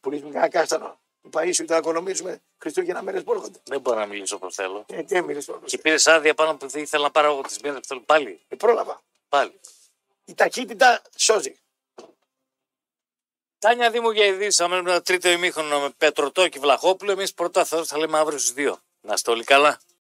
Πουλήσουμε κανένα κάστανο. Του Παΐσιου τα οικονομίζουμε Χριστούγεννα μέρες που έρχονται. Δεν μπορώ να μιλήσω όπως θέλω. Ε, τι έμεινε τώρα. Και πήρες άδεια πάνω που δεν ήθελα να πάρω εγώ τις μήνε. Πάλι, Ε, πρόλαβα. πάλι. Η ταχύτητα σώζει. Τάνια Δήμου για ειδήσεις. Αν μένουμε ένα τρίτο ημίχρονο με Πετροτό και Βλαχόπουλο, εμείς πρώτα Θεός θα λέμε αύριο στις 2. Να είστε όλοι καλά.